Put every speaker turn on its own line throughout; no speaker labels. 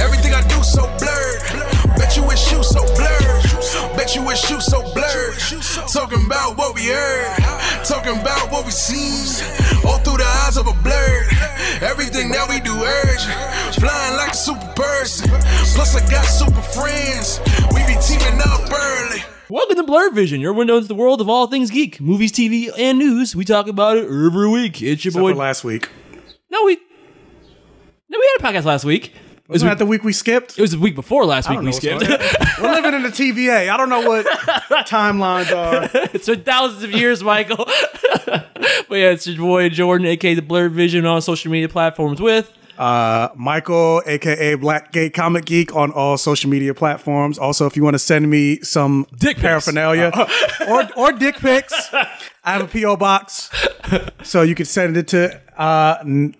Everything I do so blurred. Bet you wish you so blurred. Bet you wish you so blurred. Talking about what we heard. Talking about what we seen. All through the eyes of a blur. Everything that we do urge. Flying like a super person. Plus I got super friends. We be teaming up early.
Welcome to Blur Vision, your window into the world of all things geek, movies, TV, and news. We talk about it every week. It's your
Except
boy.
for last week.
no, we no, we had a podcast last week. It was,
Wasn't
week,
that the week we skipped?
it was the week before last week.
don't
We
know what's
skipped.
We're living in the TVA. I don't know what timelines are.
it's been thousands of years, Michael. but yeah, it's your boy Jordan, aka the Blur Vision, on social media platforms with.
Uh, Michael, aka Black Gay Comic Geek, on all social media platforms. Also, if you want to send me some
Dick pics. Uh-huh.
paraphernalia or or dick pics, I have a PO box, so you can send it to. Uh, n-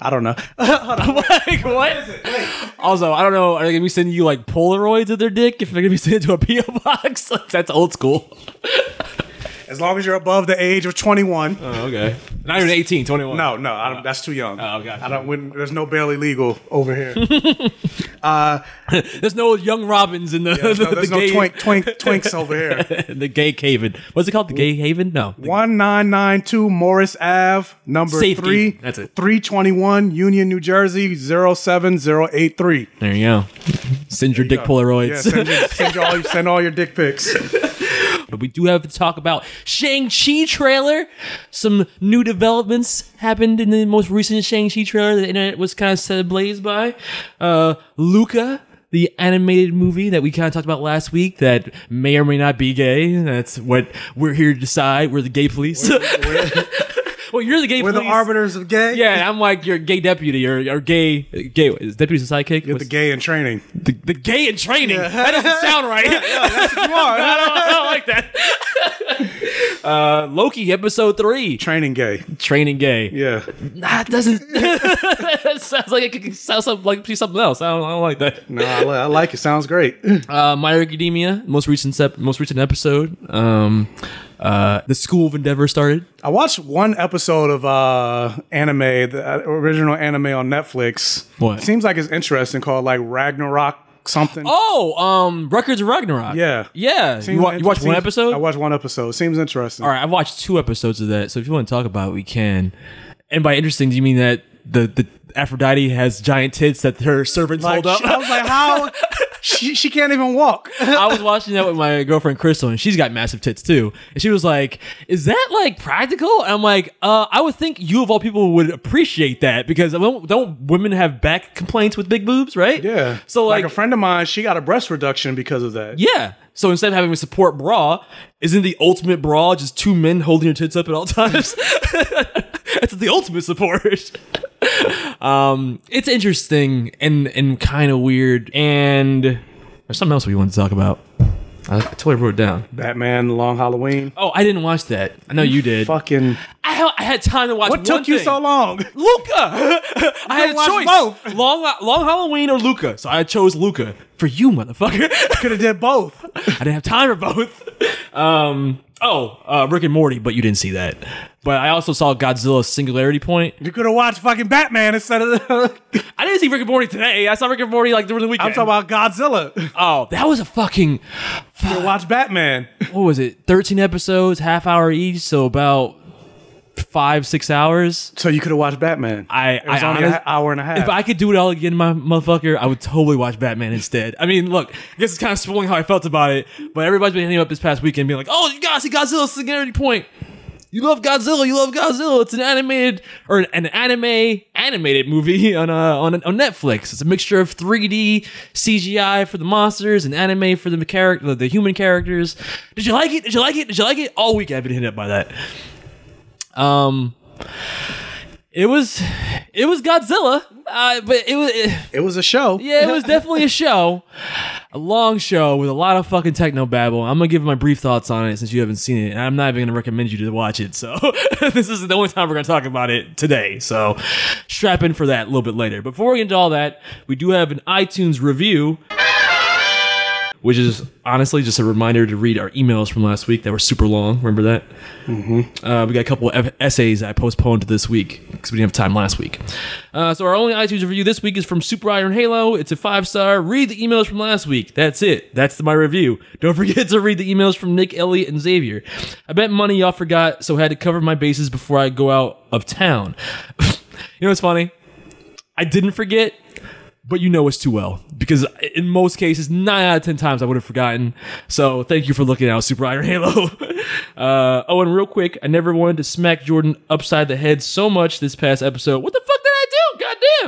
I don't know.
like what? Also, I don't know. Are they gonna be sending you like Polaroids of their dick if they're gonna be sent to a PO box? That's old school.
As long as you're above the age of 21.
Oh, okay. Not even 18, 21.
No, no, I don't, that's too young.
Oh, gotcha.
I don't. When, there's no barely legal over here.
There's no young Robins in the,
There's
the,
no, there's
the
no
gay
twink, twink, twinks over here.
the gay haven. What's it called? The gay haven? No.
1992 Morris Ave, number
Safety.
three.
That's it.
321 Union, New Jersey, 07083.
There you go. Send your dick
Yeah,
Polaroids.
send, your- send, your all, send all your dick pics.
but we do have to talk about Shang-Chi trailer. Some new developments happened in the most recent Shang-Chi trailer that the internet was kind of set ablaze by. Uh, Luca. The animated movie that we kind of talked about last week that may or may not be gay. That's what we're here to decide. We're the gay police. well, you're the gay
We're
police.
the arbiters of gay.
Yeah, and I'm like your gay deputy or or gay gay is deputy's a sidekick.
You're
What's-
the gay in training.
the, the gay in training. That doesn't sound right.
You are.
I, don't, I don't like that. uh, Loki episode three,
training gay.
training gay.
Yeah.
Nah, it doesn't. that sounds like it could sound some- like be something else. I don't, I don't like that.
No, I, li- I like it. Sounds great.
Uh, My Hero Academia, most recent sep- most recent episode. Um, uh, the School of Endeavor started.
I watched one episode of uh, anime, the uh, original anime on Netflix.
What?
Seems like it's interesting called like Ragnarok something.
Oh, um, Records of Ragnarok.
Yeah.
yeah. You,
Seems
wa- you watched
interesting.
one episode.
I watched one episode. Seems interesting.
All right, I've watched two episodes of that. So if you want to talk about, it, we can. And by interesting, do you mean that the the Aphrodite has giant tits that her servants
Like,
hold up?
she- I was like, how? she, she can't even walk.
I was watching that with my girlfriend Crystal, and she's got massive tits too. And she was like, "Is that like practical?" And I'm like, uh, "I would think you of all people would appreciate that because don't, don't women have back complaints with big boobs, right?"
Yeah.
So like,
a friend of mine, she got a breast reduction because of that.
yeah. So instead of having a support bra, isn't the ultimate bra just two men holding your tits up at all times? That's the ultimate support. um, it's interesting and and kind of weird. And there's something else we wanted to talk about. I totally wrote it down.
Batman, Long Halloween.
Oh, I didn't watch that. I know you did.
Fucking.
I, ha- I had time to watch.
What took you so long?
Luca. I had a
watch
choice:
both.
long, long Halloween or Luca. So I chose Luca for you, motherfucker.
Could have did both.
I didn't have time for both. Um, oh, uh, Rick and Morty, but you didn't see that. But I also saw Godzilla Singularity Point.
You could have watched fucking Batman instead of. The,
I didn't see Rick and Morty today. I saw Rick and Morty like during the
I'm
weekend.
talking about Godzilla. You
oh, that was a fucking
could have watched Batman.
what was it? Thirteen episodes, half hour each, so about five six hours.
So you could have watched Batman.
I
It was
I
only
honest-
an hour and a half.
If I could do it all again, my motherfucker, I would totally watch Batman instead. I mean, look, I guess it's kind of spoiling how I felt about it, but everybody's been hitting me up this past weekend being like, oh, you gotta see Godzilla Singularity Point. You love Godzilla, you love Godzilla. It's an animated or an, an anime animated movie on uh, on on Netflix. It's a mixture of 3D CGI for the monsters and anime for the character the human characters. Did you like it? Did you like it? Did you like it? All week I've been hit up by that. Um It was, it was Godzilla, uh, but it was, it-
It was a show.
yeah, it was definitely a show, a long show with a lot of fucking techno babble. I'm gonna give my brief thoughts on it since you haven't seen it, and I'm not even gonna recommend you to watch it. So this is the only time we're gonna talk about it today. So strap in for that a little bit later. Before we get into all that, we do have an iTunes review which is honestly just a reminder to read our emails from last week that were super long. Remember that? Mm-hmm. Uh, we got a couple of essays I postponed to this week because we didn't have time last week. Uh, so our only iTunes review this week is from Super Iron Halo. It's a five star. Read the emails from last week. That's it. That's my review. Don't forget to read the emails from Nick, Elliot, and Xavier. I bet money y'all forgot, so had to cover my bases before I go out of town. you know what's funny? I didn't forget but you know us too well because in most cases, nine out of ten times I would have forgotten. So thank you for looking out, Super Iron Halo. uh, oh, and real quick, I never wanted to smack Jordan upside the head so much this past episode. What the fuck did I do?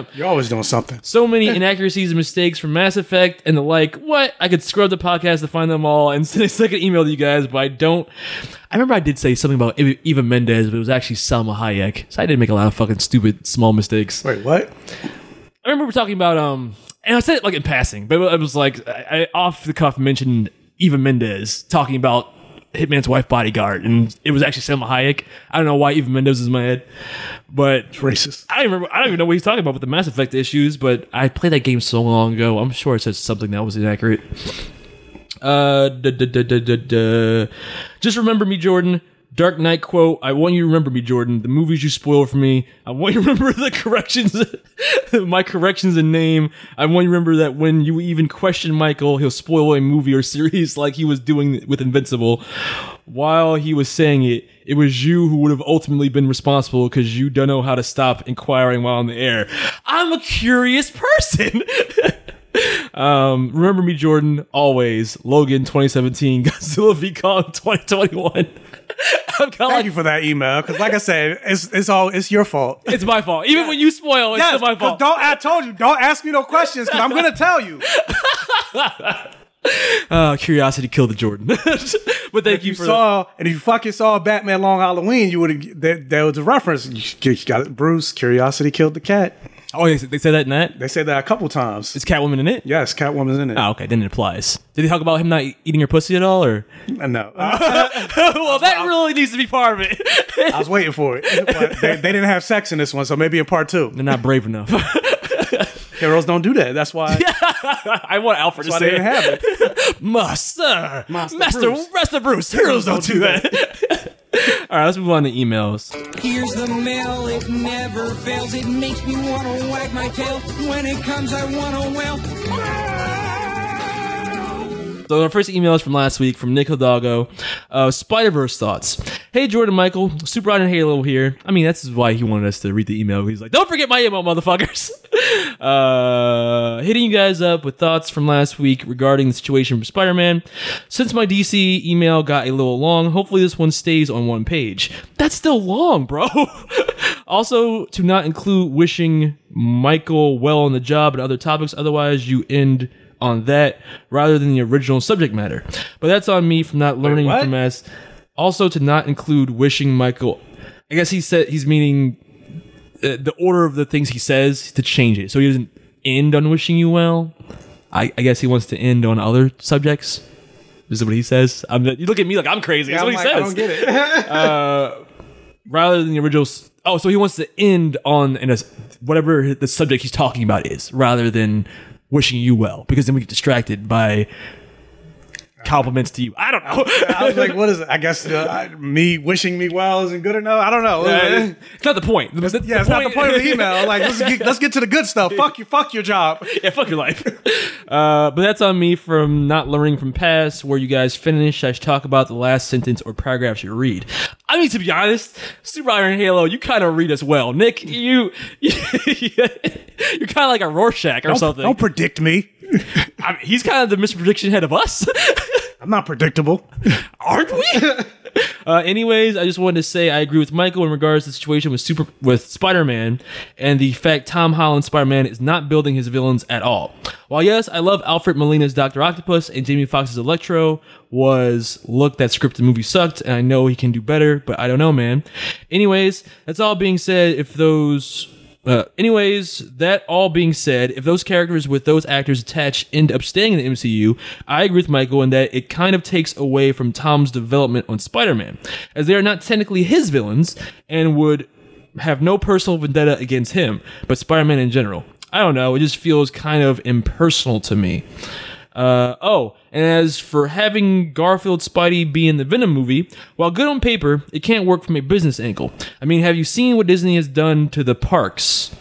Goddamn!
You're always doing something.
So many inaccuracies and mistakes from Mass Effect and the like. What? I could scrub the podcast to find them all and send a second email to you guys, but I don't. I remember I did say something about Eva- Eva Mendez, but it was actually Selma Hayek. So I did make a lot of fucking stupid small mistakes.
Wait, what?
I remember we were talking about um, and I said it like in passing, but it was like I, I off the cuff mentioned Eva Mendes talking about Hitman's wife bodyguard, and it was actually Selma Hayek. I don't know why Eva Mendes is in my head, but
Racist.
I don't remember. I don't even know what he's talking about with the Mass Effect issues, but I played that game so long ago. I'm sure it said something that was inaccurate. Uh, duh, duh, duh, duh, duh, duh. just remember me, Jordan. Dark Knight quote. I want you to remember me, Jordan. The movies you spoiled for me. I want you to remember the corrections, my corrections and name. I want you to remember that when you even question Michael, he'll spoil a movie or series like he was doing with Invincible. While he was saying it, it was you who would have ultimately been responsible because you don't know how to stop inquiring while in the air. I'm a curious person. Um, remember me, Jordan, always. Logan 2017, Godzilla v Kong 2021. I'm kind
Thank
like,
you for that email. Because like I said, it's it's all it's your fault.
it's my fault. Even when you spoil, it's still my
'cause
fault.
Don't I told you? Don't ask me no questions because I'm gonna tell you.
Uh, curiosity killed the Jordan. but thank you
you
for
saw, and if you fucking saw Batman Long Halloween, you would have there, there was a reference. You, you got it, Bruce. Curiosity killed the cat.
Oh, they, they said that in that?
They said that a couple times.
Is Catwoman in it?
Yes, Catwoman's in it.
Oh, okay, then it applies. Did they talk about him not e- eating her pussy at all, or?
I know.
well, that really needs to be part of it.
I was waiting for it. But they, they didn't have sex in this one, so maybe in part two.
They're not brave enough.
Heroes don't do that. That's why, that's
I want Alfred to
why
say
they didn't
it.
have it.
Master,
Master
Master,
Bruce.
Master Bruce. Heroes don't do that. All right, let's move on to emails.
Here's the mail, it never fails. It makes me wanna wag my tail. When it comes, I wanna wail.
So our first email is from last week from Nick Hidalgo. Uh, Spider Verse thoughts. Hey Jordan Michael, Super Iron Halo here. I mean that's why he wanted us to read the email. He's like, don't forget my email, motherfuckers. uh, hitting you guys up with thoughts from last week regarding the situation from Spider Man. Since my DC email got a little long, hopefully this one stays on one page. That's still long, bro. also to not include wishing Michael well on the job and other topics. Otherwise, you end on that rather than the original subject matter. But that's on me from not learning
what?
from us. Also, to not include wishing Michael. I guess he said he's meaning uh, the order of the things he says to change it, so he doesn't end on wishing you well. I, I guess he wants to end on other subjects. This is what he says. I'm, you look at me like I'm crazy. That's
I'm
what
like,
he says
I don't get it.
rather than the original. s- Oh, so he wants to end on in a, s- whatever the subject he's talking about is, rather than wishing you well, because then we get distracted by compliments to you. I don't know.
I was like, what is it? I guess uh, I, me wishing me well isn't good enough. I don't know.
it's not the point. The- the-
yeah, it's not the point of the email. Like, let's get, let's get to the good stuff. Fuck you. Fuck your job.
yeah, fuck your life. Uh, but that's on me from not learning from past where you guys finish. I should talk about the last sentence or paragraphs you read. I mean, to be honest, Super Iron Halo, you kind of read us well. Nick, you, you are kind of like a Rorschach or
Don't,
something.
don't predict me.
I mean, he's kind of the misprediction head of us,
I'm not predictable.
aren't we? Uh, anyways, I just wanted to say I agree with Michael in regards to the situation with Super with Spider-Man and the fact Tom Holland Spider-Man is not building his villains at all. While yes, I love Alfred Molina's Doctor Octopus and Jamie Foxx's Electro was look that scripted movie sucked and I know he can do better, but I don't know, man. Anyways, that's all being said. If those uh, anyways, that all being said, if those characters with those actors attached end up staying in the MCU, I agree with Michael in that it kind of takes away from Tom's development on Spider Man, as they are not technically his villains and would have no personal vendetta against him, but Spider Man in general. I don't know, it just feels kind of impersonal to me. Uh, oh, and as for having Garfield Spidey be in the Venom movie, while good on paper, it can't work from a business angle. I mean, have you seen what Disney has done to the parks?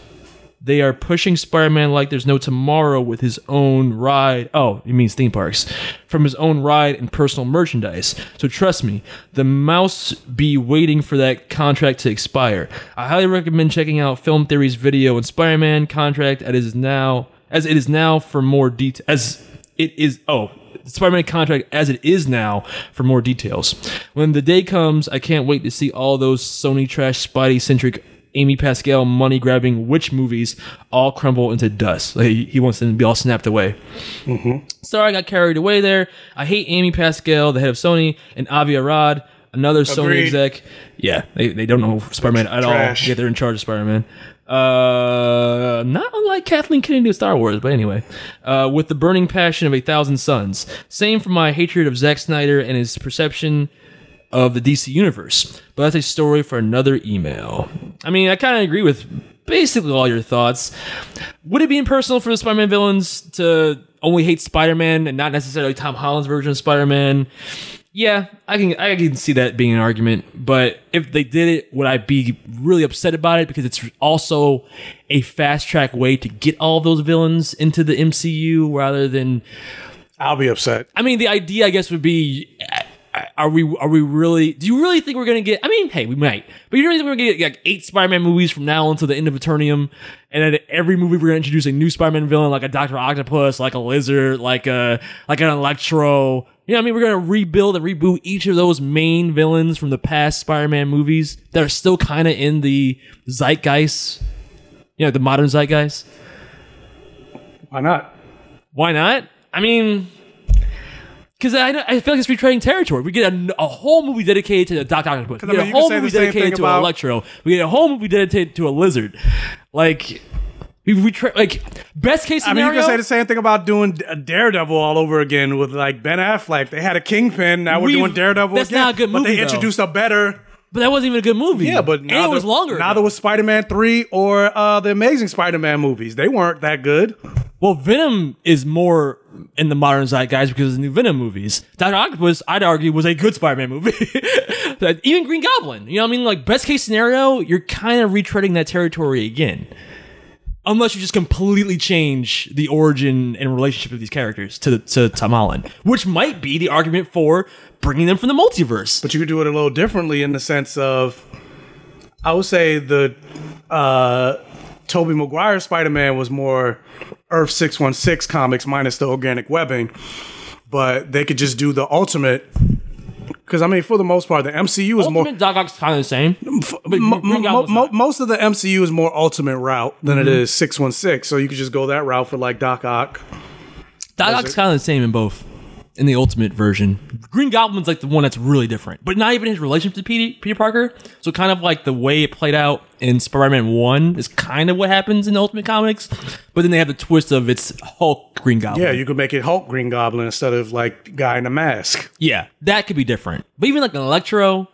They are pushing Spider Man like there's no tomorrow with his own ride. Oh, he means theme parks. From his own ride and personal merchandise. So trust me, the mouse be waiting for that contract to expire. I highly recommend checking out Film Theory's video on Spider Man contract as it is now. As it is now for more detail. As it is oh spider-man contract as it is now for more details when the day comes i can't wait to see all those sony trash spidey centric amy pascal money grabbing witch movies all crumble into dust like, he wants them to be all snapped away sorry i got carried away there i hate amy pascal the head of sony and avi arad another sony
Agreed.
exec yeah they, they don't know spider-man at
Trash.
all yeah they're in charge of spider-man uh, not unlike Kathleen Kennedy of Star Wars, but anyway, uh, with the burning passion of a thousand suns. Same for my hatred of Zack Snyder and his perception of the DC universe. But that's a story for another email. I mean, I kind of agree with basically all your thoughts. Would it be impersonal for the Spider-Man villains to only hate Spider-Man and not necessarily Tom Holland's version of Spider-Man? Yeah, I can I can see that being an argument, but if they did it, would I be really upset about it because it's also a fast track way to get all those villains into the MCU rather than
I'll be upset.
I mean, the idea, I guess, would be: uh, Are we? Are we really? Do you really think we're gonna get? I mean, hey, we might, but you really think we're gonna get like eight Spider-Man movies from now until the end of Eternium, and then every movie we're gonna introduce a new Spider-Man villain, like a Doctor Octopus, like a Lizard, like a like an Electro. You know, what I mean, we're gonna rebuild and reboot each of those main villains from the past Spider-Man movies that are still kind of in the zeitgeist, you know, the modern zeitgeist.
Why not?
Why not? I mean, because I, don't- I feel like it's retreading territory. We get a, a whole movie dedicated to the Doc Octopus. We get
I mean, you
a
could
whole
say the
movie
same
dedicated
thing
to
about-
an Electro. We get a whole movie dedicated to a Lizard. Like, we retra- like best case
I mean,
scenario.
you can say the same thing about doing D- Daredevil all over again with like Ben Affleck. They had a Kingpin. Now we're
We've-
doing Daredevil.
that's
again,
not a good
But
movie,
they
though.
introduced a better.
but that wasn't even a good movie.
Yeah, but
and
neither,
it was longer.
Neither
ago.
was Spider-Man three or uh, the Amazing Spider-Man movies. They weren't that good.
well, Venom is more in the modern zeitgeist because of the new Venom movies. Doctor Octopus, I'd argue, was a good Spider-Man movie. Like, even Green Goblin. You know what I mean? Like best case scenario, you're kind of retreading that territory again. unless you just completely change the origin and relationship of these characters to to Tom Holland, which might be the argument for bringing them from the multiverse.
But you could do it a little differently in the sense of, I would say the uh, Toby Maguire Spider-Man was more Earth six one six comics minus the organic webbing, but they could just do the ultimate. Because I mean, for the most part, the MCU is more
Ultimate Doc Ock's kind of the same. But
mo-
Green
mo-
Goblin's
mo-
not.
most of the MCU is more ultimate route than
Mm-hmm.
it is 616. So you could just go that route for like Doc Ock.
Doc Ock's kind of the same in both. In the ultimate version, Green Goblin's like the one that's really different, but not even his relationship to Peter, Peter Parker. So, kind of like the way it played out in Spider Man 1 is kind of what happens in the Ultimate Comics, but then they have the twist of it's Hulk Green Goblin.
Yeah, you could make it Hulk Green Goblin instead of like guy in a mask.
Yeah, that could be different. But even like an Electro,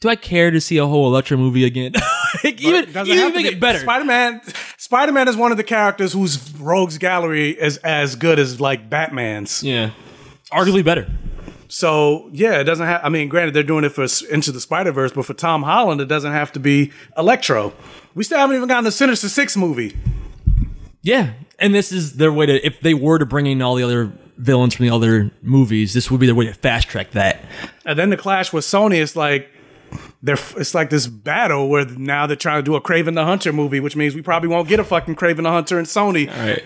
do I care to see a whole Electro movie again? like even
Doesn't
even
have to
make
be.
it better.
Spider-Man Spider-Man is one of the characters whose rogues gallery is as good as like Batman's.
yeah, arguably better.
So, yeah, it doesn't have I mean, granted they're doing it for S- Into the Spider-Verse, but for Tom Holland it doesn't have to be Electro. We still haven't even gotten the Sinister 6 movie.
Yeah, and this is their way to if they were to bring in all the other villains from the other movies, this would be their way to fast track that.
And then the clash with Sony is like they're it's like this battle where now they're trying to do a Craven the Hunter movie, which means we probably won't get a fucking Craven the Hunter and Sony.
All right.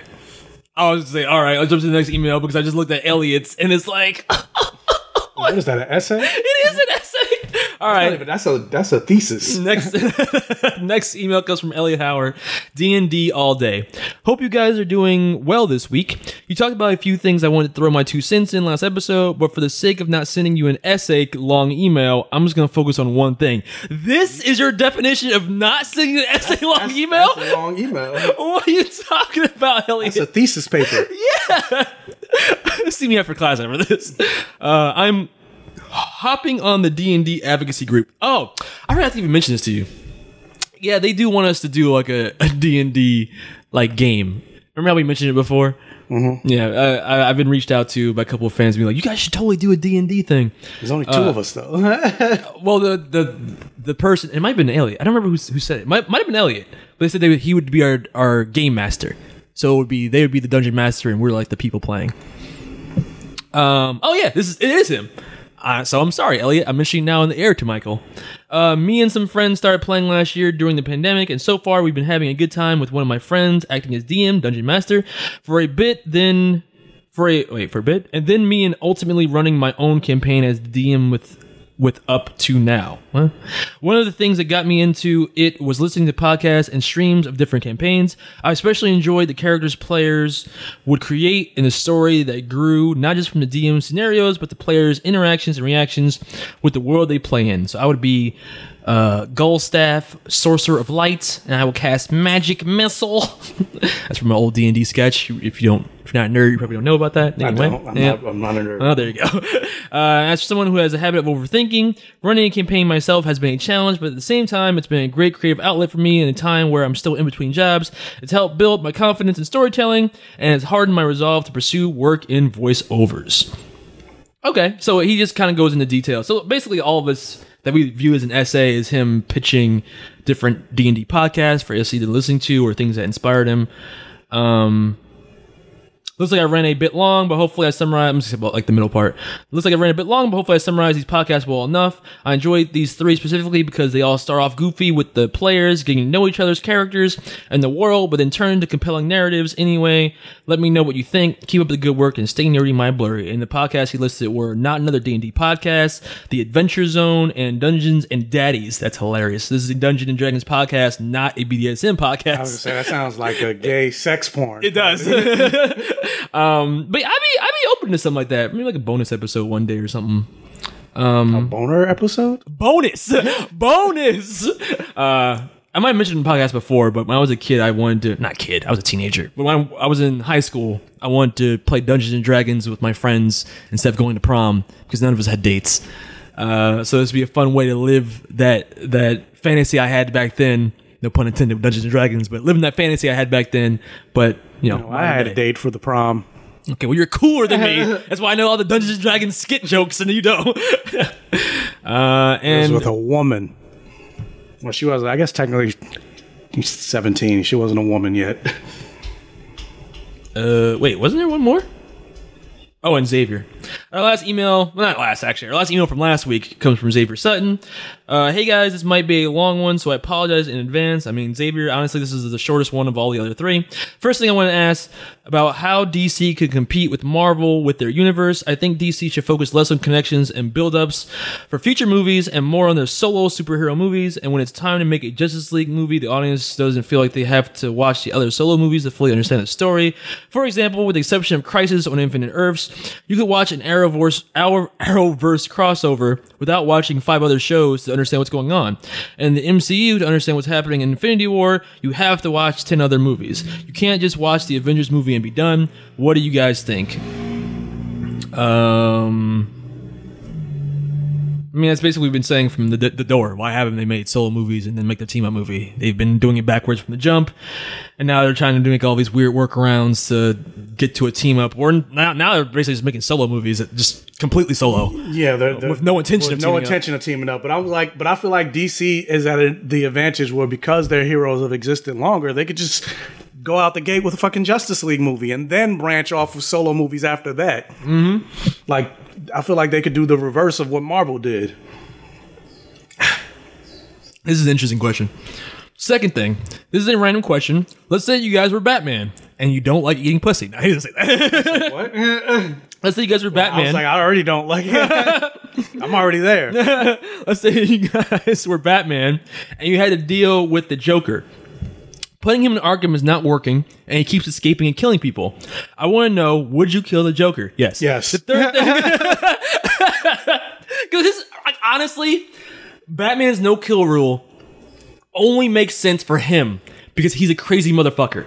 I was just say, all right, I'll jump to the next email because I just looked at Elliot's and it's like
What is that? An essay?
it is an essay. All
Not
right.
even- that's a that's a thesis.
Next, next email comes from Elliot Howard, D and D all day. Hope you guys are doing well this week. You talked about a few things I wanted to throw my two cents in last episode, but for the sake of not sending you an essay long email, I'm just gonna focus on one thing. This is your definition of not sending an essay long email.
That's a long email.
what are you talking about, Elliot?
It's a thesis paper.
see me after class over this. Uh, I'm hopping on the D and D advocacy group. Oh, I forgot to even mention this to you. Yeah, they do want us to do like a D and D like game. Remember how we mentioned it before? Mm-hmm. Yeah, I, I, I've been reached out to by a couple of fans being like, "You guys should totally do a D and D thing."
There's only two of us though.
Well, the the the person it might have been Elliot. I don't remember who, who said it. Might might have been Elliot, but they said they would, he would be our our game master. So it would be they would be the dungeon master, and we're like the people playing. Um. Oh yeah, this is it is him. Uh, so I'm sorry, Elliot. I'm mentioning now in the air to Michael. Uh, me and some friends started playing last year during the pandemic, and so far we've been having a good time with one of my friends acting as DM, dungeon master, for a bit. Then for a wait for a bit, and then me and ultimately running my own campaign as DM with with up to now. Huh? One of the things that got me into it was listening to podcasts and streams of different campaigns. I especially enjoyed the characters players would create in the story that grew not just from the DM scenarios, but the players' interactions and reactions with the world they play in. So I would be uh, Goldstaff, Sorcerer of Light, and I will cast Magic Missile. That's from an old D and D sketch. If you don't, if you're not a nerd, you probably don't know about that.
I
Anyway,
don't. I'm,
yeah.
not, I'm not a nerd.
Oh, there you go. Uh, as someone who has a habit of overthinking, running a campaign myself has been a challenge, but at the same time, it's been a great creative outlet for me in a time where I'm still in between jobs. It's helped build my confidence in storytelling, and it's hardened my resolve to pursue work in voiceovers. Okay, so he just kind of goes into detail. So basically, all of us that we view as an essay is him pitching different D and D podcasts for us either listening to or things that inspired him. Um, Looks like I ran a bit long, but hopefully I summarized. I'm just about like the middle part. Looks like I ran a bit long, but hopefully I summarized these podcasts well enough. I enjoyed these three specifically because they all start off goofy with the players getting to know each other's characters and the world, but then turn to compelling narratives anyway. Let me know what you think. Keep up the good work and stay nerdy, my blurry. And the podcasts he listed were not another D and D podcast, the Adventure Zone, and Dungeons and Daddies. That's hilarious. This is the Dungeon and Dragons podcast, not a BDSM podcast.
I was gonna say that sounds like a gay sex porn.
It does. um, but I'd be I'd be open to something like that. Maybe like a bonus episode one day or something.
Boner episode.
Bonus, bonus. Uh, I might have mentioned the podcast before, but when I was a kid, I wanted to not kid. I was a teenager, but when I, I was in high school, I wanted to play Dungeons and Dragons with my friends instead of going to prom because none of us had dates. Uh, so this would be a fun way to live that that fantasy I had back then. No pun intended with Dungeons and Dragons, but living that fantasy I had back then. But you know,
I had a date for the prom.
Okay, well, you're cooler than me. That's why I know all the Dungeons and Dragons skit jokes, and you don't. uh,
It was
and
with a woman. Well, she was. I guess technically, she's seventeen. She wasn't a woman yet.
uh, wait, wasn't there one more? Oh, and Xavier. Our last email, well, not last actually, our last email from last week comes from Xavier Sutton. Uh, hey guys, this might be a long one, so I apologize in advance. I mean, Xavier, honestly, this is the shortest one of all the other three. First thing I want to ask about how DC could compete with Marvel with their universe. I think DC should focus less on connections and build ups for future movies and more on their solo superhero movies. And when it's time to make a Justice League movie, the audience doesn't feel like they have to watch the other solo movies to fully understand the story. For example, with the exception of Crisis on Infinite Earths, you could watch an Arrowverse, Arrow- Arrowverse crossover without watching five other shows to understand what's going on. And the MCU to understand what's happening in Infinity War, you have to watch 10 other movies. You can't just watch the Avengers movie and be done. What do you guys think? Um I mean, that's basically what we've been saying from the, the door. Why haven't they made solo movies and then make the team up movie? They've been doing it backwards from the jump, and now they're trying to make all these weird workarounds to get to a team up. Or now, now they're basically just making solo movies, that just completely solo.
Yeah, they're, they're-
With no intention
with
of
no
teaming up.
intention of teaming up. But I was like, but I feel like DC is at a, the advantage where because their heroes have existed longer, they could just go out the gate with a fucking Justice League movie and then branch off with solo movies after that. Mm-hmm. Like, I feel like they could do the reverse of what Marvel did.
This is an interesting question. Second thing, this is a random question. Let's say you guys were Batman and you don't like eating pussy. No, he didn't say that.
What?
Let's say you guys were
I was
Batman.
like, I already don't like it. I'm already there.
Let's say you guys were Batman and you had to deal with the Joker. Putting him in Arkham is not working, and he keeps escaping and killing people. I want to know: Would you kill the Joker? Yes.
Yes.
Because like, honestly, Batman's no kill rule only makes sense for him because he's a crazy motherfucker.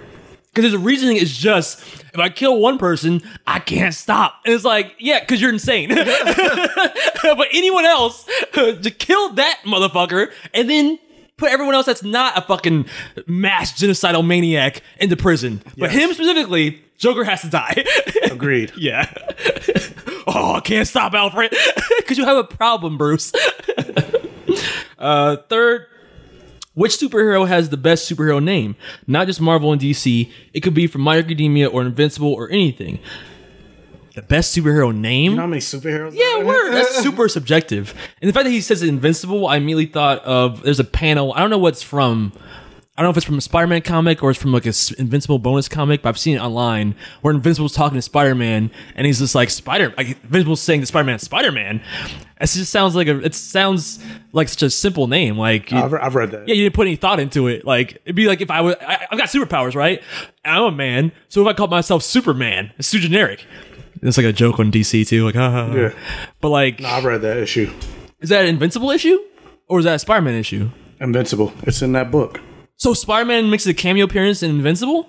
Because his reasoning is just if I kill one person, I can't stop. And it's like, yeah, because you're insane. but anyone else to kill that motherfucker and then put everyone else that's not a fucking mass genocidal maniac into prison.
Yes.
But him specifically, Joker has to die.
Agreed.
Yeah. oh, I can't stop Alfred. Because you have a problem, Bruce. uh, third, which superhero has the best superhero name? Not just Marvel and DC. It could be from My Hero Academia or Invincible or anything. The best superhero name?
How many superheroes?
yeah, word. That's super subjective. And the fact that he says Invincible, I immediately thought of there's a panel. I don't know what it's from. I don't know if it's from a Spider-Man comic or it's from like a s- Invincible bonus comic, but I've seen it online where Invincible's talking to Spider-Man and he's just like Spider, like Invincible's saying to Spider-Man, Spider-Man. It just sounds like a, it sounds like such a simple name. Like you-
I've, I've read that.
yeah, you didn't put any thought into it. Like it'd be like if I was, I, I've got superpowers, right? And I'm a man, so if I called myself Superman, it's too generic. It's like a joke on DC too, like haha.
Yeah.
But like,
I've read that issue.
is that an Invincible issue or is that a Spider-Man issue?
Invincible. It's in that book.
So Spider-Man makes a cameo appearance in Invincible.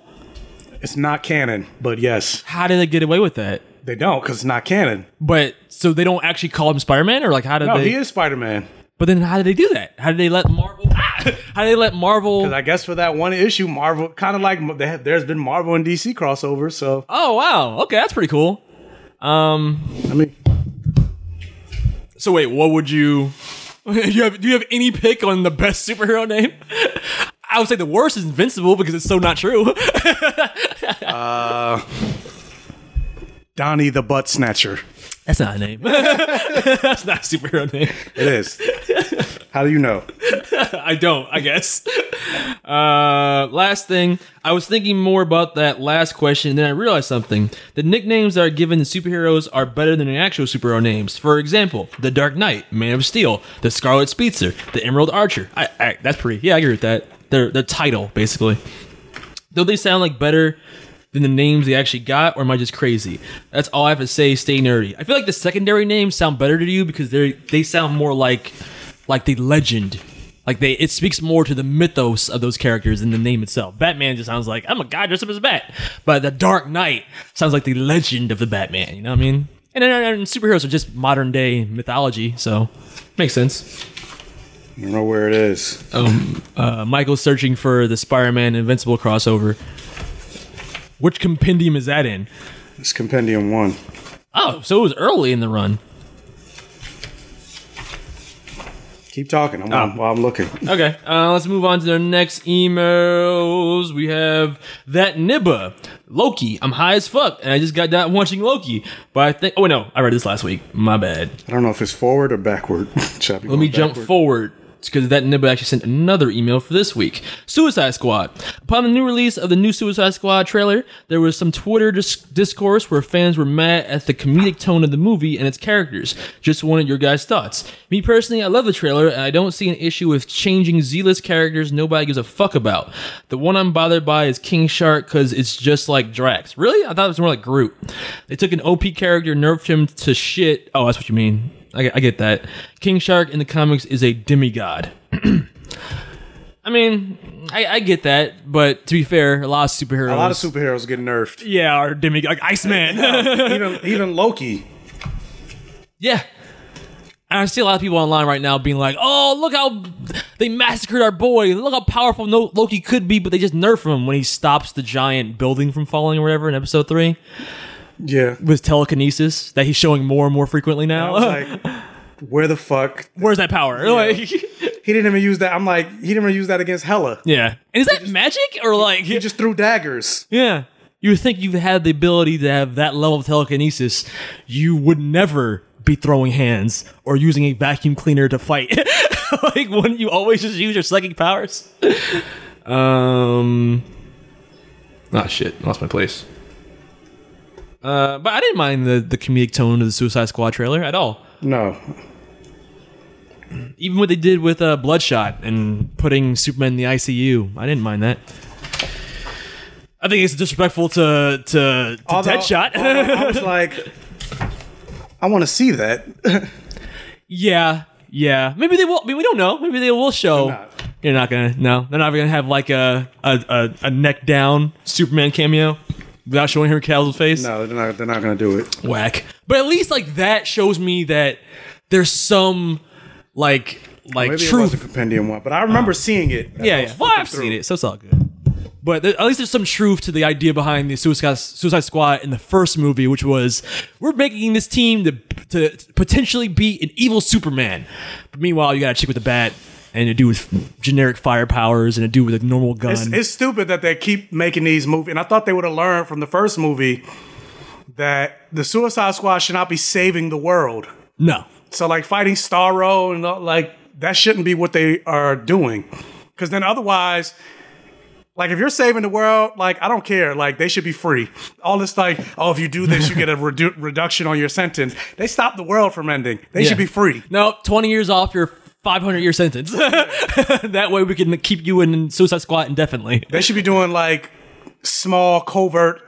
It's not canon, but yes,
How did they get away with that?
they don't because it's not canon.
But so they don't actually call him Spider-Man, or like how did
No,
they?
he is Spider Man.
But then how did they do that? How did they let Marvel? Ah! how did they let Marvel?
Because I guess for that one issue, Marvel kind of like they have- there's been Marvel and DC crossover. So
oh wow, okay, that's pretty cool.
I mean,
So wait, what would you? You have, do you have any pick on the best superhero name? I would say the worst is Invincible because it's so not true.
Donnie the Butt Snatcher.
That's not a name. That's not a superhero name.
It is. How do you know?
I don't. I guess. Uh, last thing, I was thinking more about that last question, and then I realized something. The nicknames that are given to superheroes are better than the actual superhero names. For example, the Dark Knight, Man of Steel, the Scarlet Speedster, the Emerald Archer. I, I that's pretty. Yeah, I agree with that. Their their title basically. Though they sound like better than the names they actually got, or am I just crazy? That's all I have to say. Stay nerdy. I feel like the secondary names sound better to you because they they sound more like like the legend. Like they, it speaks more to the mythos of those characters than the name itself. Batman just sounds like I'm a guy dressed up as a bat, but the Dark Knight sounds like the legend of the Batman. You know what I mean? And, and, and superheroes are just modern day mythology, so makes sense.
I don't know where it is.
Uh, Michael's searching for the Spider-Man Invincible crossover. Which compendium is that in?
It's Compendium One.
Oh, so it was early in the run.
Keep talking. I'm, while I'm looking.
Okay, uh, let's move on to the next emails. We have that Nibba Loki. I'm high as fuck, and I just got done watching Loki. But I think, oh wait, no, I read this last week. My bad.
I don't know if it's forward or backward. Should I be
Let me
going
jump
backward?
forward because that nibble actually sent another email for this week. Suicide Squad. Upon the new release of the new Suicide Squad trailer, there was some Twitter dis- discourse where fans were mad at the comedic tone of the movie and its characters. Just wanted your guys' thoughts. Me personally, I love the trailer and I don't see an issue with changing Z-list characters nobody gives a fuck about. The one I'm bothered by is King Shark because it's just like Drax. Really? I thought it was more like Groot. They took an OP character, nerfed him to shit. Oh, that's what you mean. I get, I get that. King Shark in the comics is a demigod. I mean, I, I get that, but to be fair, a lot of superheroes.
A lot of superheroes get nerfed.
Yeah, are demigod. Like Iceman.
even even Loki.
yeah. And I see a lot of people online right now being like, oh, look how they massacred our boy. Look how powerful no- Loki could be, but they just nerf him when he stops the giant building from falling or whatever in episode three
Yeah.
with telekinesis that he's showing more and more
I
frequently now.
was like, where the fuck?
Where's that power? Like,
He didn't even use that. I'm like, he didn't even use that against Hella.
yeah. And is that magic or like.
He just threw daggers.
Yeah. You would think you had the ability to have that level of telekinesis. You would never be throwing hands or using a vacuum cleaner to fight. like, wouldn't you always just use your psychic powers? um. Ah, shit. Lost my place. Uh, but I didn't mind the, the comedic tone of the Suicide Squad trailer at all.
No,
Even what they did with uh, Bloodshot and putting Superman in the ICU, I didn't mind that. I think it's disrespectful to to, to
Although-
Deadshot.
I was like, I want to see that.
yeah, yeah. Maybe they will. I mean, we don't know. Maybe they will show.
They're not.
You're not gonna. No, they're not gonna have like a a, a, a neck down Superman cameo without showing her Cavill's face.
No, they're not. They're not gonna do it.
whack. But at least like that shows me that there's some like like
Maybe it was a
truth.
compendium one, but I remember seeing it.
Yeah, yeah. Well, I've seen it, so it's all good. But there, at least there's some truth to the idea behind the Suicide, Suicide Squad in the first movie, which was we're making this team to, to potentially beat an evil Superman. But meanwhile, you got a chick with a bat and a dude with generic fire powers and a dude with a normal gun.
It's, it's stupid that they keep making these movies, and I thought they would have learned from the first movie that the Suicide Squad should not be saving the world.
no,
So like fighting Starro and all- like that shouldn't be what they are doing, because then otherwise. Like if you're saving the world, like I don't care. Like they should be free. All this like, oh, if you do this, you get a redu- reduction on your sentence. They stop the world from ending. They
Yeah.
should be free.
No, 20 years off your 500 year sentence. that way we can keep you in Suicide Squad indefinitely.
They should be doing like small covert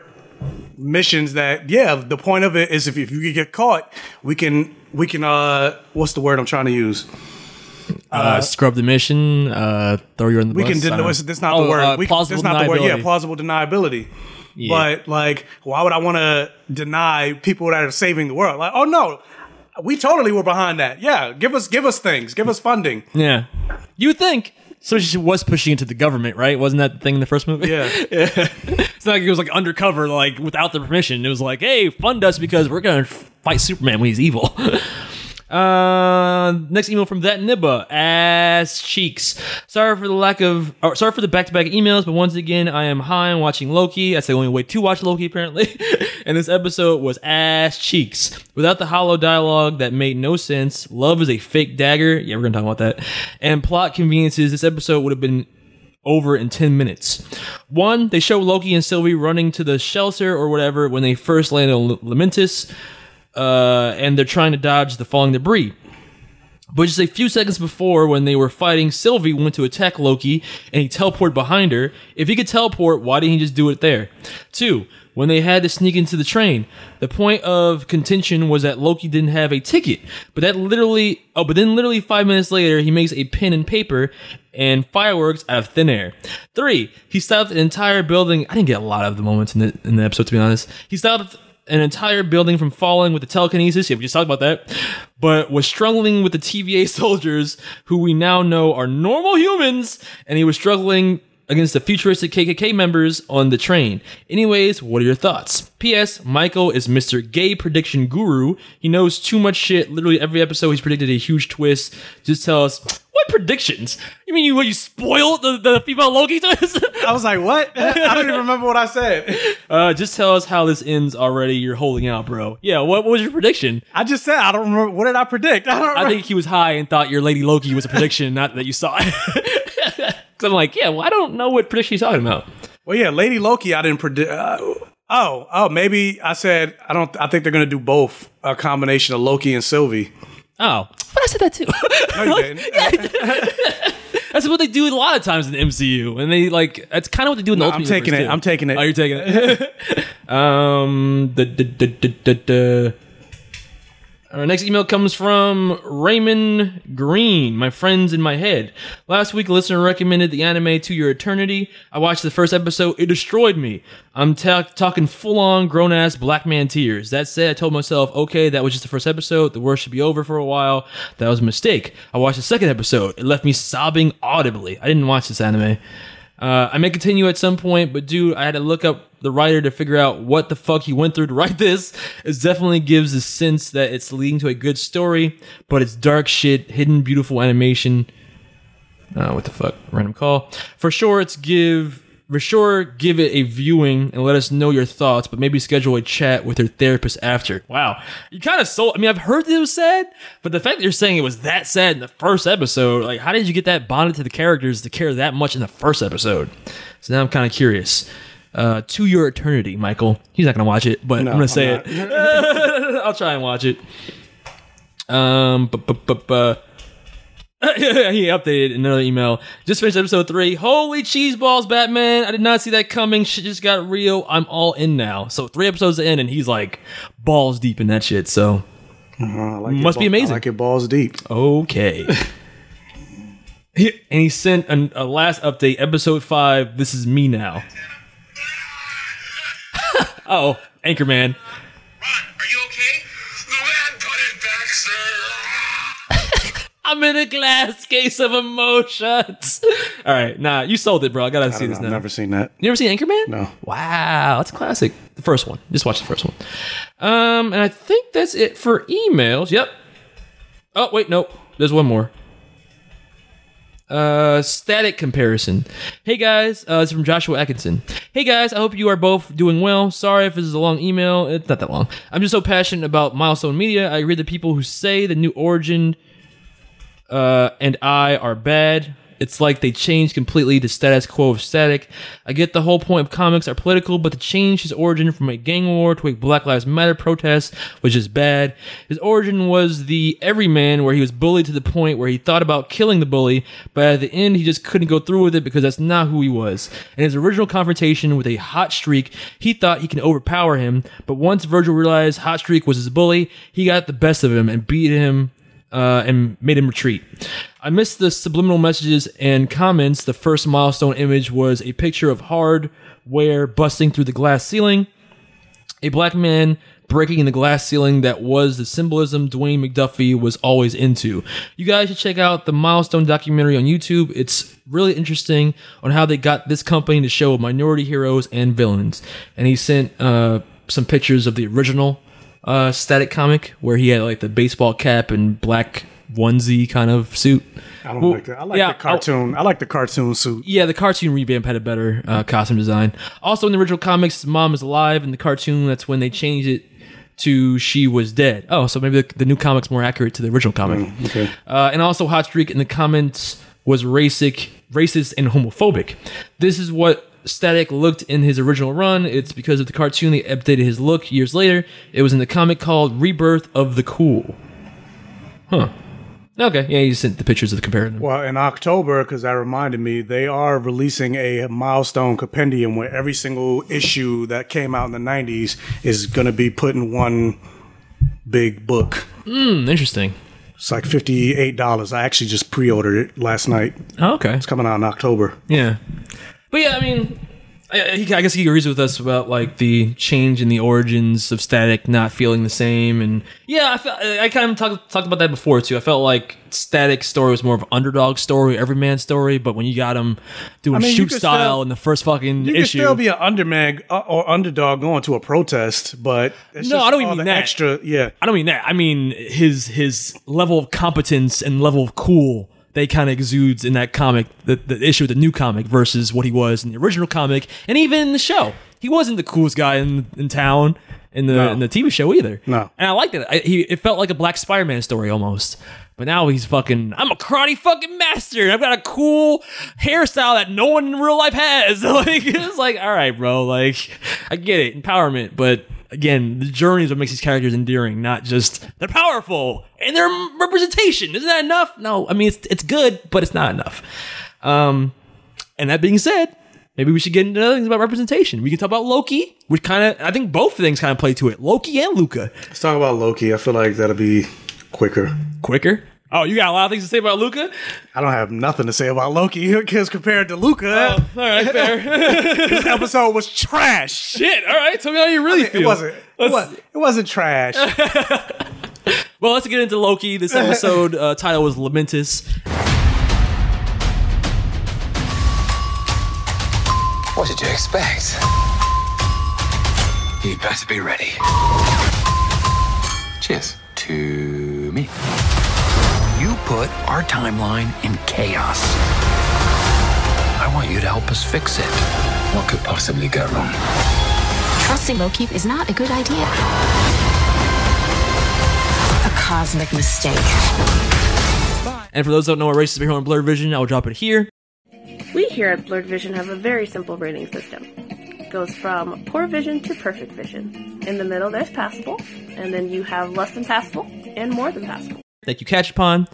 missions that yeah, the point of it is if, if you get caught, we can we can uh what's the word I'm trying to use?
Uh, scrub the mission, uh, throw you in the
We
bus.
can
I don't
didn't
know.
that's that's not
Oh,
the word.
uh,
we,
plausible
that's not the word. Yeah,
deniability.
plausible deniability.
Yeah.
But like, why would I want to deny people that are saving the world? Like, oh no, we totally were behind that. Yeah, give us give us things, give us funding.
yeah. You think. So she was pushing into the government, right? Wasn't that the thing in the first movie?
Yeah,
It's not like it was like undercover, like without the permission. It was like, hey, fund us because we're gonna fight Superman when he's evil. uh, next email from that Nibba ass cheeks. Sorry for the lack of, or sorry for the back to back emails, but once again, I am high and watching Loki. That's the only way to watch Loki apparently. and this episode was ass cheeks without the hollow dialogue that made no sense. Love is a fake dagger. Yeah, we're gonna talk about that. And plot conveniences. This episode would have been over in 10 minutes. One, they show Loki and Sylvie running to the shelter or whatever when they first land on L- Lamentus, uh, and they're trying to dodge the falling debris. But just a few seconds before, when they were fighting, Sylvie went to attack Loki and he teleported behind her. If he could teleport, why didn't he just do it there? Two, when they had to sneak into the train, the point of contention was that Loki didn't have a ticket. But that literally, oh, but then literally five minutes later, he makes a pen and paper and fireworks out of thin air. Three, he stopped an entire building. I didn't get a lot of the moments in the, in the episode, to be honest. He stopped an entire building from falling with the telekinesis. Yeah, we just talked about that. But was struggling with the TVA soldiers, who we now know are normal humans, and he was struggling against the futuristic KKK members on the train. Anyways, what are your thoughts? P.S. Michael is Mr. Gay Prediction Guru. He knows too much shit. Literally every episode, he's predicted a huge twist. Just tell us what predictions. You mean you what you spoiled the, the female Loki twist?
I was like, what? I don't even remember what I said.
uh, just tell us how this ends already. You're holding out, bro. Yeah, what, what was your prediction?
I just said I don't remember. What did I predict? I don't. Remember.
I think he was high and thought your Lady Loki was a prediction, not that you saw it. Because I'm like, yeah, well, I don't know what prediction he's talking about.
Well, yeah, Lady Loki. I didn't predict. Uh, oh, oh, maybe I said I don't. I think they're gonna do both a combination of Loki and Sylvie.
Oh, but I said that too.
No, you didn't.
that's what they do a lot of times in the MCU, and they like that's kind of what they do in the
I'm
Ultimate
taking
Universe,
it.
too.
I'm taking it.
Oh, you're taking it. um, the the the the the. the our next email comes from Raymond Green, my friends in my head. Last week, a listener recommended the anime To Your Eternity. I watched the first episode. It destroyed me. I'm ta- talking full on grown ass black man tears. That said, I told myself, okay, that was just the first episode. The worst should be over for a while. That was a mistake. I watched the second episode. It left me sobbing audibly. I didn't watch this anime. Uh, I may continue at some point, but dude, I had to look up the writer to figure out what the fuck he went through to write this. It definitely gives a sense that it's leading to a good story, but it's dark shit, hidden, beautiful animation. Uh, what the fuck? Random call. For sure, it's give. For sure, give it a viewing and let us know your thoughts, but maybe schedule a chat with your therapist after. Wow. You kind of sold. I mean, I've heard that it was sad, but the fact that you're saying it was that sad in the first episode, like, how did you get that bonded to the characters to care that much in the first episode? So now I'm kind of curious. uh, To Your Eternity, Michael. He's not going to watch it, but I'm going to say
I'm
it. I'll try and watch it. Um, but, but, but, but. he updated another email. Just finished episode three. Holy cheese balls, Batman! I did not see that coming. Shit just got real. I'm all in now. So three episodes in, and he's like balls deep in that shit. So
I like it
Must be
ball- I
amazing.
like it balls deep.
Okay. he, and he sent an, a last update, episode five. This is me now. oh, Anchorman.
Ron, are you okay? The man put it back, sir.
I'm in a glass case of emotions. All right, nah, you sold it, bro. I gotta see
I
this
have
now.
never seen that.
You ever seen Anchorman?
No.
Wow, that's a classic. The first one. Just watch the first one. Um, and I think that's it for emails. Yep. Oh wait, nope. There's one more. Uh, static comparison. Hey guys, uh, it's from Joshua Atkinson. Hey guys, I hope you are both doing well. Sorry if this is a long email. It's not that long. I'm just so passionate about milestone media. I agree that people who say the new origin uh, and I are bad. It's like they changed completely the status quo of static. I get the whole point of comics are political, but to change his origin from a gang war to a Black Lives Matter protest was just bad. His origin was the everyman, where he was bullied to the point where he thought about killing the bully, but at the end he just couldn't go through with it because that's not who he was. In his original confrontation with a hot streak, he thought he can overpower him, but once Virgil realized hot streak was his bully, he got the best of him and beat him uh, and made him retreat. I missed the subliminal messages and comments. The first milestone image was a picture of hardware busting through the glass ceiling, a black man breaking the glass ceiling that was the symbolism Dwayne McDuffie was always into. You guys should check out the milestone documentary on YouTube. It's really interesting on how they got this company to show minority heroes and villains. And he sent uh, some pictures of the original uh, static comic where he had like the baseball cap and black onesie kind of suit.
I don't
Well,
like that. I like
yeah,
the cartoon. I, like the cartoon suit.
Yeah, the cartoon revamp had a better uh, costume design. Also, in the original comics, his mom is alive. In the cartoon, that's when they changed it to she was dead. Oh, so maybe the, the new comic's more accurate to the original comic.
Okay.
Uh, and also, Hot Streak in the comments was racic, racist and homophobic. This is what Static looked in his original run. It's because of the cartoon they updated his look years later. It was in the comic called Rebirth of the Cool. Huh. Okay. Yeah, you sent the pictures of the comparative.
Well, in October, because that reminded me, they are releasing a milestone compendium where every single issue that came out in the 90s is going to be put in one big book.
Hmm, interesting.
It's like $58. I actually just pre ordered it last night.
Oh, okay.
It's coming out in October.
Yeah, but yeah, I mean, I, I- he, I guess he agrees with us about like the change in the origins of Static not feeling the same, and yeah, I felt, I I kind of talked talked about that before too. I felt like Static's story was more of an underdog story, everyman story, but when you got him doing
mean, you
shoot
could
style
still-
in the first fucking
You can
issue,
still be an underman uh, or underdog going to a protest, but it's
No,
just
I don't
all
even
the
mean that.
extra. Yeah,
I don't mean that. I mean his his level of competence and level of cool they kind of exudes in that comic, the, the issue of the new comic versus what he was in the original comic, and even in the show, he wasn't the coolest guy in, in town in the in the TV show either.
No.
and I liked it. I, he it felt like a Black Spider Man story almost. But now he's fucking. I'm a karate fucking master. and I've got a cool hairstyle that no one in real life has. like it's like, all right, bro. Like I get it, empowerment. But again, the journey is what makes these characters endearing, not just they're powerful and their representation. Isn't that enough? No, I mean it's it's good, but it's not enough. Um, and that being said, maybe we should get into other things about representation. We can talk about Loki, which kind of I think both things kind of play to it. Loki and Luca.
Let's talk about Loki. I feel like that'll be quicker.
quicker. Oh, you got a lot of things to say about Luca.
I don't have nothing to say about Loki because compared to Luca,
Oh, all right, fair.
this episode was trash.
Shit. All right. Tell me how you really feel.
It wasn't. It, was, it wasn't trash.
Well, let's get into Loki. This episode uh, title was Lamentous.
What did you expect? You'd better be ready. Cheers to me. You put our timeline in chaos. I want you to help us fix it. What could possibly go wrong?
Trusting Loki is not a good idea. A cosmic mistake.
And for those who don't know what races are here on Blur Vision, I will drop it here.
We here at Blurred Vision have a very simple rating system. goes from poor vision to perfect vision. In the middle, there's passable, and then you have less than passable and more than passable.
that you catch upon.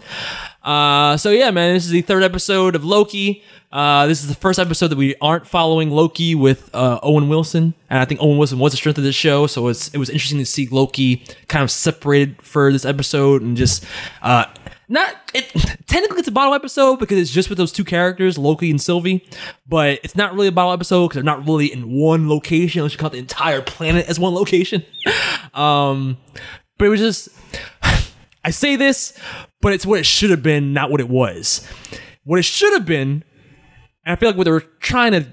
Uh, so yeah, man, this is the third episode of Loki. Uh, this is the first episode that we aren't following Loki with uh, Owen Wilson, and I think Owen Wilson was the strength of this show. So it's, it was interesting to see Loki kind of separated for this episode and just uh, not. It, technically, it's a bottle episode because it's just with those two characters, Loki and Sylvie, but it's not really a bottle episode because they're not really in one location. Let's count the entire planet as one location. um, but it was just I say this, but it's what it should have been, not what it was. What it should have been, and I feel like what they were trying to,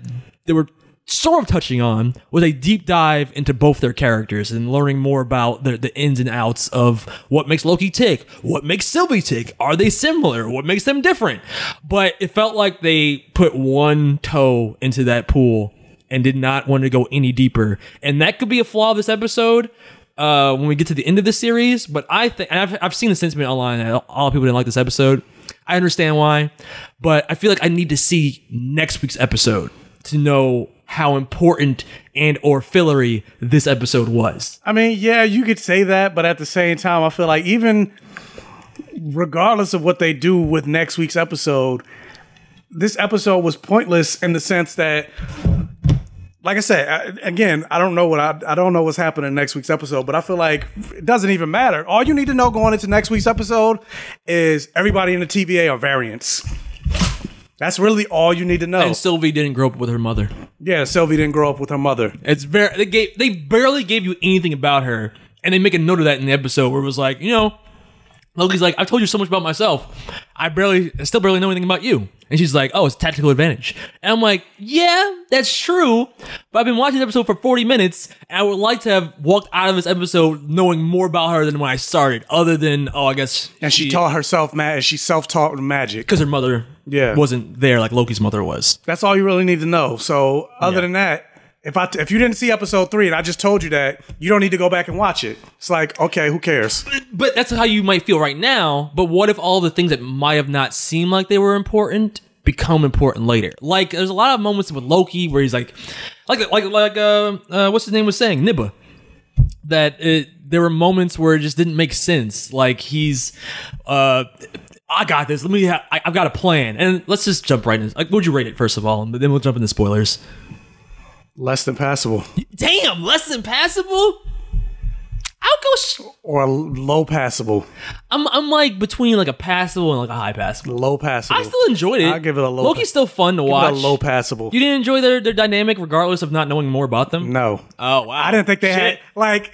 they were sort of touching on, was a deep dive into both their characters and learning more about the, the ins and outs of what makes Loki tick, what makes Sylvie tick, are they similar, what makes them different. But it felt like they put one toe into that pool and did not want to go any deeper. And that could be a flaw of this episode uh, when we get to the end of the series. But I think, and I've, I've seen the sentiment online that a lot of people didn't like this episode. I understand why, but I feel like I need to see next week's episode to know how important and or fillery this episode was.
I mean, yeah, you could say that, but at the same time, I feel like even regardless of what they do with next week's episode, this episode was pointless in the sense that, like I said, I, again, I don't know what I, I don't know what's happening in next week's episode, but I feel like it doesn't even matter. All you need to know going into next week's episode is everybody in the TVA are variants. That's really all you need to know.
And Sylvie didn't grow up with her mother.
yeah, Sylvie didn't grow up with her mother.
It's very they gave they barely gave you anything about her, and they make a note of that in the episode where it was like, you know, Loki's like, I've told you so much about myself, I barely, I still barely know anything about you, and she's like, oh, it's tactical advantage, and I'm like, yeah, that's true, but I've been watching the episode for 40 minutes, and I would like to have walked out of this episode knowing more about her than when I started, other than oh, I guess,
And she, taught herself magic. She self-taught magic.
because her mother,
Yeah.
wasn't there like Loki's mother was.
That's all you really need to know. So other than that, if I if you didn't see episode three and I just told you that, you don't need to go back and watch it. It's like okay, who cares?
but that's how you might feel right now. But what if all the things that might have not seemed like they were important become important later? Like there's a lot of moments with Loki where he's like, like like like uh, uh what's his name was saying Nibba that it, there were moments where it just didn't make sense. Like he's uh. I got this. Let me. Ha- I, I've got a plan, and let's just jump right in. Like, what would you rate it first of all, and then we'll jump into spoilers.
Less than passable
Damn, less than passable. I'll go. Sh-
or l- low passable,
I'm. I'm like between like a passable and like a high passable.
low passable.
I still enjoyed it.
I'll give it a low
Loki's
pa-
still fun to
Give it
watch.
a low passable.
you didn't enjoy their, their dynamic, regardless of not knowing more about them.
no,
Oh wow!
I didn't think they had
Shit.
like.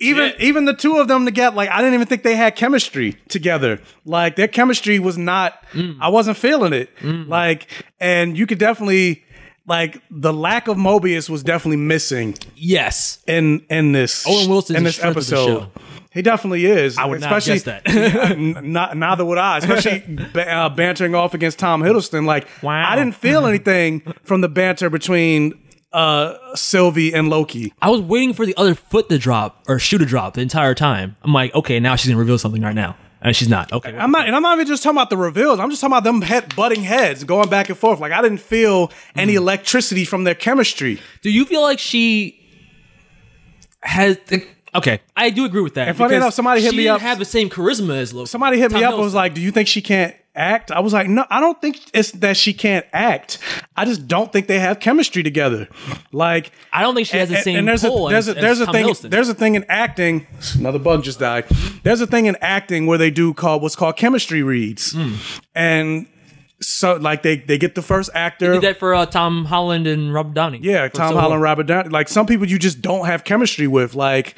Even
Shit.
even the two of them together, like I didn't even think they had chemistry together. Like their chemistry was not,
Mm.
I wasn't feeling it. Like, and you could definitely, like the lack of Mobius was definitely missing
Yes,
in in this
Owen Wilson is
in
the
this
strength of the
episode. He definitely is. I
would not guess that.
not neither would I. Especially ba- uh, bantering off against Tom Hiddleston. Like
Wow.
I didn't feel anything from the banter between uh, Sylvie and Loki.
I was waiting for the other foot to drop or shoe to drop the entire time. I'm like, okay, now she's gonna reveal something right now, and she's not. Okay,
I'm not, and I'm not even just talking about the reveals. I'm just talking about them head butting heads, going back and forth. Like I didn't feel
Hmm.
any electricity from their chemistry.
do you feel like she has? okay, I do agree with that.
And funny
because
enough, somebody hit
she
me
didn't
up-
Have the same charisma as Loki.
Somebody hit me
Tom
up and was
Hiddleston.
like, "Do you think she can't act?" I was like, "No, I don't think it's that she can't act. I just don't think they have chemistry together." Like,
I don't think she has the same
there's
pull
a there's
as-
a there's
as
a
Tom
thing
Hiddleston.
there's a thing in acting. Another bug just died. There's a thing in acting where they do called what's called chemistry reads,
Hmm.
and so like they they get the first actor.
Did that for uh, Tom Holland and Rob Downey.
Yeah,
For
Tom
so
Holland,
long.
Robert Downey. Like some people you just don't have chemistry with. Like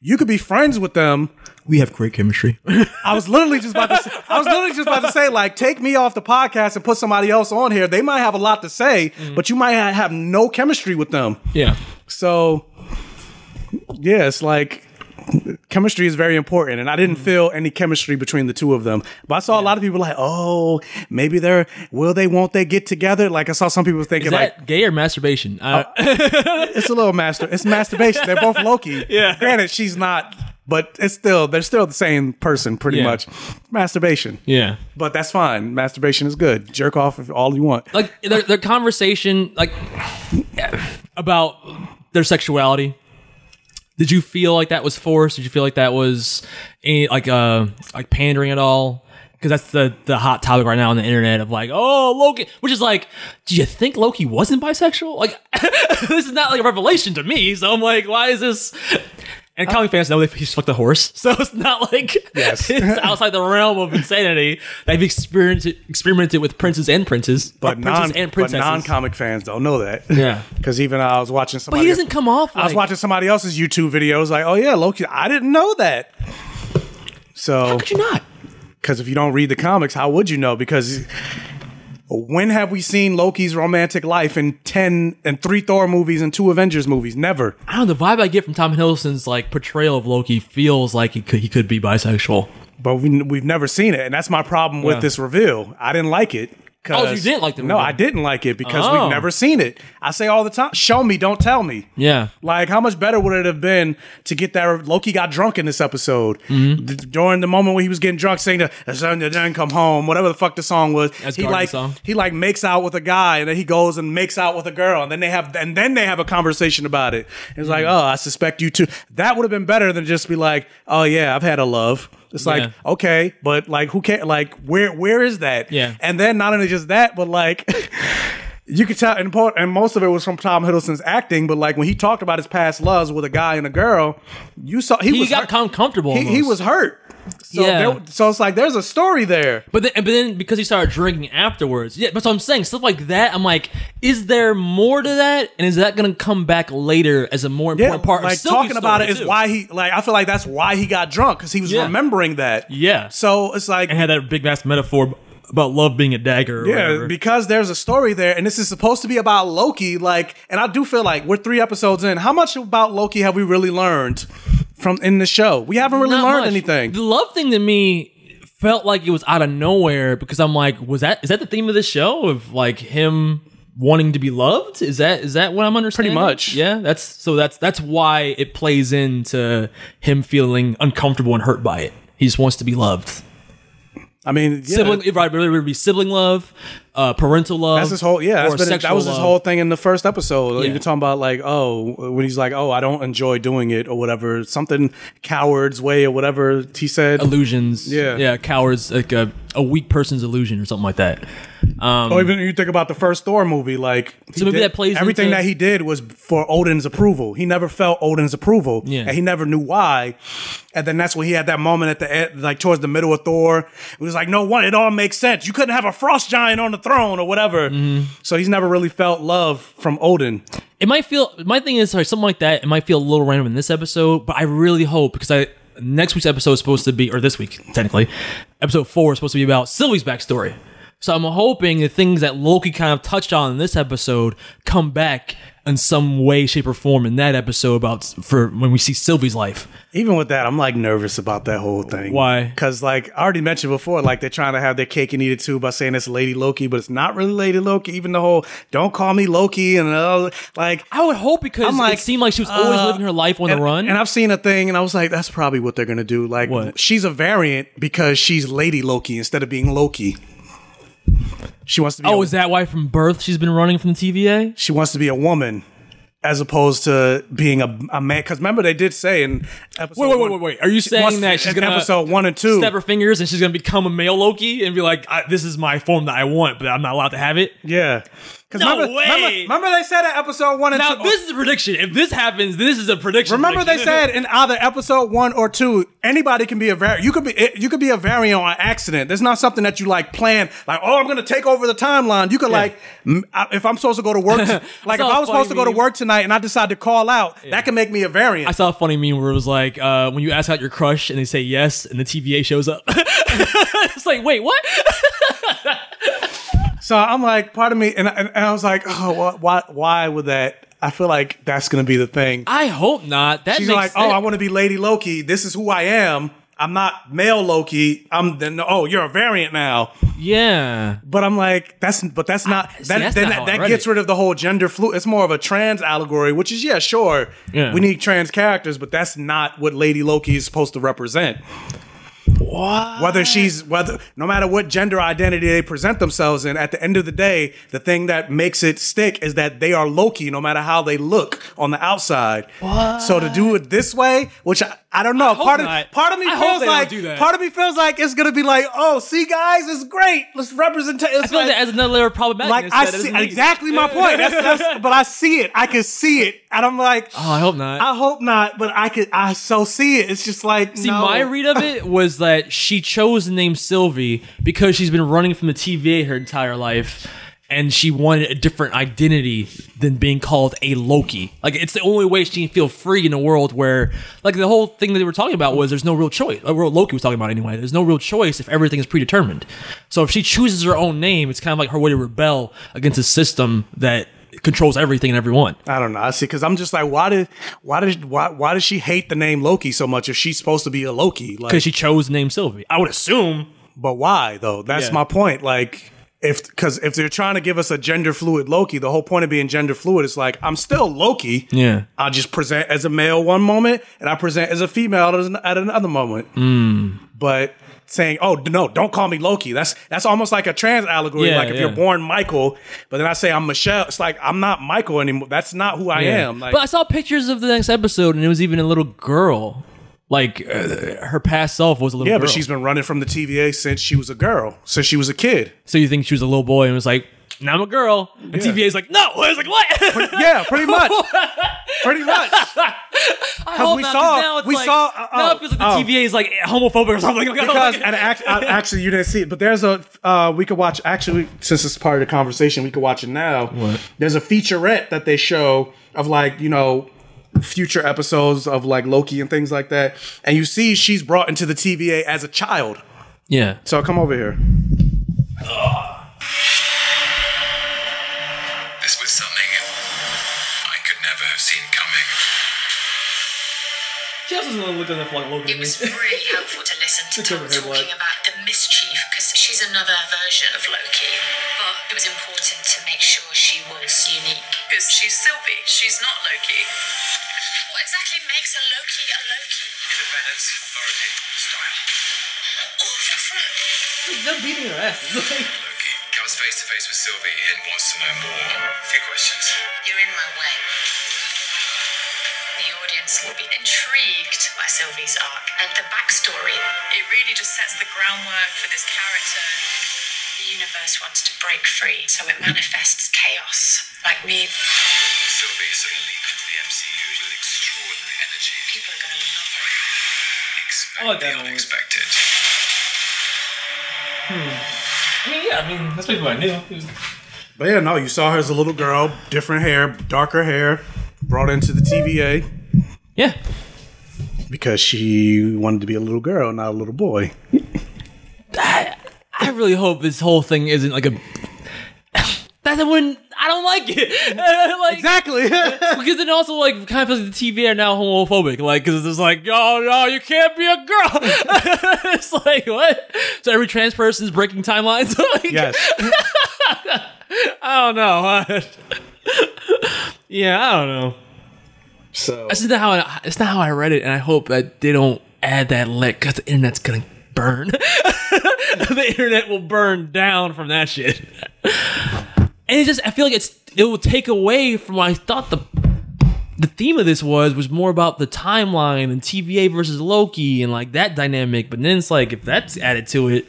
you could be friends with them.
We have great chemistry.
I was literally just about to say, I was literally just about to say like take me off the podcast and put somebody else on here. They might have a lot to say,
Mm-hmm.
but you might ha- have no chemistry with them.
yeah.
So yeah, it's like chemistry is very important and I
Mm-hmm.
didn't feel any chemistry between the two of them. But I saw a lot of people like, "Oh, maybe they're will they won't they get together?" Like I saw some people thinking
Is
like
that gay or masturbation? I-
it's a little master. It's masturbation. They're both Loki. Yeah. Granted, she's not, but it's still they're still the same person pretty
Yeah.
much. Masturbation.
yeah.
But that's fine. Masturbation is good. Jerk off if all you want.
like their, their conversation like about their sexuality. Did you feel like that was forced? Did you feel like that was any, like uh like pandering at all? Because that's the the hot topic right now on the internet of like, oh Loki, which is like, do you think Loki wasn't bisexual? Like, this is not like a revelation to me. So I'm like, why is this? And comic fans know that he's fucked a horse, so it's not like
Yes.
it's outside the realm of insanity. They've experimented experimented with princes and princes,
But
or
non,
princes and
but
princesses.
non-comic fans don't know that.
Yeah.
Because even I was watching
but
somebody.
he doesn't come off. Like,
I was watching somebody else's YouTube videos. Like, oh yeah, Loki. I didn't know that. So,
How could you not?
because if you don't read the comics, how would you know? Because when have we seen Loki's romantic life in ten and three Thor movies and two Avengers movies? Never.
I don't know. The vibe I get from Tom Hiddleston's like portrayal of Loki feels like he could he could be bisexual.
But we, we've never seen it, and that's my problem with
Yeah.
this reveal. I didn't like it. 'cause-
Oh, you didn't like the
No,
reveal.
I didn't like it because
Oh.
we've never seen it. I say all the time, show me, don't tell me.
Yeah.
Like, how much better would it have been to get that? Loki got drunk in this episode
Mm-hmm.
D- during the moment when he was getting drunk, saying that "Then come home," whatever the fuck the song was.
That's
he
Garden
like
song.
he like makes out with a guy, and then he goes and makes out with a girl, and then they have and then they have a conversation about it. It's
Mm-hmm.
like, oh, I suspect you too. That would have been better than just be like, oh yeah, I've had a love. It's like
Yeah.
okay, but like who can like where where is that?
Yeah.
and then not only just that, but like. you could tell, and, part, and most of it was from Tom Hiddleston's acting. But like when he talked about his past loves with a guy and a girl, you saw he,
He
was
got
hurt.
com- comfortable
He, he
almost.
was hurt. So
Yeah.
there- so it's like there's a story there.
But then, but then because he started drinking afterwards, yeah. But so I'm saying stuff like that. I'm like, is there more to that? And is that going to come back later as a more important part?
like
of Sylvie's
talking about
story,
it is
too?
why he like I feel like that's why he got drunk because he was
Yeah.
remembering that.
Yeah.
So it's like
and had that big vast metaphor about love being a dagger. Or
Yeah,
whatever.
because there's a story there, and this is supposed to be about Loki. Like, and I do feel like we're three episodes in. How much about Loki have we really learned from in the show? We haven't really
Not
learned
much.
anything.
The love thing to me felt like it was out of nowhere because I'm like, was that is that the theme of this show of like him wanting to be loved? Is that is that what I'm understanding?
much.
Yeah, that's so that's that's why it plays into him feeling uncomfortable and hurt by it. He just wants to be loved.
I mean, yeah,
Sibling, if I really would be sibling love, uh, parental love.
That's his whole yeah.
or
That's been, that
sexual
was his
love.
whole thing in the first episode.
Yeah.
You're talking about like oh when he's like oh I don't enjoy doing it or whatever something coward's way or whatever he said.
illusions.
Yeah.
yeah, cowards like a, a weak person's illusion or something like that. Um,
Or Oh, even you think about the first Thor movie, like he
So maybe
did-
that plays
everything
into-
that he did was for Odin's approval. He never felt Odin's approval,
Yeah.
and he never knew why. And then that's when he had that moment at the end, like towards the middle of Thor. It was like, no one, it all makes sense. You couldn't have a frost giant on the throne or whatever.
Mm-hmm.
So he's never really felt love from Odin.
it might feel my thing is sorry, something like that. It might feel a little random in this episode, but I really hope because I next week's episode is supposed to be or this week technically, episode four is supposed to be about Sylvie's backstory. So I'm hoping the things that Loki kind of touched on in this episode come back in some way, shape, or form in that episode about for when we see Sylvie's life.
Even with that, I'm like nervous about that whole thing.
Why?
Because like I already mentioned before, like they're trying to have their cake and eat it too by saying it's Lady Loki, but it's not really Lady Loki. Even the whole "Don't call me Loki" and uh, like
I would hope because
I'm like,
it seemed like she was always
uh,
living her life on
and,
the run.
And I've seen a thing, and I was like, that's probably what they're gonna do. Like
What?
she's a variant because she's Lady Loki instead of being Loki. She wants to be.
oh,
a,
is that why from birth she's been running from the TVA?
she wants to be a woman. As opposed to being a, a man, because remember they did say in episode
Wait, wait, wait,
one-
wait, wait. Are you
She-
saying
once-
that she's
in
gonna
episode one and two
snap her fingers and she's gonna become a male Loki and be like, I, "This is my form that I want, but I'm not allowed to have it."
Yeah. Cause
No
remember,
way!
Remember, remember they said in episode one and
Now
two. Oh,
this is a prediction. If this happens, this is a prediction.
remember they
prediction.
said in either episode one or two, anybody can be a var. You could be you could be a variant on accident. There's not something that you like plan. Like oh, I'm gonna take over the timeline. You could like m- I- if I'm supposed to go to work, t- like if
saw
I
a
was supposed to
funny
go to
meme.
work tonight and I decide to call out, that can make me a variant.
I saw a funny meme where it was like, uh, when you ask out your crush and they say yes, and the TVA shows up. it's like, wait, what?
So I'm like, pardon me, and, I- and, and I was like, oh, wh- why why would that? I feel like that's gonna be the thing.
I hope not. That
She's
makes
like, oh, I want to be Lady Loki. This is who I am. I'm not male Loki. I'm then. Oh, you're a variant now.
yeah.
But I'm like, that's but that's not
see,
that
that's not
then that,
how I
that
read
gets
it.
rid of the whole gender flu. It's more of a trans allegory, which is yeah, sure.
Yeah.
We need trans characters, but that's not what Lady Loki is supposed to represent. Whether she's whether no matter what gender identity they present themselves in, at the end of the day, the thing that makes it stick is that they are Loki, no matter how they look on the outside. So to do it this way, which I, I don't know, part of
not.
part of me
I hope
feels
they don't
like
do that.
part of me feels like it's gonna be like, oh, see, guys, it's great. Let's represent.
I feel like that adds another layer of problematic.
like I see exactly my point. That's, that's, but I see it. I can see it, and I'm like,
Oh, I hope not.
I hope not. But I could. I so see it. It's just like
See,
no.
my read of it was that she chose the name Sylvie because she's been running from the TVA her entire life, and she wanted a different identity than being called a Loki. Like it's the only way she can feel free in a world where, like, the whole thing that they were talking about was there's no real choice. Like, well, Loki was talking about anyway. There's no real choice if everything is predetermined. So if she chooses her own name, it's kind of like her way to rebel against a system that controls everything and everyone.
I don't know. I see because I'm just like, why did, why did, why, why does she hate the name Loki so much if she's supposed to be a Loki? Like,
Because she chose the name Sylvie. I would assume.
but why though? That's
Yeah.
my point. Like, if because if they're trying to give us a gender fluid Loki, the whole point of being gender fluid is like I'm still Loki.
Yeah.
I just present as a male one moment, and I present as a female at an- at another moment.
Hmm.
But saying, "Oh no, don't call me Loki." That's that's almost like a trans allegory.
Yeah,
like if
yeah.
you're born Michael, but then I say I'm Michelle. It's like I'm not Michael anymore. That's not who I
Yeah.
am. Like,
but I saw pictures of the next episode, and it was even a little girl. Like uh, her past self was a little.
Yeah,
girl.
but she's been running from the TVA since she was a girl, since she was a kid.
So you think she was a little boy, and was like, "Now I'm a girl." And TVA's like, "No," I was like, "What?"
Yeah, pretty much. pretty much.
Because
we saw- we saw- uh,
now
oh,
it feels like the
oh.
TVA is like homophobic or something. Like,
Because and act, uh, actually, you didn't see it, but there's a uh, we could watch. Actually, since it's part of the conversation, we could watch it now. There's a featurette that they show of like you know future episodes of like Loki and things like that, and you see she's brought into the TVA as a child.
yeah,
So come over here.
This was something I could never have seen coming.
she also doesn't look enough like Logan.
It was really helpful to listen to
Look
Tom
over her
talking
blood.
about the mischief because she's another version of Loki. But it was important to make sure she was unique.
Because she's Sylvie, she's not Loki.
What exactly makes a Loki a Loki?
Independence, authority, style.
All Oh, for fun.
They're beating her ass.
Loki comes face to face with Sylvie and wants to know more. A few questions.
You're in my way. The audience will be intrigued by Sylvie's arc and the backstory.
It really just sets the groundwork for this character.
The universe wants to break free, so it manifests chaos. Like me,
Sylvie is taking a leap into the MCU with extraordinary energy.
people are going to love her.
Expect
Oh,
the
definitely.
unexpected.
I mean, yeah, I mean that's basically what I knew. It was-
But yeah, no, you saw her as a little girl, different hair, darker hair, brought into the TVA
Yeah,
because she wanted to be a little girl, not a little boy.
I really hope this whole thing isn't like a. That wouldn't. I don't like it. like,
Exactly.
Because then also like kind of feels like the TV are now homophobic, like because it's just like, oh no, you can't be a girl. it's like what? So every trans person is breaking timelines. like,
yes.
I don't know. yeah, I don't know.
So
That's not how I, it's not how I read it, and I hope that they don't add that lick because the internet's gonna burn. the internet will burn down from that shit. And it just I feel like it's it will take away from what I thought the the theme of this was was more about the timeline and TVA versus Loki and like that dynamic. But then it's like if that's added to it,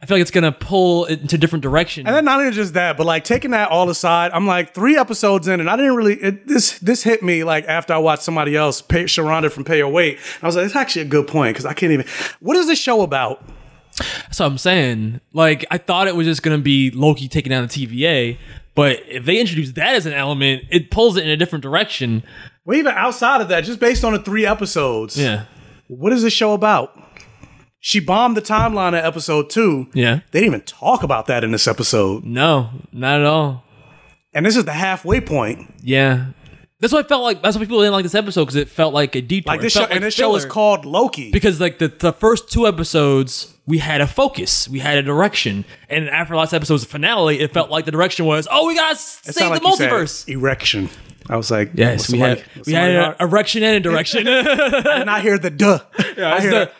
I feel like it's gonna pull it into a different direction.
And then not even just that, but like taking that all aside, I'm like three episodes in, and I didn't really it, this this hit me like after I watched somebody else, pay, Sharonda from Pay Your Weight. I was like, it's actually a good point because I can't even. What is this show about?
That's what I'm saying. Like, I thought it was just gonna be Loki taking down the TVA, but if they introduce that as an element, it pulls it in a different direction.
Well, even outside of that, just based on the three episodes,
Yeah.
what is this show about? She bombed the timeline at episode two.
Yeah.
They didn't even talk about that in this episode,
No, not at all.
and this is the halfway point.
Yeah. That's what I felt like. That's why people didn't like this episode because it felt like a detour.
Like
It
this show,
felt
and this show is
filler.
called Loki.
because like the, the first two episodes we had a focus we had a direction and after last episode's finale it felt like the direction was oh we gotta
It
save
sound
the
like you said
multiverse
erection. I was like,
Yes, we had, we had uh, an erection and a direction. I
did not hear the duh.
Yeah,
I
it's
hear
the-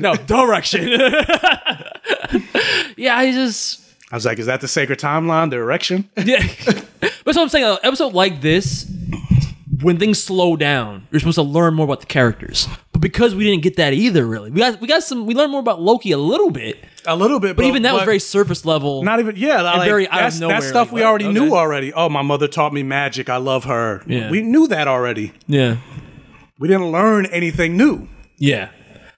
no, direction. yeah, I just.
I was like, is that the sacred timeline? The erection?
Yeah. That's what I'm saying. An episode like this, when things slow down, you're supposed to learn more about the characters. But because we didn't get that either, really, we got we got some. We learned more about Loki a little bit,
A little bit,
but, even that was very surface level.
Not even yeah,
and
like,
very out of
that's,
nowhere,
That stuff
like,
we
what?
already
Okay.
knew already. Oh, my mother taught me magic. I love her.
Yeah.
We knew that already.
yeah,
We didn't learn anything new.
yeah.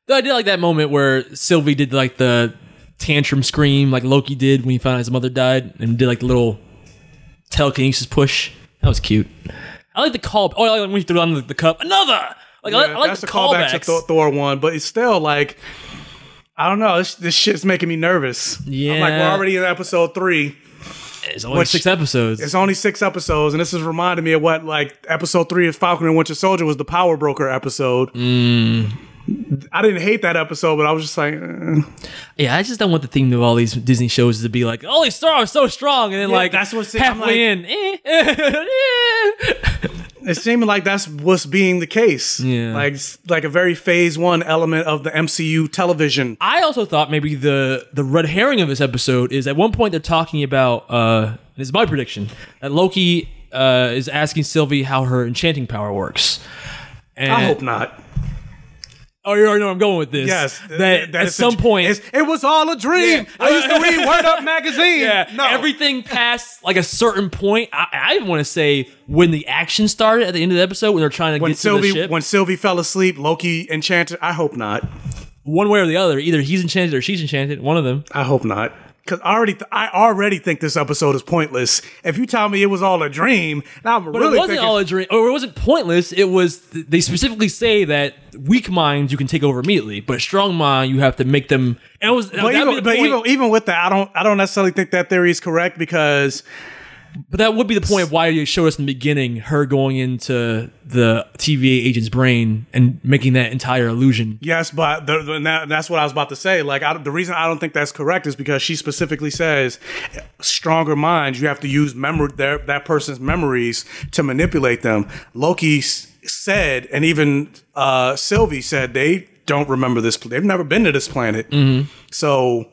Though I did like that moment where Sylvie did like the tantrum scream, like Loki did when he found out his mother died, and did like the little telekinesis push. That was cute. I like the call. Oh, I like when he threw on the, the cup. Another. Like I like,
Yeah,
I like
that's
the
a callback to
callbacks.
Thor, Thor one, but it's still like I don't know. This, this shit's making me nervous. I'm like,
Yeah.
we're already in episode three.
It's only
which-
six episodes.
It's only six episodes, and this is reminding me of what like episode three of Falcon and Winter Soldier was the Power Broker episode.
Mm.
I didn't hate that episode, but I was just like, eh.
Yeah, I just don't want the theme of all these Disney shows to be like, "Oh, these stars are so strong," and then
Yeah,
like
that's what's- I'm
halfway in. eh, eh, eh.
it seemed like that's what's being the case.
Yeah.
Like like a very phase one element of the MCU television.
I also thought maybe the the red herring of this episode is at one point they're talking about. uh This is my prediction that Loki uh is asking Sylvie how her enchanting power works. And,
I hope not.
Oh, you already know where I'm going with this.
Yes,
that,
th- that
at
is
some
a-
point.
it's- it was all a dream.
Yeah.
I used to read Word Up magazine.
Yeah,
no,
everything past like a certain point. I, I even want to say when the action started at the end of the episode when they're trying to
when
get to the
Sylvie
ship.
when Sylvie fell asleep, Loki enchanted. I hope not.
one way or the other, either he's enchanted or she's enchanted. One of them.
I hope not. Cause I already, th- I already think this episode is pointless. If you tell me it was all a dream, now I'm
But
really
it wasn't
thinking,
all a dream, or it wasn't pointless. It was they specifically say that weak minds you can take over immediately, but strong mind you have to make them. And it was, that'd
but
be the
even, but
point-
even, even with that, I don't, I don't necessarily think that theory is correct because
but that would be the point of why they showed us in the beginning her going into the TVA agent's brain and making that entire illusion.
yes, but the, the, and that, that's what I was about to say. Like I, don't- the reason I don't think that's correct is because she specifically says, stronger minds, you have to use memory, their, that person's memories to manipulate them. Loki s- said, and even uh, Sylvie said, they don't remember this. pl- They've never been to this planet, so.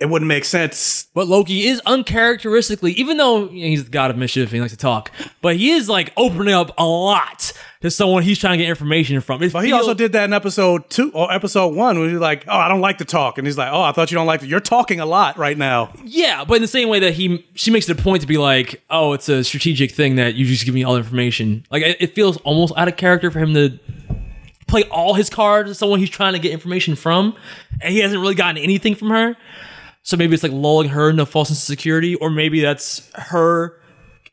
It wouldn't make sense
But Loki is uncharacteristically, even though you know, he's the god of mischief and he likes to talk, but he is like opening up a lot to someone he's trying to get information from. It
But he
feels-
also did that in episode two or episode one, where he's like, "Oh, I don't like to talk," and he's like, "Oh, I thought you don't like to. You're talking a lot right now."
Yeah, but in the same way that he she makes it a point to be like, oh, it's a strategic thing that you just give me all the information. Like it, it feels almost out of character for him to play all his cards to someone he's trying to get information from, and he hasn't really gotten anything from her. So maybe it's like lulling her into a false sense of security, or maybe that's her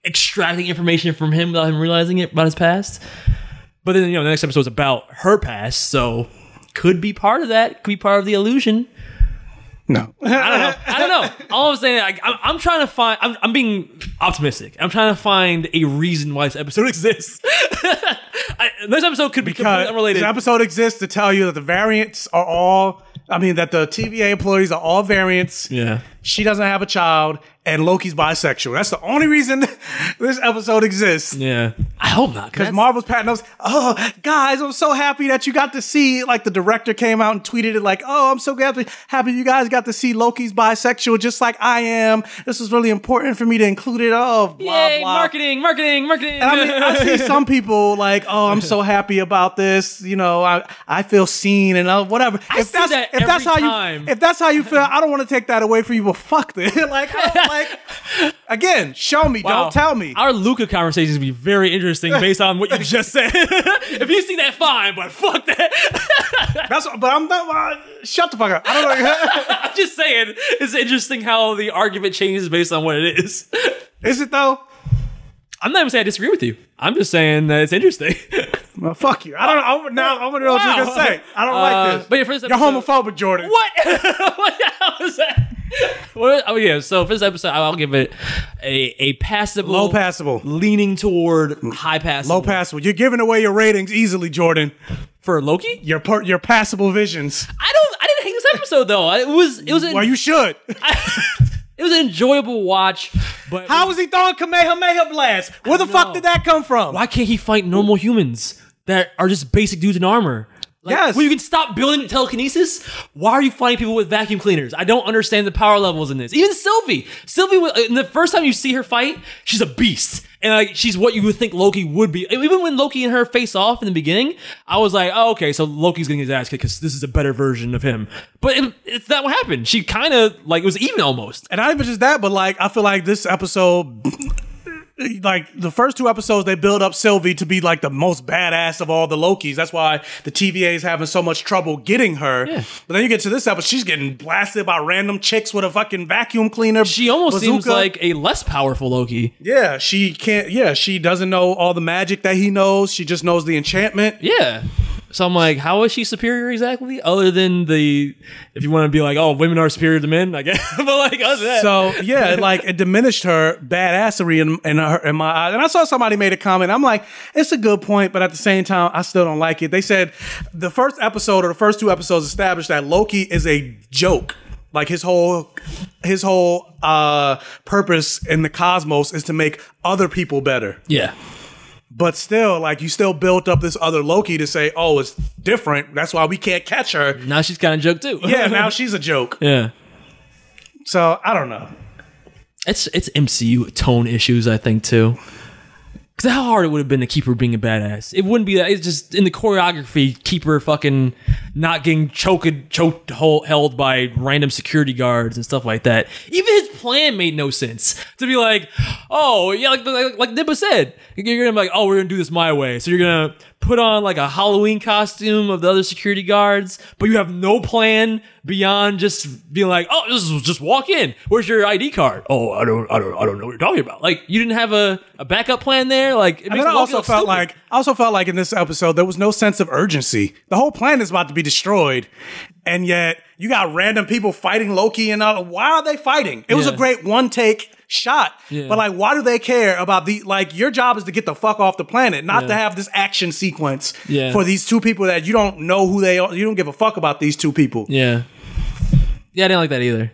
extracting information from him without him realizing it about his past. But then you know the next episode's about her past, so could be part of that. Could be part of the illusion.
No,
I don't know. I don't know. All I'm saying, like, I'm, I'm trying to find. I'm, I'm being optimistic. I'm trying to find a reason why this episode exists. I, this episode could be completely
this
unrelated.
episode exists to tell you that the variants are all. I mean, that the TVA employees are all variants.
yeah.
She doesn't have a child, and Loki's bisexual. That's the only reason this episode exists.
Yeah. I hope not.
Because Marvel's patting us, oh, guys, I'm so happy that you got to see. Like, the director came out and tweeted it, like, oh, I'm so happy, happy you guys got to see Loki's bisexual just like I am. This was really important for me to include it. Oh, blah,
Yay,
blah.
marketing, marketing, marketing.
And I, mean, I see some people like, oh, I'm so happy about this. You know, I, I feel seen and uh, whatever.
I see that
if that's how
every time.
you if that's how you feel, I don't want to take that away from you. But fuck this, like, I don't- like again, show me,
Wow.
don't tell me.
Our Luca conversations would be very interesting based on what you just said. if you see that, fine, but fuck that.
That's but I'm not. uh, shut the fuck up. I don't know.
I'm just saying, it's interesting how the argument changes based on what it is.
Is it though?
I'm not even saying I disagree with you. I'm just saying that it's interesting.
Well, fuck you. I don't. I'm, now I'm gonna know what
Wow.
you're gonna say. I don't
Uh,
like this.
but your first
you're
episode-
homophobic, Jordan.
What? what the hell was that? What- oh yeah. So for this episode, I'll give it a a passable,
Low passable.
leaning toward high passable.
Low passable. You're giving away your ratings easily, Jordan.
for Loki.
Your per, your passable visions.
I don't. I didn't hate this episode though. I- It was. It was. A,
Well, you should.
I- It was an enjoyable watch, but
How was he throwing Kamehameha blasts? Where the fuck did that come from?
Why can't he fight normal humans that are just basic dudes in armor? Like,
Yes.
Well, you can stop building telekinesis. Why are you fighting people with vacuum cleaners? I don't understand the power levels in this. Even Sylvie. Sylvie, wa- in the first time you see her fight, she's a beast. And like, she's what you would think Loki would be. And Even when Loki and her face off in the beginning, I was like, oh, okay, so Loki's going to get his ass kicked because this is a better version of him. But it, it's not what happened. She kind of, like, it was even almost.
And not even just that, but like I feel like this episode, like the first two episodes, they build up Sylvie to be like the most badass of all the Lokis. That's why the TVA is having so much trouble getting her. But then you get to this episode, she's getting blasted by random chicks with a fucking vacuum cleaner.
She almost seems
bazooka.
like a less powerful Loki.
Yeah, she can't. Yeah, she doesn't know all the magic that he knows. She just knows the enchantment.
Yeah. So I'm like, how is she superior exactly? Other than the, if you want to be like, oh, women are superior to men, I guess. but like, other than that,
So yeah, it, like it diminished her badassery in in, her, in my eyes. And I saw somebody made a comment. I'm like, it's a good point, but at the same time, I still don't like it. They said the first episode or the first two episodes established that Loki is a joke. Like his whole his whole uh purpose in the cosmos is to make other people better.
yeah,
But still, like you still built up this other Loki to say, oh, it's different. That's why we can't catch her.
now she's kind of joke too.
Yeah, now she's a joke.
yeah.
So I don't know.
It's it's MCU tone issues, I think too. Because how hard it would have been to keep her being a badass. It wouldn't be that. It's just in the choreography, keep her fucking not getting choked, choked, hol- held by random security guards and stuff like that. Even his plan made no sense. To be like, oh yeah, like like, like Nippa said, you're gonna be like, oh, we're gonna do this my way. So you're gonna put on like a Halloween costume of the other security guards, but you have no plan beyond just being like, oh, just just walk in. Where's your ID card? Oh, I don't, I don't, I don't know what you're talking about. Like you didn't have a, a backup plan there. Like it
And
makes
then I
Loki
also
look
felt
stupid.
like I also felt like in this episode there was no sense of urgency. The whole planet is about to be destroyed, and yet you got random people fighting Loki and all. Why are they fighting? It was a
Yeah.
great one take shot,
Yeah.
but like, why do they care about the like? Your job is to get the fuck off the planet, not to
Yeah.
have this action sequence
Yeah.
for these two people that you don't know who they are. You don't give a fuck about these two people.
yeah, yeah, I didn't like that either.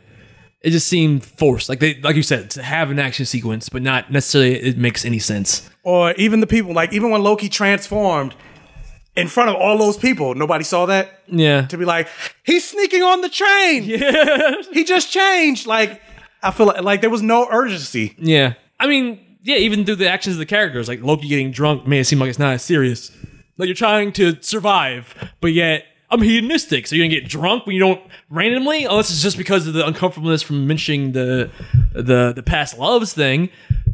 It just seemed forced. Like they, like you said, to have an action sequence, but not necessarily it makes any sense.
or even the people like even when loki transformed in front of all those people nobody saw that
Yeah.
to be like he's sneaking on the train yeah he just changed like i feel like, like there was no urgency
Yeah. I mean, yeah, even through the actions of the characters, like Loki getting drunk made it seem like it's not as serious. Like you're trying to survive, but yet I'm hedonistic, so you're gonna get drunk when you don't randomly, unless it's just because of the uncomfortableness from mentioning the the the past loves thing.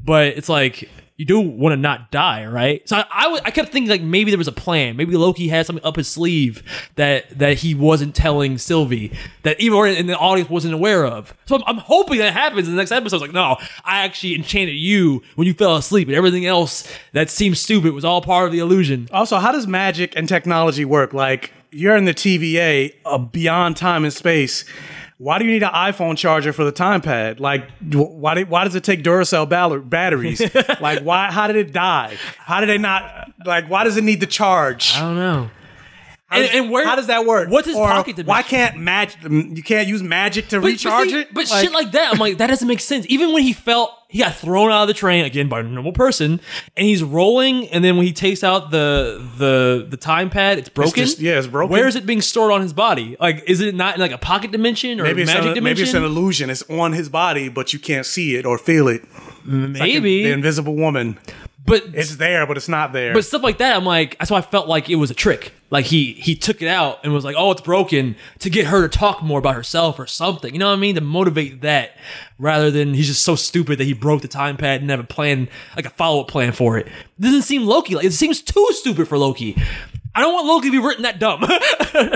But it's like you do want to not die, right? So I I w- I kept thinking like maybe there was a plan. Maybe Loki had something up his sleeve that that he wasn't telling Sylvie that even in the audience wasn't aware of. So I'm, I'm hoping that happens in the next episode. It's like, no, I actually enchanted you when you fell asleep, and everything else that seemed stupid was all part of the illusion.
also how does magic and technology work like you're in the tva uh, beyond time and space why do you need an iPhone charger for the time pad? Like, wh- why did, why does it take Duracell bal- batteries? like, why? How did it die? How did it not? Like, why does it need to charge?
I don't know.
How
And-
does-
and where-
how does that work?
what's his
Or
pocket dimension?
Why can't magic? You can't use magic to recharge
see,
it.
But shit like that, I'm like, that doesn't make sense. Even when he felt he got thrown out of the train again by a normal person, and he's rolling, and then when he takes out the the the time pad, it's broken.
just- yeah, it's broken.
Where is it being stored on his body? Like, is it not in like a pocket dimension or
maybe
a
it's,
magic
an,
dimension?
maybe it's an illusion. It's on his body, but you can't see it or feel it.
Maybe.
The Invisible Woman.
but
It's there, but it's not there.
but stuff like that, I'm like, that's why I felt like it was a trick. Like he he took it out and was like, oh, it's broken to get her to talk more about herself or something. You know what I mean? To motivate that rather than he's just so stupid that he broke the time pad and didn't have a plan, like a follow up plan for it. doesn't seem Loki. Like, it seems too stupid for Loki. I don't want Loki to be written that dumb.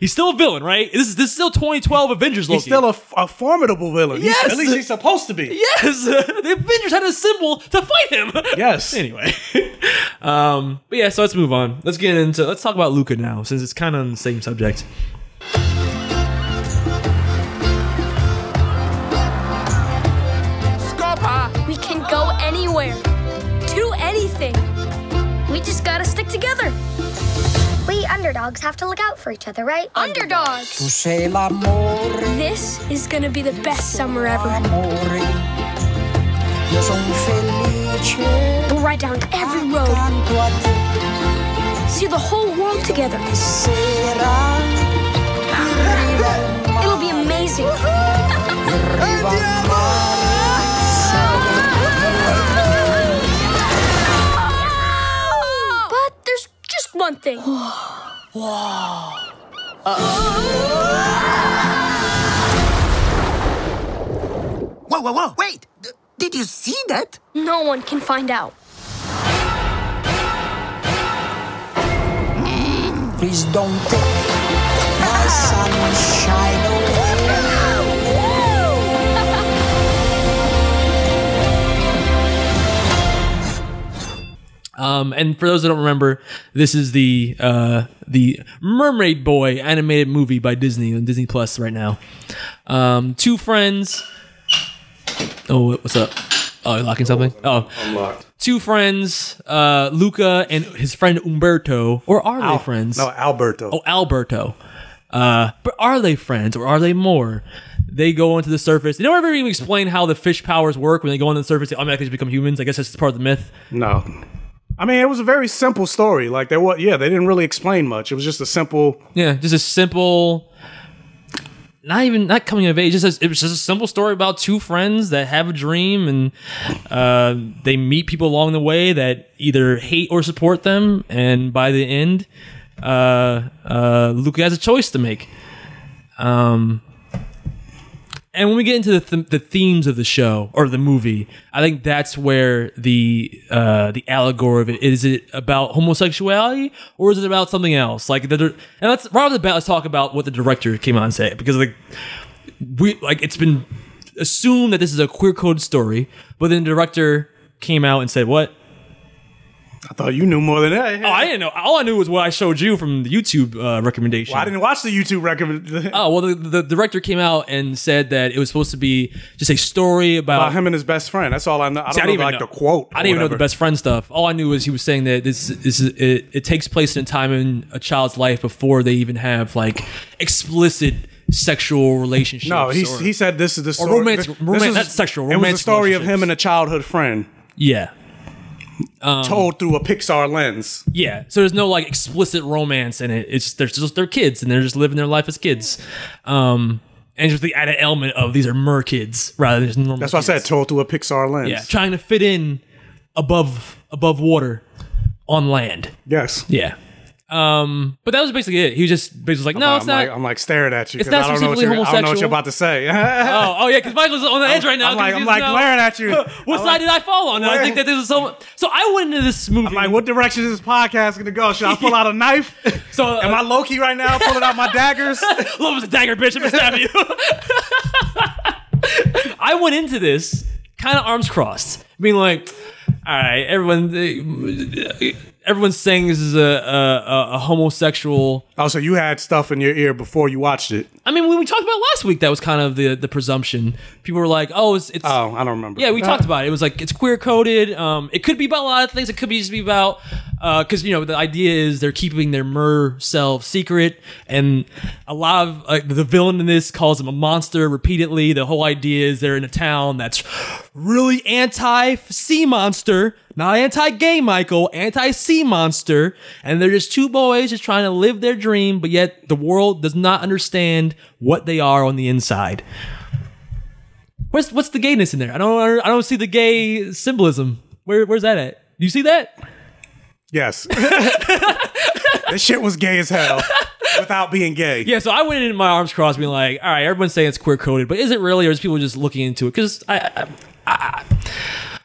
he's still a villain, right? This is this is still 2012 Avengers Loki.
he's still a, f- a formidable villain. He's-
Yes!
at least he's supposed to be.
Yes, the Avengers had a symbol to fight him.
Yes.
anyway, um, but yeah, so let's move on. Let's get into let's talk about Luca now, since it's kind of on the same subject.
We can go anywhere, do anything. We just gotta stick together.
We underdogs have to look out for each other, right? Underdogs! This is gonna be the best summer ever. We'll ride down every road. See the whole world together. It'll be amazing. But there's just one thing. wow.
Whoa, whoa, whoa! Wait! D- did you see that?
No one can find out.
Please don't take my sunshine
Um, and for those that don't remember, this is the uh, the Mermaid Boy animated movie by Disney on Disney Plus right now. Um, two friends. Oh, what- what's up? Oh, you locking something? Oh,
unlocked.
Two friends, uh, Luca and his friend Umberto, or are
Al-
they friends?
no, Alberto.
Oh, Alberto. Uh, but are they friends or are they more? They go onto the surface. They don't ever even explain how the fish powers work. When they go onto the surface, they automatically just become humans. I guess that's part of the myth.
No. I mean, it was a very simple story. Like there was, yeah, they didn't really explain much. It was just a simple.
Yeah, just a simple. Not even not coming of age. Just a, it was just a simple story about two friends that have a dream and uh, they meet people along the way that either hate or support them. And by the end, uh, uh, Luca has a choice to make. Um, and when we get into the, th- the themes of the show or the movie, I think that's where the uh, the allegory of it is it about homosexuality or is it about something else? Like the, and let's right off the bat, let's talk about what the director came out and said because like we like it's been assumed that this is a queer code story, but then the director came out and said what?
I thought you knew more than that.
Oh, I didn't know. All I knew was what I showed you from the YouTube uh, recommendation.
Well, I didn't watch the YouTube recommend.
Oh well, the, the director came out and said that it was supposed to be just a story about,
About him and his best friend. That's all I know. I
See,
don't know,
even
like the quote.
I didn't even know the
best.
best friend stuff. All I knew was he was saying that this this is it, it takes place in a time in a child's life before they even have like explicit sexual relationships.
No, he,
or-
he said this is the
or
story.
romance,
this,
romance,
this is-
not sexual.
It was the
romantic
story of
relationships.
him and a childhood friend
Yeah. Um,
told through a Pixar lens.
Yeah, so there's no like explicit romance in it. It's just they're just they're kids and they're just living their life as kids, um, and just the added element of these are mer kids rather than just normal.
That's why I said told through a Pixar lens.
Yeah, trying to fit in above above water on land.
Yes.
Yeah. Um, but that was basically it. He was just basically like, no,
I'm,
it's
like,
not.
I'm like staring at you
It's
because
not
I don't know what
specifically
you're. I don't know what you're
homosexual.
about to say.
oh, oh yeah, because Michael's on the edge right now.
I'm like-
'cause
I'm
he doesn't
like glaring at you.
what side did I fall on? And I
Where-
think that this is so. So I went into this movie. I'm like,
what direction is this podcast going to go? Should I pull out a knife?
So uh,
Am I Loki right now? Pulling out my daggers.
Love is a dagger, bitch. I'm gonna stab you. I went into this kind of arms crossed, being like, all right, everyone, everyone's saying this is a a, a, a homosexual.
Oh, so you had stuff in your ear before you watched it.
I mean, when we talked about last week, that was kind of the the presumption. People were like, "Oh, it's, it's
oh, I don't remember."
Yeah, we
Uh,
talked about it. It was like it's queer coded. Um, it could be about a lot of things. It could be just be about because you know the idea is they're keeping their mer self secret, and a lot of like the villain in this calls him a monster repeatedly. The whole idea is they're in a town that's really anti sea monster, not anti gay Michael, anti sea monster, and they're just two boys just trying to live their dream, but yet the world does not understand what they are on the inside. What's what's the gayness in there? I don't I don't see the gay symbolism. Where where's that at? You see that?
Yes. this shit was gay as hell without being gay.
Yeah. So I went in my arms crossed, being like, all right, everyone's saying it's queer coded, but is it really, or is people just looking into it? Because I, I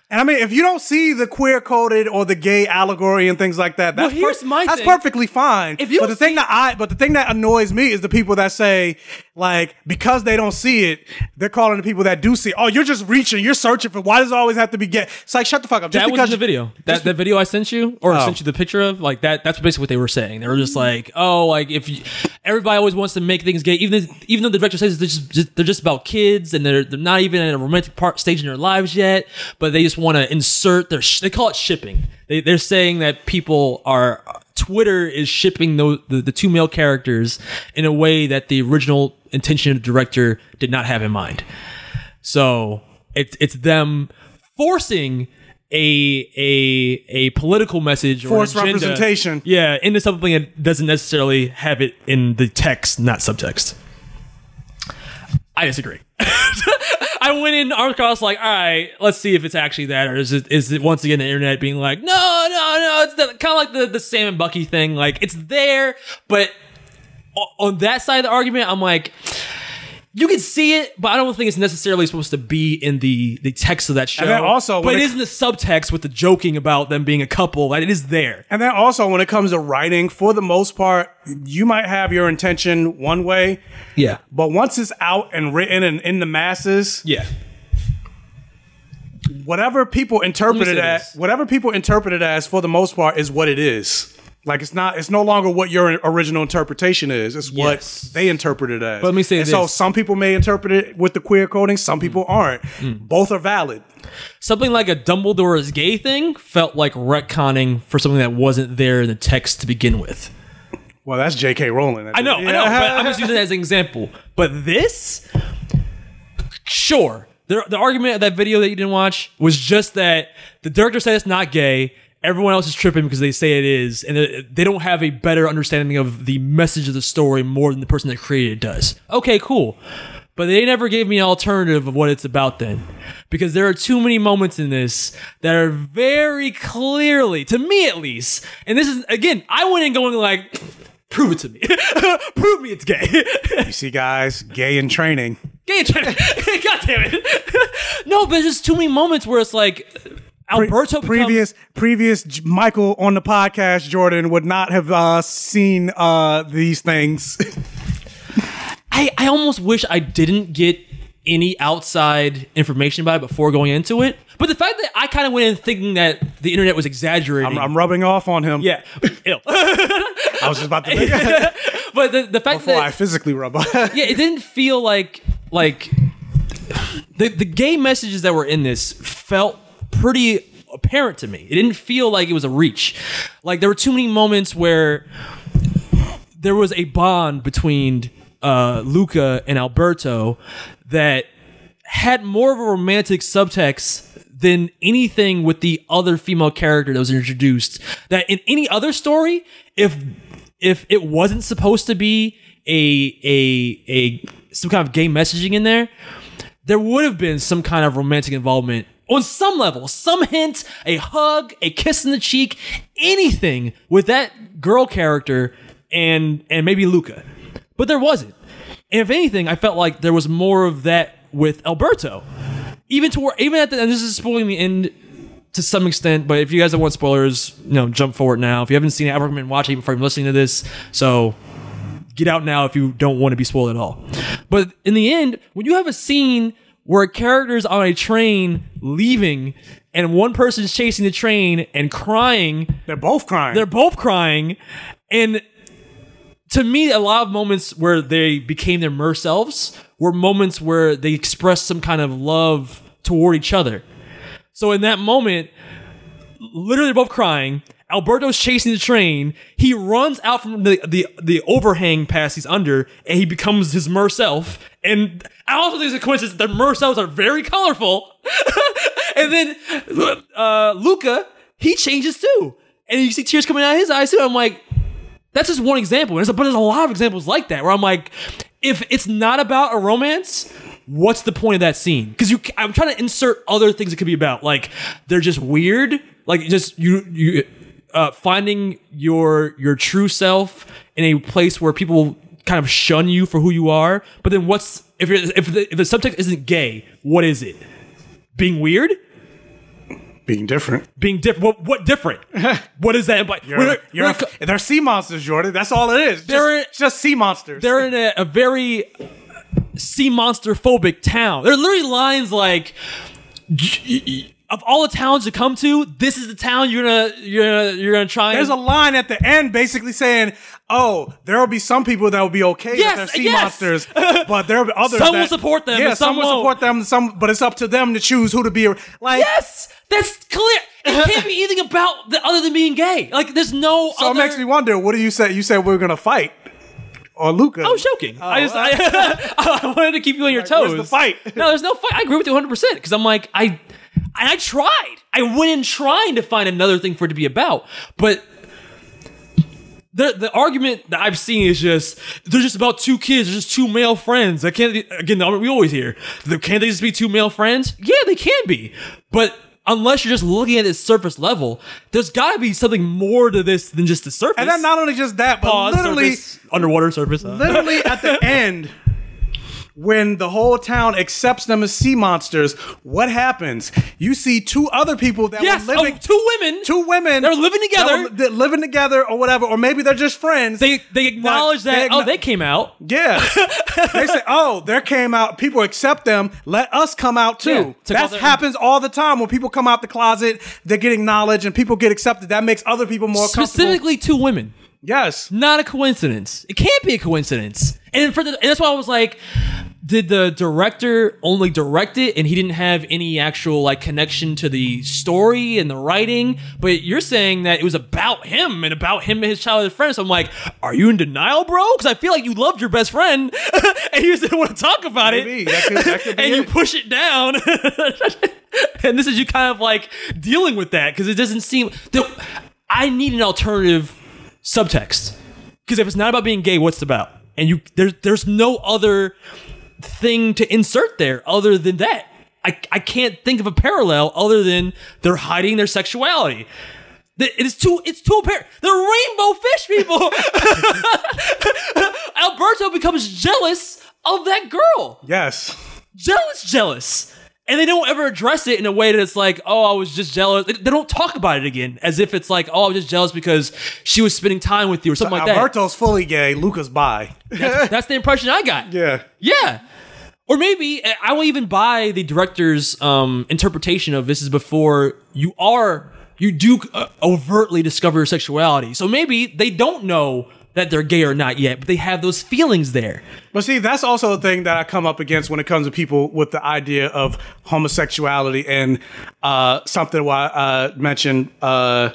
And I mean, if you don't see the queer coded or the gay allegory and things like that, that's,
here's my
that's
thing.
perfectly fine.
If you
but the thing that I but the thing that annoys me is the people that say like because they don't see it, they're calling the people that do see. it, Oh, you're just reaching. You're searching for. Why does it always have to be gay? It's like shut the fuck up. Just
that was
because
in the video. That that video I sent you, or
Oh.
sent you the picture of, like that. That's basically what they were saying. They were just like, oh, like if you, everybody always wants to make things gay, even if- even though the director says they're just, just they're just about kids and they're they're not even in a romantic part stage in their lives yet, but they just want to insert their sh- they call it shipping. They they're saying that people are Twitter is shipping those, the, the two male characters in a way that the original intention of the director did not have in mind. So it's it's them forcing a a a political message
Forced
or an agenda,
representation.
Yeah, into something that doesn't necessarily have it in the text, not subtext. I disagree. I went in arms crossed, like, all right, let's see if it's actually that, or is it is it once again the internet being like, no, no, no, it's kind of like the the Sam and Bucky thing, like it's there, but o- on that side of the argument, I'm like. You can see it, but I don't think it's necessarily supposed to be in the the text of that show.
then also,
but
when
it
it-
is in the subtext with the joking about them being a couple. Like, it is there.
And then also, when it comes to writing, for the most part, you might have your intention one way,
Yeah.
but once it's out and written and in the masses,
yeah,
whatever people interpret
Let me
it
say
as, whatever people interpret it as, for the most part, is what it is. Like it's not, it's no longer what your original interpretation is. It's what they interpret it as.
But let me say
and so
this. Mm.
some people may interpret it with the queer coding, some people aren't. Both are valid.
Something like a Dumbledore is gay thing felt like retconning for something that wasn't there in the text to begin with.
Well, that's J.K. Rowling.
I know, I know, but I'm just using that as an example. But this, sure, the, the argument of that video that you didn't watch was just that the director said it's not gay. Everyone else is tripping because they say it is, and they- they don't have a better understanding of the message of the story more than the person that created it does. Okay, cool. But they never gave me an alternative of what it's about then. Because there are too many moments in this that are very clearly, to me at least, and this is, again, I went in going like, prove it to me. prove me it's gay.
you see, guys, gay in training.
Gay China. God damn it. no, but there's too many moments where it's like Alberto
previous previous J- Michael on the podcast Jordan would not have uh, seen uh, these things.
I, I almost wish I didn't get any outside information about it before going into it. But the fact that I kind of went in thinking that the internet was exaggerating.
I'm, I'm rubbing off on him.
yeah, ill.
I was just about to before
but the, the fact that
I physically rub off.
yeah, it didn't feel like like the the gay messages that were in this felt pretty apparent to me. It didn't feel like it was a reach. Like there were too many moments where there was a bond between uh, Luca and Alberto that had more of a romantic subtext than anything with the other female character that was introduced. That in any other story, if if it wasn't supposed to be a a a some kind of gay messaging in there, there would have been some kind of romantic involvement on some level, some hint, a hug, a kiss in the cheek, anything with that girl character and and maybe Luca. But there wasn't. And if anything, I felt like there was more of that with Alberto. Even toward even at the and this is spoiling the end to some extent, but if you guys don't want spoilers, you know, jump forward now. If you haven't seen it, I recommend watching it before even listening to this. So get out now if you don't want to be spoiled at all. But in the end, when you have a scene where a character's on a train leaving and one person's chasing the train and crying,
they're both crying.
They're both crying. And to me, a lot of moments where they became their mer selves were moments where they expressed some kind of love toward each other. So in that moment, literally they're both crying. Alberto's chasing the train. He runs out from the, the, the overhang past he's under, and he becomes his mer self. And I also think it's a coincidence that the mer selves are very colorful. and then uh, Luca, he changes too. And you see tears coming out of his eyes too. I'm like, that's just one example. There's a, but there's a lot of examples like that where I'm like, if it's not about a romance, what's the point of that scene? Because you, ca- I'm trying to insert other things it could be about. Like they're just weird. Like just you, you uh, finding your your true self in a place where people kind of shun you for who you are. But then what's if you're, if the, if the subtext isn't gay, what is it? Being weird.
Being different.
Being different. What, what different? what is that? But
You're- you're a- they're sea monsters, Jordan. That's all it is. Just,
They're-
just sea monsters.
they're in a, a very sea monster phobic town. There are literally lines like, of all the towns to come to, this is the town you're gonna you're gonna you're gonna try.
There's a
and,
line at the end basically saying, "Oh, there will be some people that will be okay
Yes,
if they're sea
yes.
monsters, but there will be others
Some will
that-
support them
Yeah,
and some
will
won't."
support them. Some, but it's up to them to choose who to be. ar- Like,
yes, That's clear. It can't be anything about the, other than being gay. Like, there's no.
So
other...
it makes me wonder. What do you say? You said we are gonna fight. Or Luca.
I was joking. I just I, I wanted to keep you on your
Oh. Like,
toes.
where's the fight?
No, there's no fight. I agree with you 100 percent because I'm like I and I tried. I went in trying to find another thing for it to be about, but. The, the argument that I've seen is just they're just about two kids, they're just two male friends. That can't again we always hear can't they just be two male friends? Yeah, they can be, but unless you're just looking at it surface level, there's got to be something more to this than just the surface.
And then not only just that, but
Pause,
literally,
surface, underwater surface. uh.
literally at the end, when the whole town accepts them as sea monsters, what happens? You see two other people that
Yes,
were living,
oh, two women.
two women,
They're living
that
together.
were- that living together or whatever, or maybe they're just friends.
they they acknowledge
Like, they
that. oh,
acknow-
they came out.
yeah, they say, "Oh, there came out people accept them. Let us come out
Yeah,
too."
took all
that
their-
happens all the time when people come out the closet. They're getting knowledge, and people get accepted. That makes other people more comfortable.
Specifically, two women.
Yes,
Not a coincidence. It can't be a coincidence. And for the, and that's why I was like, did the director only direct it and he didn't have any actual like connection to the story and the writing? But you're saying that it was about him and about him and his childhood friends. So I'm like, are you in denial, bro? Because I feel like you loved your best friend and you just didn't want to talk about
Maybe.
it.
That could- that could be
and you
it.
push it down. and this is you kind of like dealing with that because it doesn't seem. The, I need an alternative subtext because if it's not about being gay, what's it about? And you there's there's no other thing to insert there other than that. I, I can't think of a parallel other than they're hiding their sexuality. Th- It is too it's too apparent. They're rainbow fish people. Alberto becomes jealous of that girl
yes.
jealous, jealous. And they don't ever address it in a way that it's like, oh, I was just jealous. They they don't talk about it again as if it's like, oh, I was just jealous because she was spending time with you or something like that.
Alberto's fully gay. Luca's bi.
That's, that's the impression I got.
Yeah.
Yeah. Or maybe I- I will even buy the director's um, interpretation of this is before you are, you do uh, overtly discover your sexuality. So maybe they don't know that they're gay or not yet, but they have those feelings there.
But see, that's also a thing that I come up against when it comes to people with the idea of homosexuality and uh, something why I mentioned uh,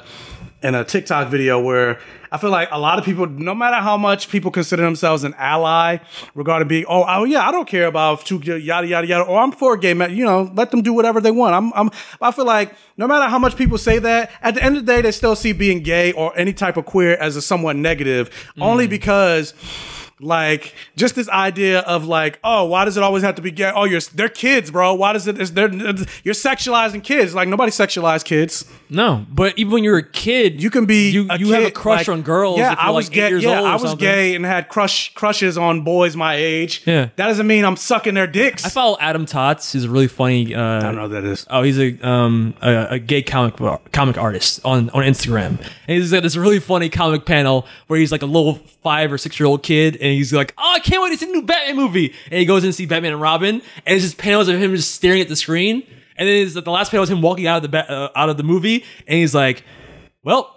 in a TikTok video where I feel like a lot of people, no matter how much people consider themselves an ally regarding being, oh, oh yeah, I don't care about two yada yada yada, or I'm for gay men, you know, let them do whatever they want. I'm, I'm, I feel like no matter how much people say that, at the end of the day, they still see being gay or any type of queer as a somewhat negative, only because like just this idea of like oh why does it always have to be gay oh you're they're kids bro why does it is they're you're sexualizing kids like nobody sexualized kids
No, but even when you're a kid,
you can be
you,
a
you have a
kid,
crush
like-
on girls.
yeah
if you're
I was
like eight
gay
years
yeah
old or
I was
something.
gay and had crush crushes on boys my age
Yeah.
that doesn't mean I'm sucking their dicks
I follow Adam Tots. He's a really funny. Uh, I
don't know who that is
Oh, he's a um a, a gay comic bar- comic artist on on Instagram, and he's got this really funny comic panel where he's like a little five or six year old kid, and he's like, "Oh, I can't wait to see the new Batman movie," and he goes in to see Batman and Robin, and it's just panels of him just staring at the screen, and then it's, the last panel is him walking out of the ba- uh, out of the movie, and he's like, "Well."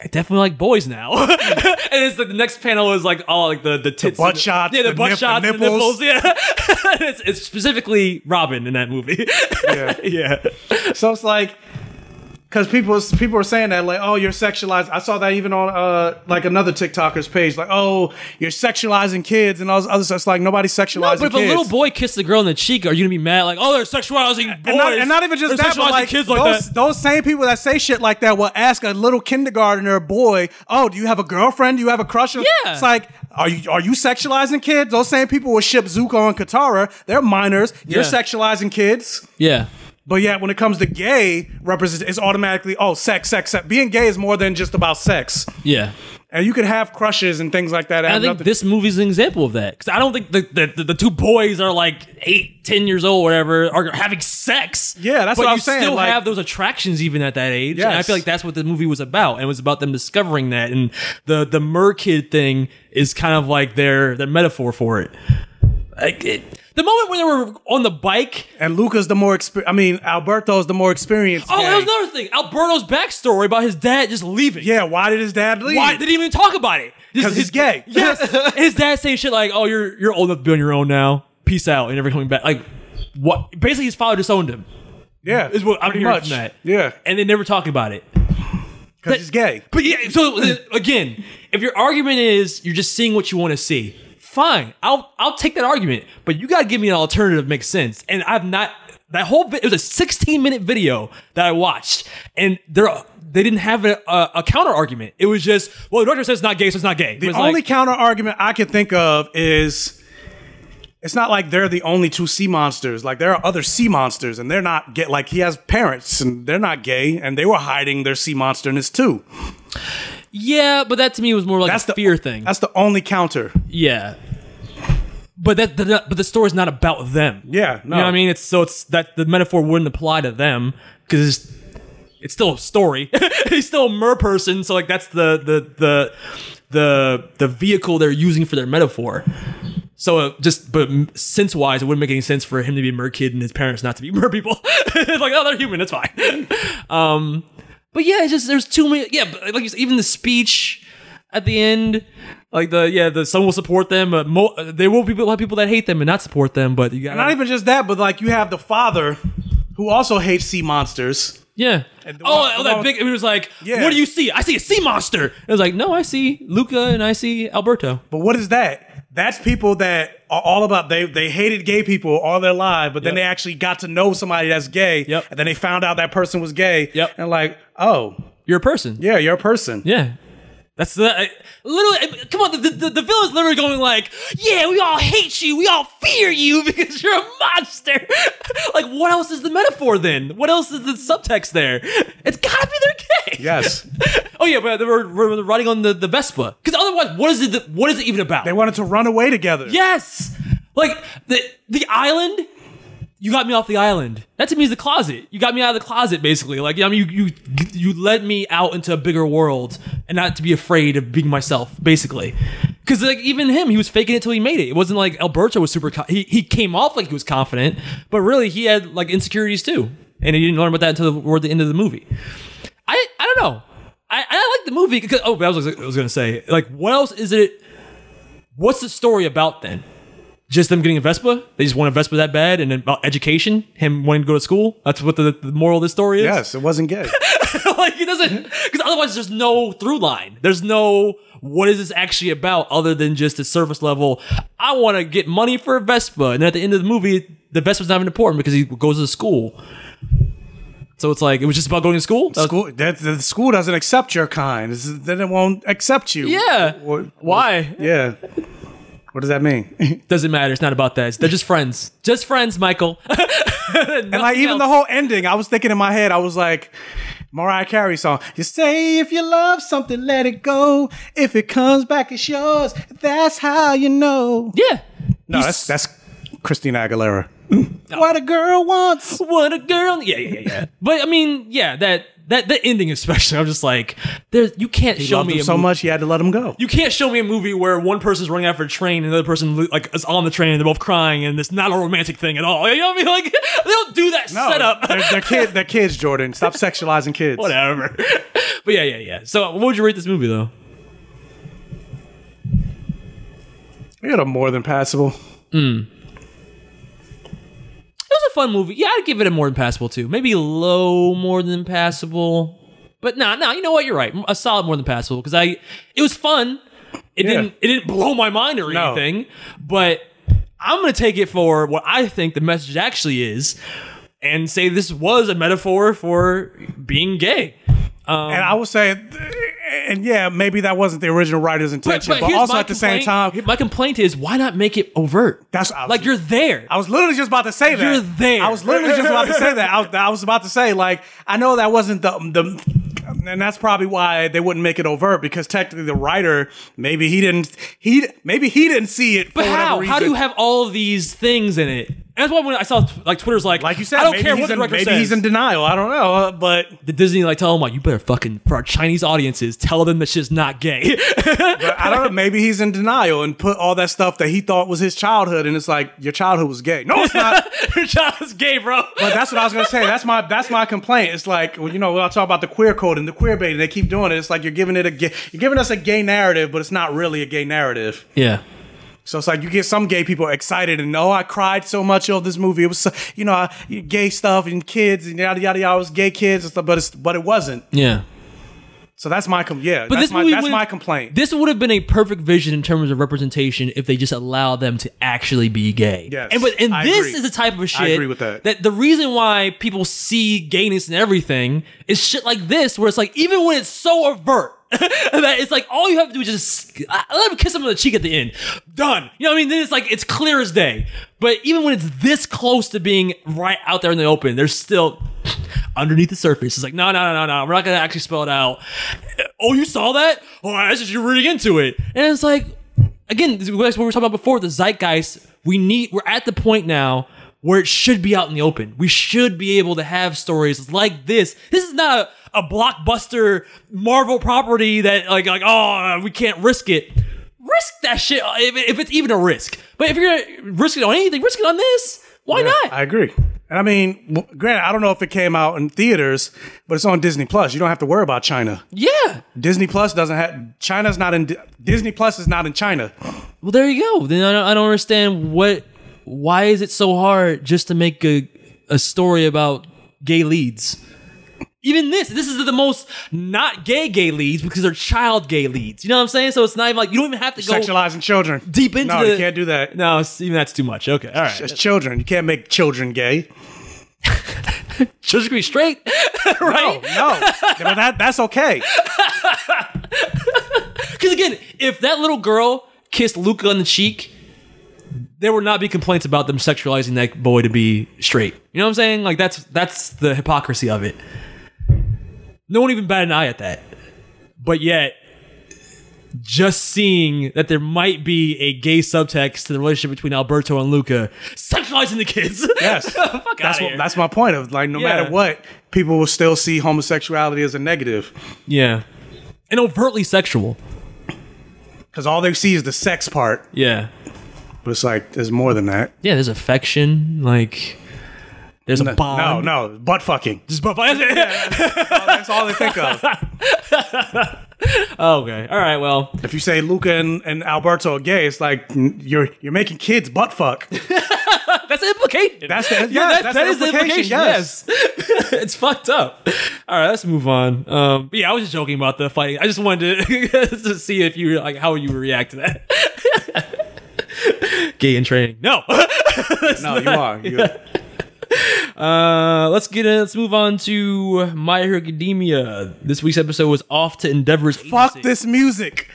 I definitely like boys now, and it's like the next panel is like all like the the tits,
butt shots,
yeah, the,
the
butt
nip- the
shots, the
nipples.
nipples, yeah. it's, it's specifically Robin in that movie.
Yeah.
yeah.
so it's like because people people are saying that like oh you're sexualized i saw that even on uh like another tiktoker's page like oh you're sexualizing kids and all this other stuff it's like nobody's sexualizing
No, but if
kids
a little boy kissed a girl in the cheek, are you gonna be mad? Like, oh, they're sexualizing boys,
and not, and not even just
they're
that, but
sexualizing
like,
kids like
those,
that.
those same people that say shit like that will ask a little kindergartner boy, "Oh, do you have a girlfriend? Do you have a crush?" on-"
Yeah.
it's like, are you are you sexualizing kids? Those same people will ship Zuko and Katara. They're minors. You're
Yeah.
sexualizing kids.
Yeah,
But yet, when it comes to gay, represent it's automatically oh, sex, sex, sex. Being gay is more than just about sex,
yeah.
and you can have crushes and things like that.
And I
having
think
nothing-
this movie's an example of that because I don't think the, the, the, the two boys are like eight, ten years old, whatever, are having sex.
Yeah, that's
but
what
you
I'm saying,
Still
like-
have those attractions even at that age. And I
Yes.
feel like that's what the movie was about, and it was about them discovering that. And the the merkid thing is kind of like their their metaphor for it. Like it, the moment when they were on the bike.
and Luca's the more exper- I mean, Alberto's the more experienced.
Oh, that was
gay.
another thing. Alberto's backstory about his dad just leaving.
yeah. Why did his dad leave?
Why they didn't even talk about it? Just
'Cause he's
his-
gay.
Yes, his dad saying shit like, "Oh, you're you're old enough to be on your own now. Peace out. You're never coming back." Like, what? Basically, his father disowned him.
Yeah,
is what I'm
pretty
hearing
much.
from that.
Yeah.
and they never talk about it.
because he's gay.
But yeah, so uh, again, if your argument is you're just seeing what you want to see, fine, I'll I'll take that argument. But you gotta give me an alternative that makes sense. And I've not that whole vi- it was a 16 minute video that I watched, and there they didn't have a, a, a counter argument. It was just well, the director says it's not gay, so it's not gay. It
The
was
only
like,
counter argument I can think of is it's not like they're the only two sea monsters. Like there are other sea monsters, and they're not get like he has parents, and they're not gay, and they were hiding their sea monsterness too.
yeah, but that to me was more like
That's
a fear thing.
That's the only counter.
Yeah. But that the, but the story's not about them.
Yeah, no.
You know what I mean? It's so it's that the metaphor wouldn't apply to them because it's, it's still a story. He's still a mer person, so like that's the the the the the vehicle they're using for their metaphor. So uh, just but sense wise, it wouldn't make any sense for him to be a mer kid and his parents not to be mer people. it's like oh, they're human. It's fine. um, but yeah, it's just there's too many. Yeah, but like you said, even the speech at the end, like the yeah, the some will support them. But mo- uh, there will be a lot of people that hate them and not support them. But you got
And not even just that, but like you have the father who also hates sea monsters.
Yeah.
one-
oh,
the
that
one-
big. It was like,
Yeah.
what do you see? I see a sea monster. It was like, no, I see Luca and I see Alberto.
But what is that? That's people that are all about they they hated gay people all their life, but then they actually got to know somebody that's gay, yep. and then they found out that person was gay, yep. and like, oh,
you're a person.
Yeah, you're a person.
Yeah. That's the I, literally. I- Come on, the, the the villain's literally going like, "Yeah, we all hate you, we all fear you because you're a monster." like, what else is the metaphor then? What else is the subtext there? It's gotta be they're gay.
Yes.
oh yeah, but they were, were riding on the the Vespa because otherwise, what is it? that- What is it even about? They
wanted to run away together.
Yes, like the the island. You got me off the island. That to me is the closet. You got me out of the closet, basically. Like I mean, you you you led me out into a bigger world, and not to be afraid of being myself, basically. Because like even him, he was faking it till he made it. It wasn't like Alberto was super. co- He he came off like he was confident, but really he had like insecurities too, and he didn't learn about that until the, toward the end of the movie. I I don't know. I I like the movie because oh, I was I was gonna say like what else is it? What's the story about then? Just them getting a Vespa? They just want a Vespa that bad, and then about education, him wanting to go to school. That's what the, the moral of this story is.
Yes, it wasn't gay.
like it doesn't because otherwise there's no through line. There's no what is this actually about other than just the surface level. I want to get money for a Vespa, and at the end of the movie, the Vespa's not even important because he goes to school. So it's like it was just about going to school.
school that the school doesn't accept your kind. This is- Then it won't accept you.
Yeah. Why?
Yeah. What does that mean?
Doesn't matter. It's not about that. It's- They're just friends. Just friends, Michael. and
like even the whole ending, I was thinking in my head, I was like, Mariah Carey song. You say if you love something, let it go. If it comes back, it's yours. That's how you know.
Yeah.
No, that's that's Christina Aguilera.
What
a girl wants.
What a girl. Yeah, yeah, yeah, yeah. But I mean, yeah, that that the ending especially. I'm just like, there. You can't
He
show
loved
me
him
a
so
mo-
much, he had to let him go.
You can't show me a movie where one person's running after a train and the other person lo- like is on the train and they're both crying and it's not a romantic thing at all. You know what I mean? Like they don't do that setup.
They're, they're, kid, they're kids, Jordan. Stop sexualizing kids.
Whatever. But yeah, yeah, yeah. So what would you rate this movie though?
You got a more than passable.
It was a fun movie. Yeah, I'd give it a more than passable too. Maybe low more than passable. But nah, nah, you know what? You're right. A solid more than passable because I it was fun. It didn't it didn't blow my mind or anything. But I'm gonna take it for what I think the message actually is, and say this was a metaphor for being gay. Um,
And I will say, th- and yeah, maybe that wasn't the original writer's intention, but,
here's
also
my
at the same
complaint-
time,
my complaint is why not make it overt?
That's I was,
like you're there.
I was literally just about to say that.
You're there.
I was literally just about to say that. I was, I was about to say like I know that wasn't the the, and that's probably why they wouldn't make it overt because technically the writer maybe he didn't he maybe he didn't see it.
But
for
how?
Whatever
How do you
reason.
have all of these things in it? And that's why when I saw like Twitter's like, like you
said,
I don't
maybe
care
he's
what the
in-
director
maybe
says.
he's in denial. I don't know, uh, but
the Disney like tell him like, you better fucking for our Chinese audiences, tell them that shit's not gay.
But I don't know. Maybe he's in denial and put all that stuff that he thought was his childhood, and it's like your childhood was gay. No, it's not.
Your childhood's gay, bro.
But that's what I was gonna say. That's my that's my complaint. It's like well, you know when I talk about the queer code and the queer bait, and they keep doing it. It's like you're giving it a ga- you're giving us a gay narrative, but it's not really a gay narrative.
yeah.
So it's like you get some gay people excited and oh, I cried so much over this movie. It was so, you know I, gay stuff and kids and yada yada yada. It was gay kids and stuff, but it's but it wasn't.
Yeah.
So that's my com- yeah. But that's this my, that's my complaint.
This would have been a perfect vision in terms of representation if they just allow them to actually be gay.
Yes,
and but and
I
this
agree.
is the type of shit
agree with that.
the reason why people see gayness and everything is shit like this, where it's like even when it's so overt. that it's like all you have to do is just I I let him kiss him on the cheek at the end. Done. You know what I mean? Then it's like it's clear as day. But even when it's this close to being right out there in the open, there's still underneath the surface. It's like, no, no, no, no, no. We're not gonna actually spell it out. Oh, you saw that? Oh, that's just you reading into it. And it's like, again, this is what we were talking about before. The zeitgeist. We need. We're at the point now where it should be out in the open. We should be able to have stories like this. This is not a, a blockbuster Marvel property that like like oh we can't risk it. Risk that shit if, it- if it's even a risk. But if you're gonna risk it on anything, risk it on this. Why not?
I agree. And I mean, w- granted, I don't know if it came out in theaters, but it's on Disney Plus. You don't have to worry about China.
Yeah.
Disney Plus doesn't have China's not in Di- Disney Plus is not in China.
Well, there you go. Then I don't, I don't understand what. Why is it so hard just to make a a story about gay leads? Even this, this is the most not gay gay leads because they're child gay leads. You know what I'm saying? So it's not even like you don't even have to go
Sexualizing children.
deep into
No,
the.
you can't do that.
No, it's- even that's too much. Okay, all right.
It's children. You can't make children gay.
Children can be straight, right?
No, but that that's okay.
Because again, if that little girl kissed Luca on the cheek, there would not be complaints about them sexualizing that boy to be straight. You know what I'm saying? Like that's that's the hypocrisy of it. No one even batted an eye at that. But yet, just seeing that there might be a gay subtext to the relationship between Alberto and Luca, sexualizing the kids.
Yes,
Fuck outta
that's what,
here.
that's my point of like no
Yeah.
matter what, people will still see homosexuality as a negative
yeah, and overtly sexual.
because all they see is the sex part.
Yeah,
But it's like there's more than that.
yeah. There's affection. Like there's a bond.
No, no, butt fucking.
Just butt fuck.
That's all they think of.
okay. All right. Well,
If you say Luca and, and Alberto are gay, it's like mm, you're you're making kids butt fuck.
that's the implication.
That's the- yes, that's the implication, yes.
yes. it's fucked up. All right. Let's move on. Um, but yeah, I was just joking about the fight. I just wanted to, to see if you like how you react to that. Gay in training. No.
no, you are. You-
Uh, let's get in. Let's move on to My Hero Academia. This week's episode was off to Endeavor's.
Fuck this music.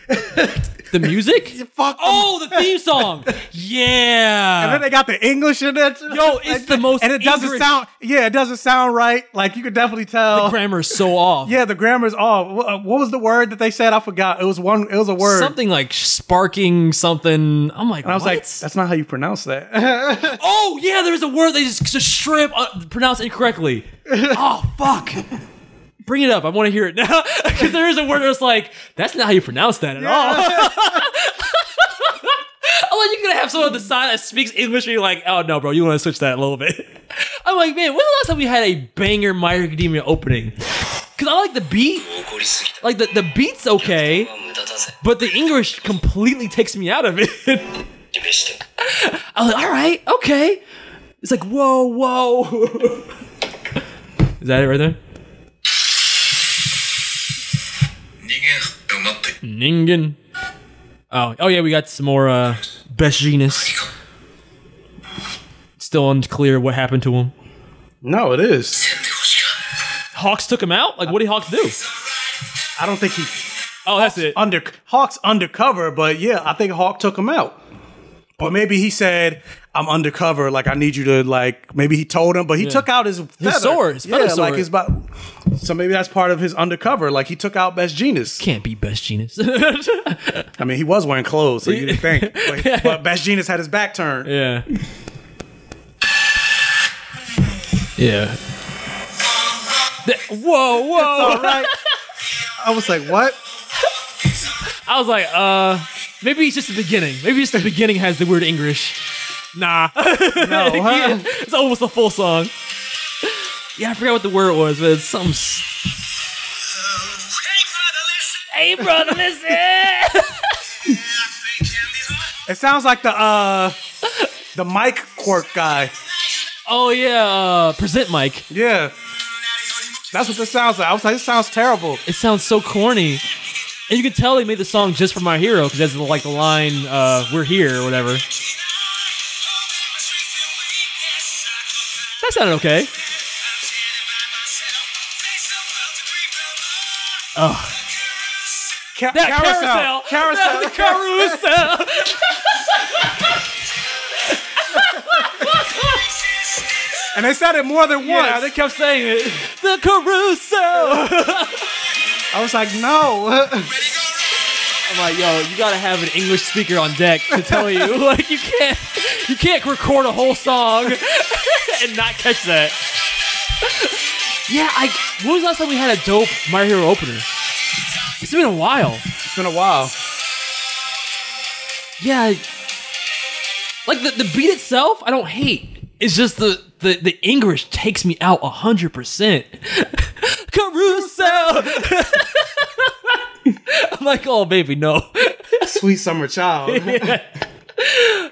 The music.
Fuck.
Oh, the theme song. Yeah.
And then they got the English in it.
Uh. Yo, it's the most
And it doesn't
English-
sound. Yeah, it doesn't sound right. Like you could definitely tell.
the grammar is so off.
yeah, the grammar's off. Wh- uh, What was the word that they said? I forgot. It was one. It was a word.
Something like sparking something. I'm like,
And I was
what?
like, that's not how you pronounce that.
oh yeah, there's a word they just, just strip uh, pronounced incorrectly. oh fuck. Bring it up. I want to hear it now because there is a word that's like that's not how you pronounce that at all. I'm like, you're gonna have someone on the side that speaks English, and you're like, oh no, bro, you want to switch that a little bit. I'm like, man, when's the last time we had a banger My Hero Academia opening? Because I like the beat, like the, the beat's okay, but the English completely takes me out of it. I was like, all right, okay. It's like, whoa, whoa. Is that it right there? Ningen. Oh, oh yeah, we got some more uh, best genus. Still unclear what happened to him.
no, it is.
Hawks took him out. Like, what did Hawks do?
I don't think he
Oh, that's it.
under Hawk's undercover, but yeah, I think Hawk took him out. Or maybe he said, "I'm undercover. Like I need you to like." Maybe he told him, but he took out his feather.
sword, his
yeah,
feather
like
sword.
his. bo- So maybe that's part of his undercover. Like he took out Best Genius.
Can't be best genus.
I mean, he was wearing clothes, so you didn't think. But, but Best Genius had his back turned.
yeah. Yeah. That- whoa, whoa.
All right. I was like, "What?"
I was like, uh, maybe it's just the beginning. Maybe it's the beginning has the word English. Nah.
No, huh?
it's almost a full song. Yeah, I forgot what the word was, but it's some. Hey, brother, listen!
It sounds like the uh the Mike Quirk guy.
Oh yeah, uh, present Mike.
Yeah. That's what this sounds like. I was like, this sounds terrible.
It sounds so corny. And you can tell they made the song just for my hero because that's like the line uh, "We're here" or whatever. That sounded okay. Oh.
Ca- carousel.
carousel. Carousel.
That
carousel.
and they said it more than once.
yeah, they kept saying it. The carousel.
I was like, no.
I'm like, yo, you gotta have an English speaker on deck to tell you. like, you can't, you can't record a whole song and not catch that. yeah, I. When was the last time we had a dope My Hero opener? It's been a while.
it's been a while.
Yeah, like the, the beat itself, I don't hate. It's just the the, the English takes me out hundred percent. Carousel. I'm like, oh baby, no.
Sweet summer child.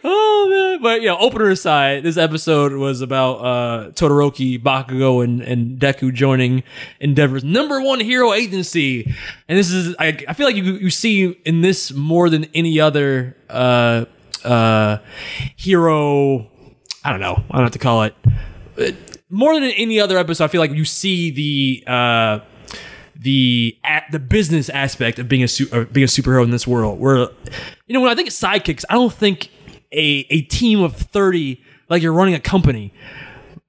oh man, but you know, opener aside, this episode was about uh, Todoroki, Bakugo, and, and Deku joining Endeavor's number one hero agency, and this is I, I feel like you you see in this more than any other uh, uh, hero. I don't know. I don't have to call it Uh, more than any other episode. I feel like you see the. Uh, the a the business aspect of being a su- of being a superhero in this world. Where you know when I think of sidekicks, I don't think a a team of thirty like you're running a company.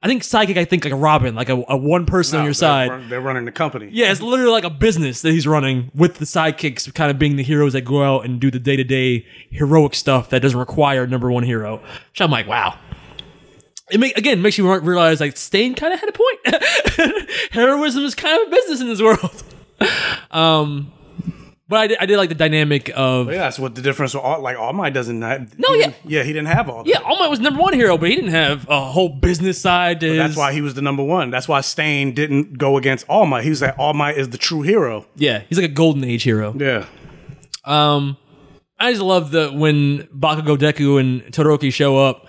I think sidekick. I think like a Robin, like a, a one person on your side.
They're running the company.
Yeah, it's literally like a business that he's running with the sidekicks kind of being the heroes that go out and do the day to day heroic stuff that doesn't require a number one hero. Which I'm like, wow. It make, again makes you re- realize like Stain kind of had a point. Heroism is kind of a business in this world. Um, but I did, I did like the dynamic of
Yeah, that's what the difference. With all, like All Might doesn't. Have,
No,
he
yeah.
didn't- yeah, he didn't have all. That.
yeah, All Might was number one hero, but he didn't have a whole business side. To
That's
his-
why he was the number one. That's why Stain didn't go against All Might. He was like, All Might is the true hero.
Yeah, he's like a golden age hero.
Yeah.
Um, I just love the when Bakugo Deku and Todoroki show up.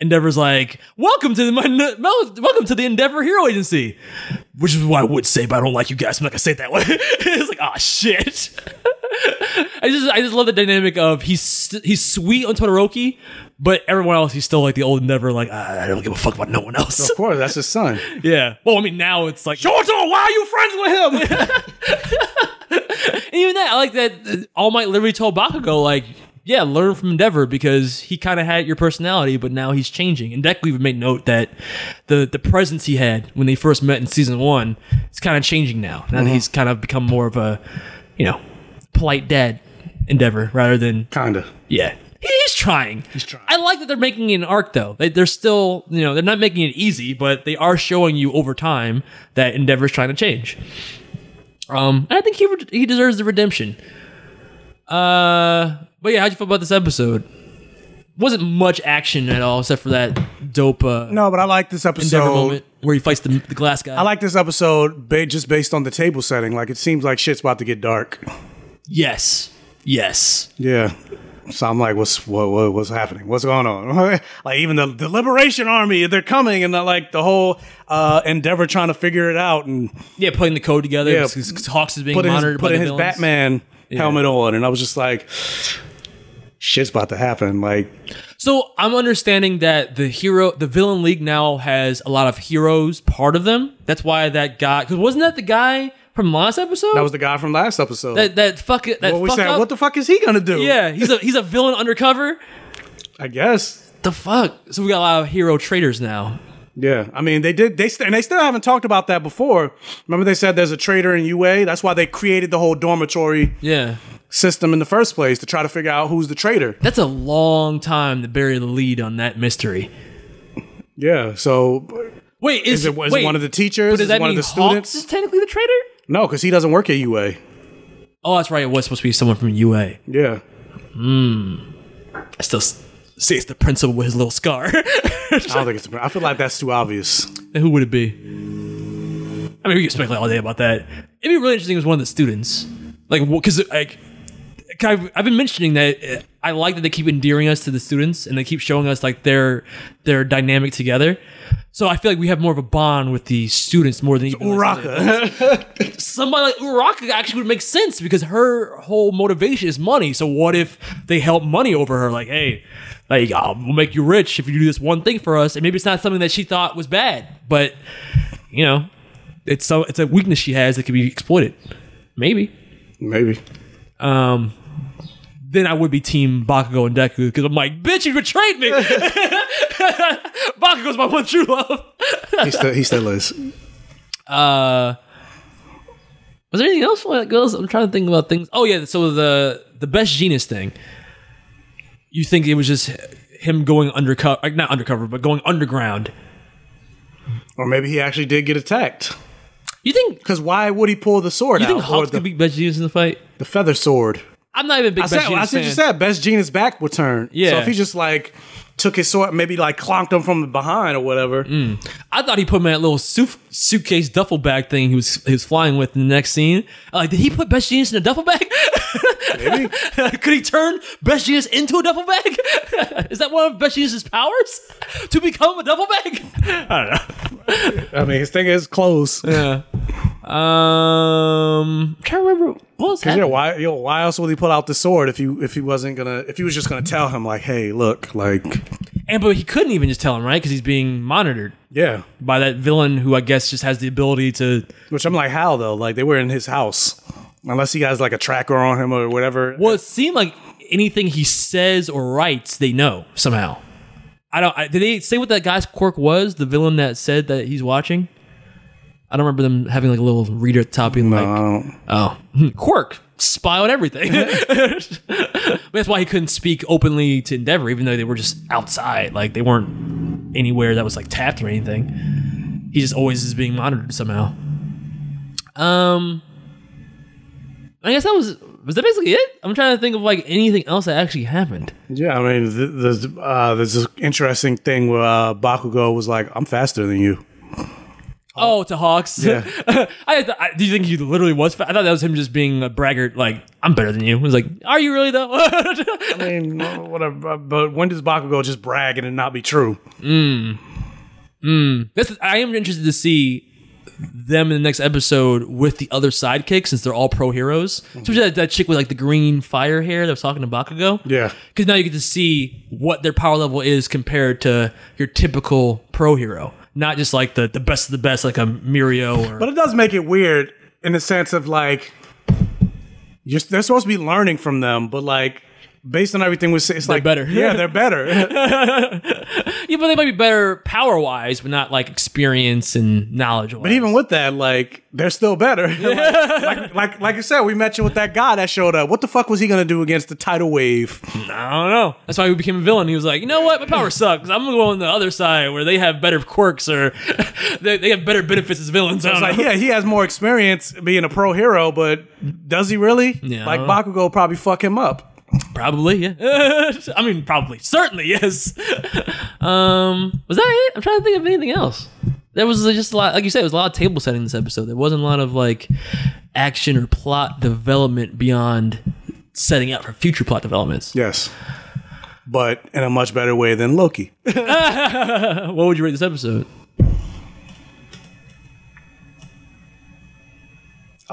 Endeavor's like, welcome to the my, mel- welcome to the Endeavor Hero Agency, which is what I would say, but I don't like you guys. so I'm not gonna say it that way. it's like, ah, shit. I just I just love the dynamic of he's he's sweet on Todoroki, but everyone else he's still like the old Endeavor, like "Ah, I don't give a fuck about no one else.
Of course, that's his son.
Yeah. Well, I mean, now it's like
Shoto, why are you friends with him?
And even that, I like that uh, All Might literally told Bakugo, like, yeah, learn from Endeavor because he kind of had your personality, but now he's changing. And Deku even made note that the the presence he had when they first met in season one is kind of changing now. Now that he's kind of become more of a, you know, polite dad Endeavor rather than
Kinda.
yeah. He- He's trying. He's trying. I like that they're making an arc though. They, they're still, you know, they're not making it easy, but they are showing you over time that Endeavor's trying to change. Um, and I think he re- he deserves the redemption. Uh, but yeah, how'd you feel about this episode? Wasn't much action at all, except for that dope uh,
No, but I like this
Endeavor
episode.
moment where he fights the, the glass guy.
I like this episode ba- just based on the table setting. Like, it seems like shit's about to get dark.
yes, yes,
Yeah. So I'm like, what's what, what what's happening? What's going on? like even the, the Liberation Army, they're coming, and they're like the whole uh, endeavor trying to figure it out and
yeah, putting the code together.
Yeah.
'cause- 'cause Hawks is being
putting his,
monitored by
putting
the
his
villains.
Batman
Yeah.
helmet on, and I was just like, shit's about to happen. Like,
So I'm understanding that the hero, the villain league now has a lot of heroes part of them. That's why that guy, because wasn't that the guy from last episode?
that was the guy from last episode.
that that fuck it. That
what we
fuck
said,
up.
what the fuck is he gonna do?
yeah, he's a he's a villain undercover.
I guess.
The fuck. So we got a lot of hero traitors now.
Yeah, I mean they did. They st- and they still haven't talked about that before. Remember they said there's a traitor in UA. That's why they created the whole dormitory
Yeah,
system in the first place to try to figure out who's the traitor.
that's a long time to bury the lead on that mystery.
Yeah. So
Wait, is,
is it was
wait,
it one of the teachers?
But does
is
that
it one
mean
of the students?
Hawks is technically the traitor?
No, because he doesn't work at UA.
Oh, that's right. It was supposed to be someone from UA.
Yeah.
I still s- see it's the principal with his little scar.
I don't think it's. I feel like that's too obvious.
Then who would it be? I mean, we could speculate all day about that. It'd be really interesting if it was one of the students. Like, because like, 'cause I've, I've been mentioning that uh, I like that they keep endearing us to the students and they keep showing us like their their dynamic together. So I feel like we have more of a bond with the students more than even like, some of the adults. Somebody like Uraka actually would make sense because her whole motivation is money. So what if they help money over her? Like, hey, like oh, we'll make you rich if you do this one thing for us. And maybe it's not something that she thought was bad, but you know, it's so it's a weakness she has that can be exploited. Maybe.
Maybe.
Um, then I would be team Bakugo and Deku because I'm like, bitch, you betrayed me. Bakugo's my one true love.
he still he still is.
Uh, was there anything else that goes? I'm trying to think about things. Oh yeah, so the the best genius thing. You think it was just him going undercover, like not undercover, but going underground.
Or maybe he actually did get attacked.
You think?
Because why would he pull the sword?
You think
out?
Hulk
Or
could beat best genius in the fight?
the feather sword?
I'm not even a big
I
best
said, I
genius
said you
fan.
said best genius back return. So
Yeah.
if he just like took his sword, maybe like clonked him from behind or whatever.
Mm. I thought he put him in that little suit, suitcase duffel bag thing he was he was flying with in the next scene. I'm Like, did he put Best Genius in a duffel bag?
Maybe.
Could he turn Best Genius into a duffel bag? Is that one of Best Genius's powers to become a duffel bag? I don't know.
I mean, his thing is clothes.
Yeah. Um, I'm trying to remember what was
Cause yeah,
happening.
why, yo, why else would he pull out the sword if you if he wasn't gonna if he was just gonna tell him like, hey, look, like,
And but he couldn't even just tell him right because he's being monitored
yeah.
by that villain who I guess just has the ability to
Which I'm like, how though? Like they were in his house, unless he has like a tracker on him or whatever.
Well, it seemed like anything he says or writes, they know somehow. I don't. I, did they say what that guy's quirk was? The villain that said that he's watching. I don't remember them having like a little reader at the top being like, "Oh, hmm, quirk, spy on everything." That's why he couldn't speak openly to Endeavor, even though they were just outside. Like they weren't anywhere that was like tapped or anything. He just always is being monitored somehow. Um, I guess that was was that basically it. I'm trying to think of like anything else that actually happened.
Yeah, I mean, th- there's uh, there's this interesting thing where uh, Bakugo was like, "I'm faster than you."
Oh, to Hawks.
Yeah.
I, th- I do you think he literally was? Fa- I thought that was him just being a braggart. Like I'm better than you. I was like, are you really though?
I mean, whatever. But when does Bakugo just brag and it not be true?
Mm. Mm. This is, I am interested to see them in the next episode with the other sidekick since they're all pro heroes.
Mm-hmm.
Especially that, that chick with like the green fire hair that was talking to Bakugo.
Yeah.
Because now you get to see what their power level is compared to your typical pro hero. Not just like the, the best of the best, like a Mirio or.
But it does make it weird in the sense of like, you're, they're supposed to be learning from them, but like, based on everything we say, it's like
better.
Yeah, they're better.
yeah, but they might be better power wise, but not like experience and knowledge.
but even with that, like, they're still better. like, like, like, like I said, we met you with that guy that showed up. What the fuck was he gonna do against the tidal wave?
I don't know. That's why he became a villain. He was like, you know what, my power sucks. I'm gonna go on the other side where they have better quirks or they, they have better benefits as villains. I
It's
don't
like,
know.
yeah, he has more experience being a pro hero, but does he really?
Yeah.
Like Bakugo will probably fuck him up.
probably. Yeah, I mean, probably, certainly, yes. um, was that it? I'm trying to think of anything else. There was just a lot, like you said, it was a lot of table setting this episode. There wasn't a lot of like action or plot development beyond setting up for future plot developments.
Yes. But in a much better way than Loki.
what would you rate this episode?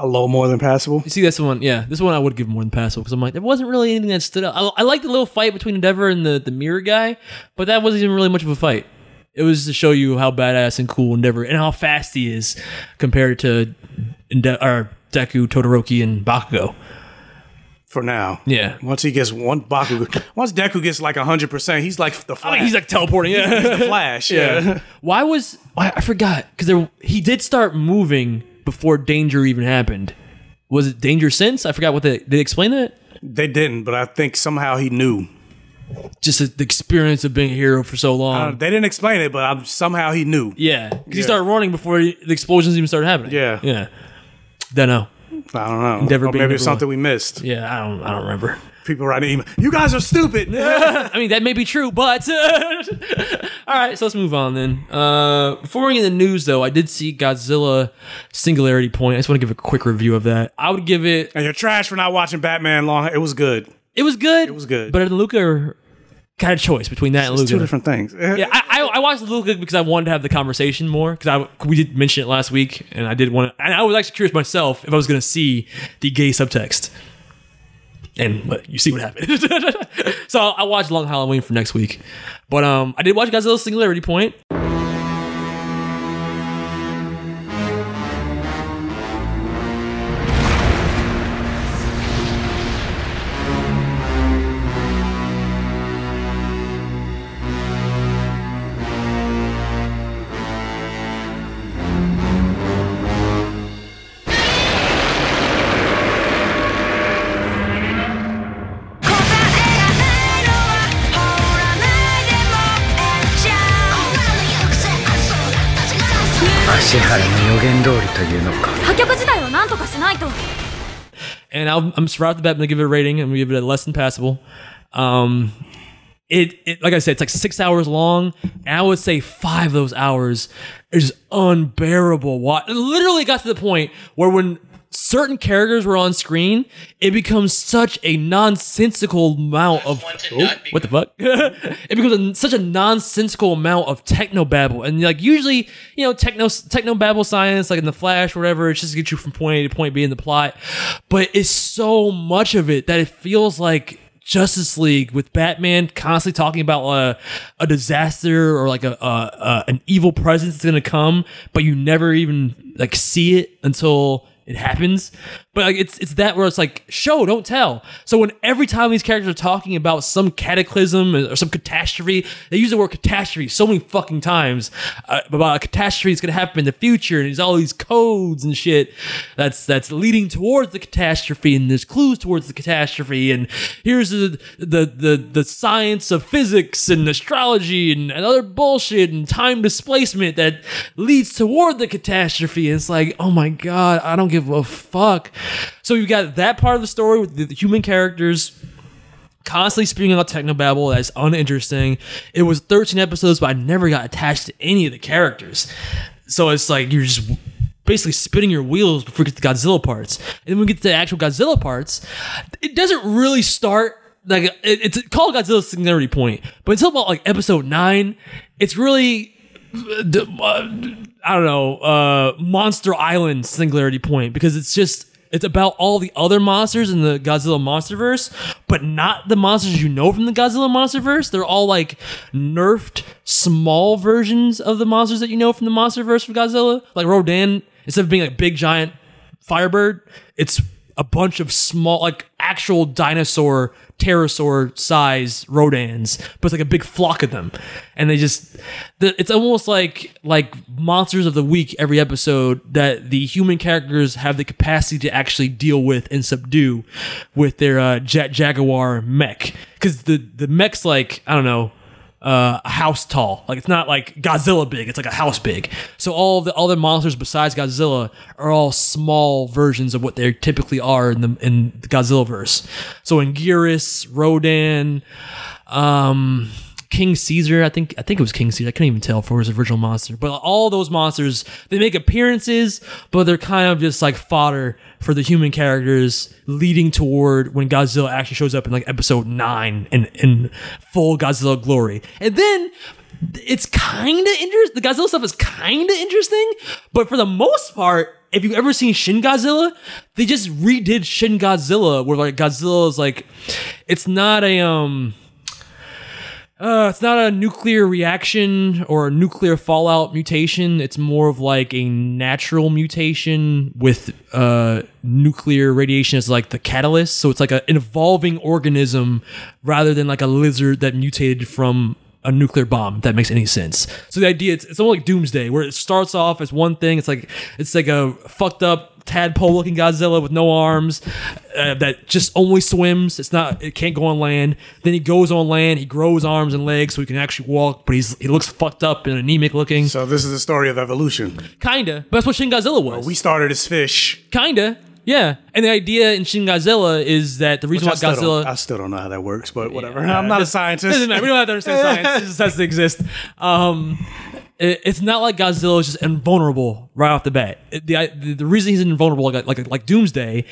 A little more than passable.
You see, that's the one. Yeah, this one I would give more than passable because I'm like, there wasn't really anything that stood out. I, I like the little fight between Endeavor and the the mirror guy, but that wasn't even really much of a fight. It was to show you how badass and cool Endeavor and how fast he is compared to Ende- or Deku, Todoroki, and Bakugo.
For now.
Yeah.
Once he gets one Bakugo, once Deku gets like 100%, he's like the
I
Flash.
mean, he's like teleporting. Yeah,
He's the Flash. Yeah.
Why was I, I forgot? Because he did start moving before danger even happened. Was it danger since? I forgot what they did. They explain that.
They didn't, but I think somehow he knew.
Just the experience of being a hero for so long.
Uh, they didn't explain it, but i somehow he knew.
Yeah, because he
Yeah.
started running before he, the explosions even started happening.
Yeah.
yeah. Don't know.
I don't know.
Endeavor
Or
being
maybe it's
number
something we missed.
Yeah, I don't. I don't remember.
People writing email. You guys are stupid.
I mean, that may be true, but all right. So let's move on then. Uh, before we get into the news, though, I did see Godzilla Singularity Point. I just want to give a quick review of that. I would give it.
and you're trash for not watching Batman long. It was good.
It was good.
It was good.
But Luca kind of choice between that and Luca.
two different things.
yeah, I, I, I watched Luca because I wanted to have the conversation more because I we did mention it last week and I did want to and I was actually curious myself if I was going to see the gay subtext. And but you see what happened. so I watched Long Halloween for next week, but um, I did watch Godzilla Singularity Point. and I'll, I'm just right off the bat going to give it a rating. and we give it a less than passable. Um, it, it like I said, it's like six hours long, and I would say five of those hours is unbearable. What literally got to the point where when certain characters were on screen, it becomes such a nonsensical amount of oh, what the fuck? it becomes a, such a nonsensical amount of techno babble, and like usually, you know, techno techno babble science, like in the Flash, or whatever, it's just to get you from point A to point B in the plot. But it's so much of it that it feels like. Justice League with Batman constantly talking about uh, a disaster or like a, a, a an evil presence that's gonna come, but you never even like see it until it happens. But like it's it's that where it's like show, don't tell. So when every time these characters are talking about some cataclysm or some catastrophe, they use the word catastrophe so many fucking times uh, about a catastrophe that's gonna happen in the future, and there's all these codes and shit that's that's leading towards the catastrophe, and there's clues towards the catastrophe, and here's the the the, the science of physics and astrology and, and other bullshit and time displacement that leads toward the catastrophe. And it's like, oh my god, I don't give give a fuck. So you've got that part of the story with the human characters constantly spewing out technobabble that's uninteresting. It was 13 episodes, but I never got attached to any of the characters. So it's like you're just basically spinning your wheels before you get to Godzilla parts. And then when we get to the actual Godzilla parts, it doesn't really start like it, it's called Godzilla Singularity Point, but until about like episode nine, it's really uh, I don't know, uh, Monster Island Singularity Point because it's just it's about all the other monsters in the Godzilla MonsterVerse, but not the monsters you know from the Godzilla MonsterVerse. They're all like nerfed small versions of the monsters that you know from the MonsterVerse for Godzilla. Like Rodan, instead of being like big giant Firebird, it's a bunch of small, like actual dinosaur, pterosaur size rodans, but it's like a big flock of them. And they just, the, it's almost like like monsters of the week every episode that the human characters have the capacity to actually deal with and subdue with their uh, jet jaguar mech. Because the the mech's like I don't know, uh, a house tall. Like it's not like Godzilla big. It's like a house big. So all the other monsters besides Godzilla are all small versions of what they typically are in the in the Godzilla verse. So in Gearus, Rodan, um, King Caesar. I think I think it was King Caesar. I couldn't even tell for his original monster. But all those monsters, they make appearances, but they're kind of just like fodder for the human characters, leading toward when Godzilla actually shows up in like episode nine and in full Godzilla glory. And then it's kind of interesting. The Godzilla stuff is kind of interesting, but for the most part, if you've ever seen Shin Godzilla, they just redid Shin Godzilla, where like Godzilla is like, it's not a um. Uh, it's not a nuclear reaction or a nuclear fallout mutation. It's more of like a natural mutation with uh, nuclear radiation as like the catalyst. So it's like a, an evolving organism rather than like a lizard that mutated from a nuclear bomb. If that makes any sense. So the idea it's it's almost like Doomsday, where it starts off as one thing. It's like it's like a fucked up tadpole looking Godzilla with no arms uh, that just only swims. It's not it can't go on land. Then he goes on land. He grows arms and legs so he can actually walk, but he's he looks fucked up and anemic looking.
So this is the story of evolution.
Kinda, but that's what Shin Godzilla was. Well,
we started as fish.
Kinda. Yeah, and the idea in Shin Godzilla is that the reason
Which
why
I still
Godzilla
don't- I still don't know how that works, but whatever. I'm not a scientist.
doesn't matter. We don't have to understand science; it just has to exist. Um, it- it's not like Godzilla is just invulnerable right off the bat. It- the, I- the the reason he's invulnerable, like like like Doomsday,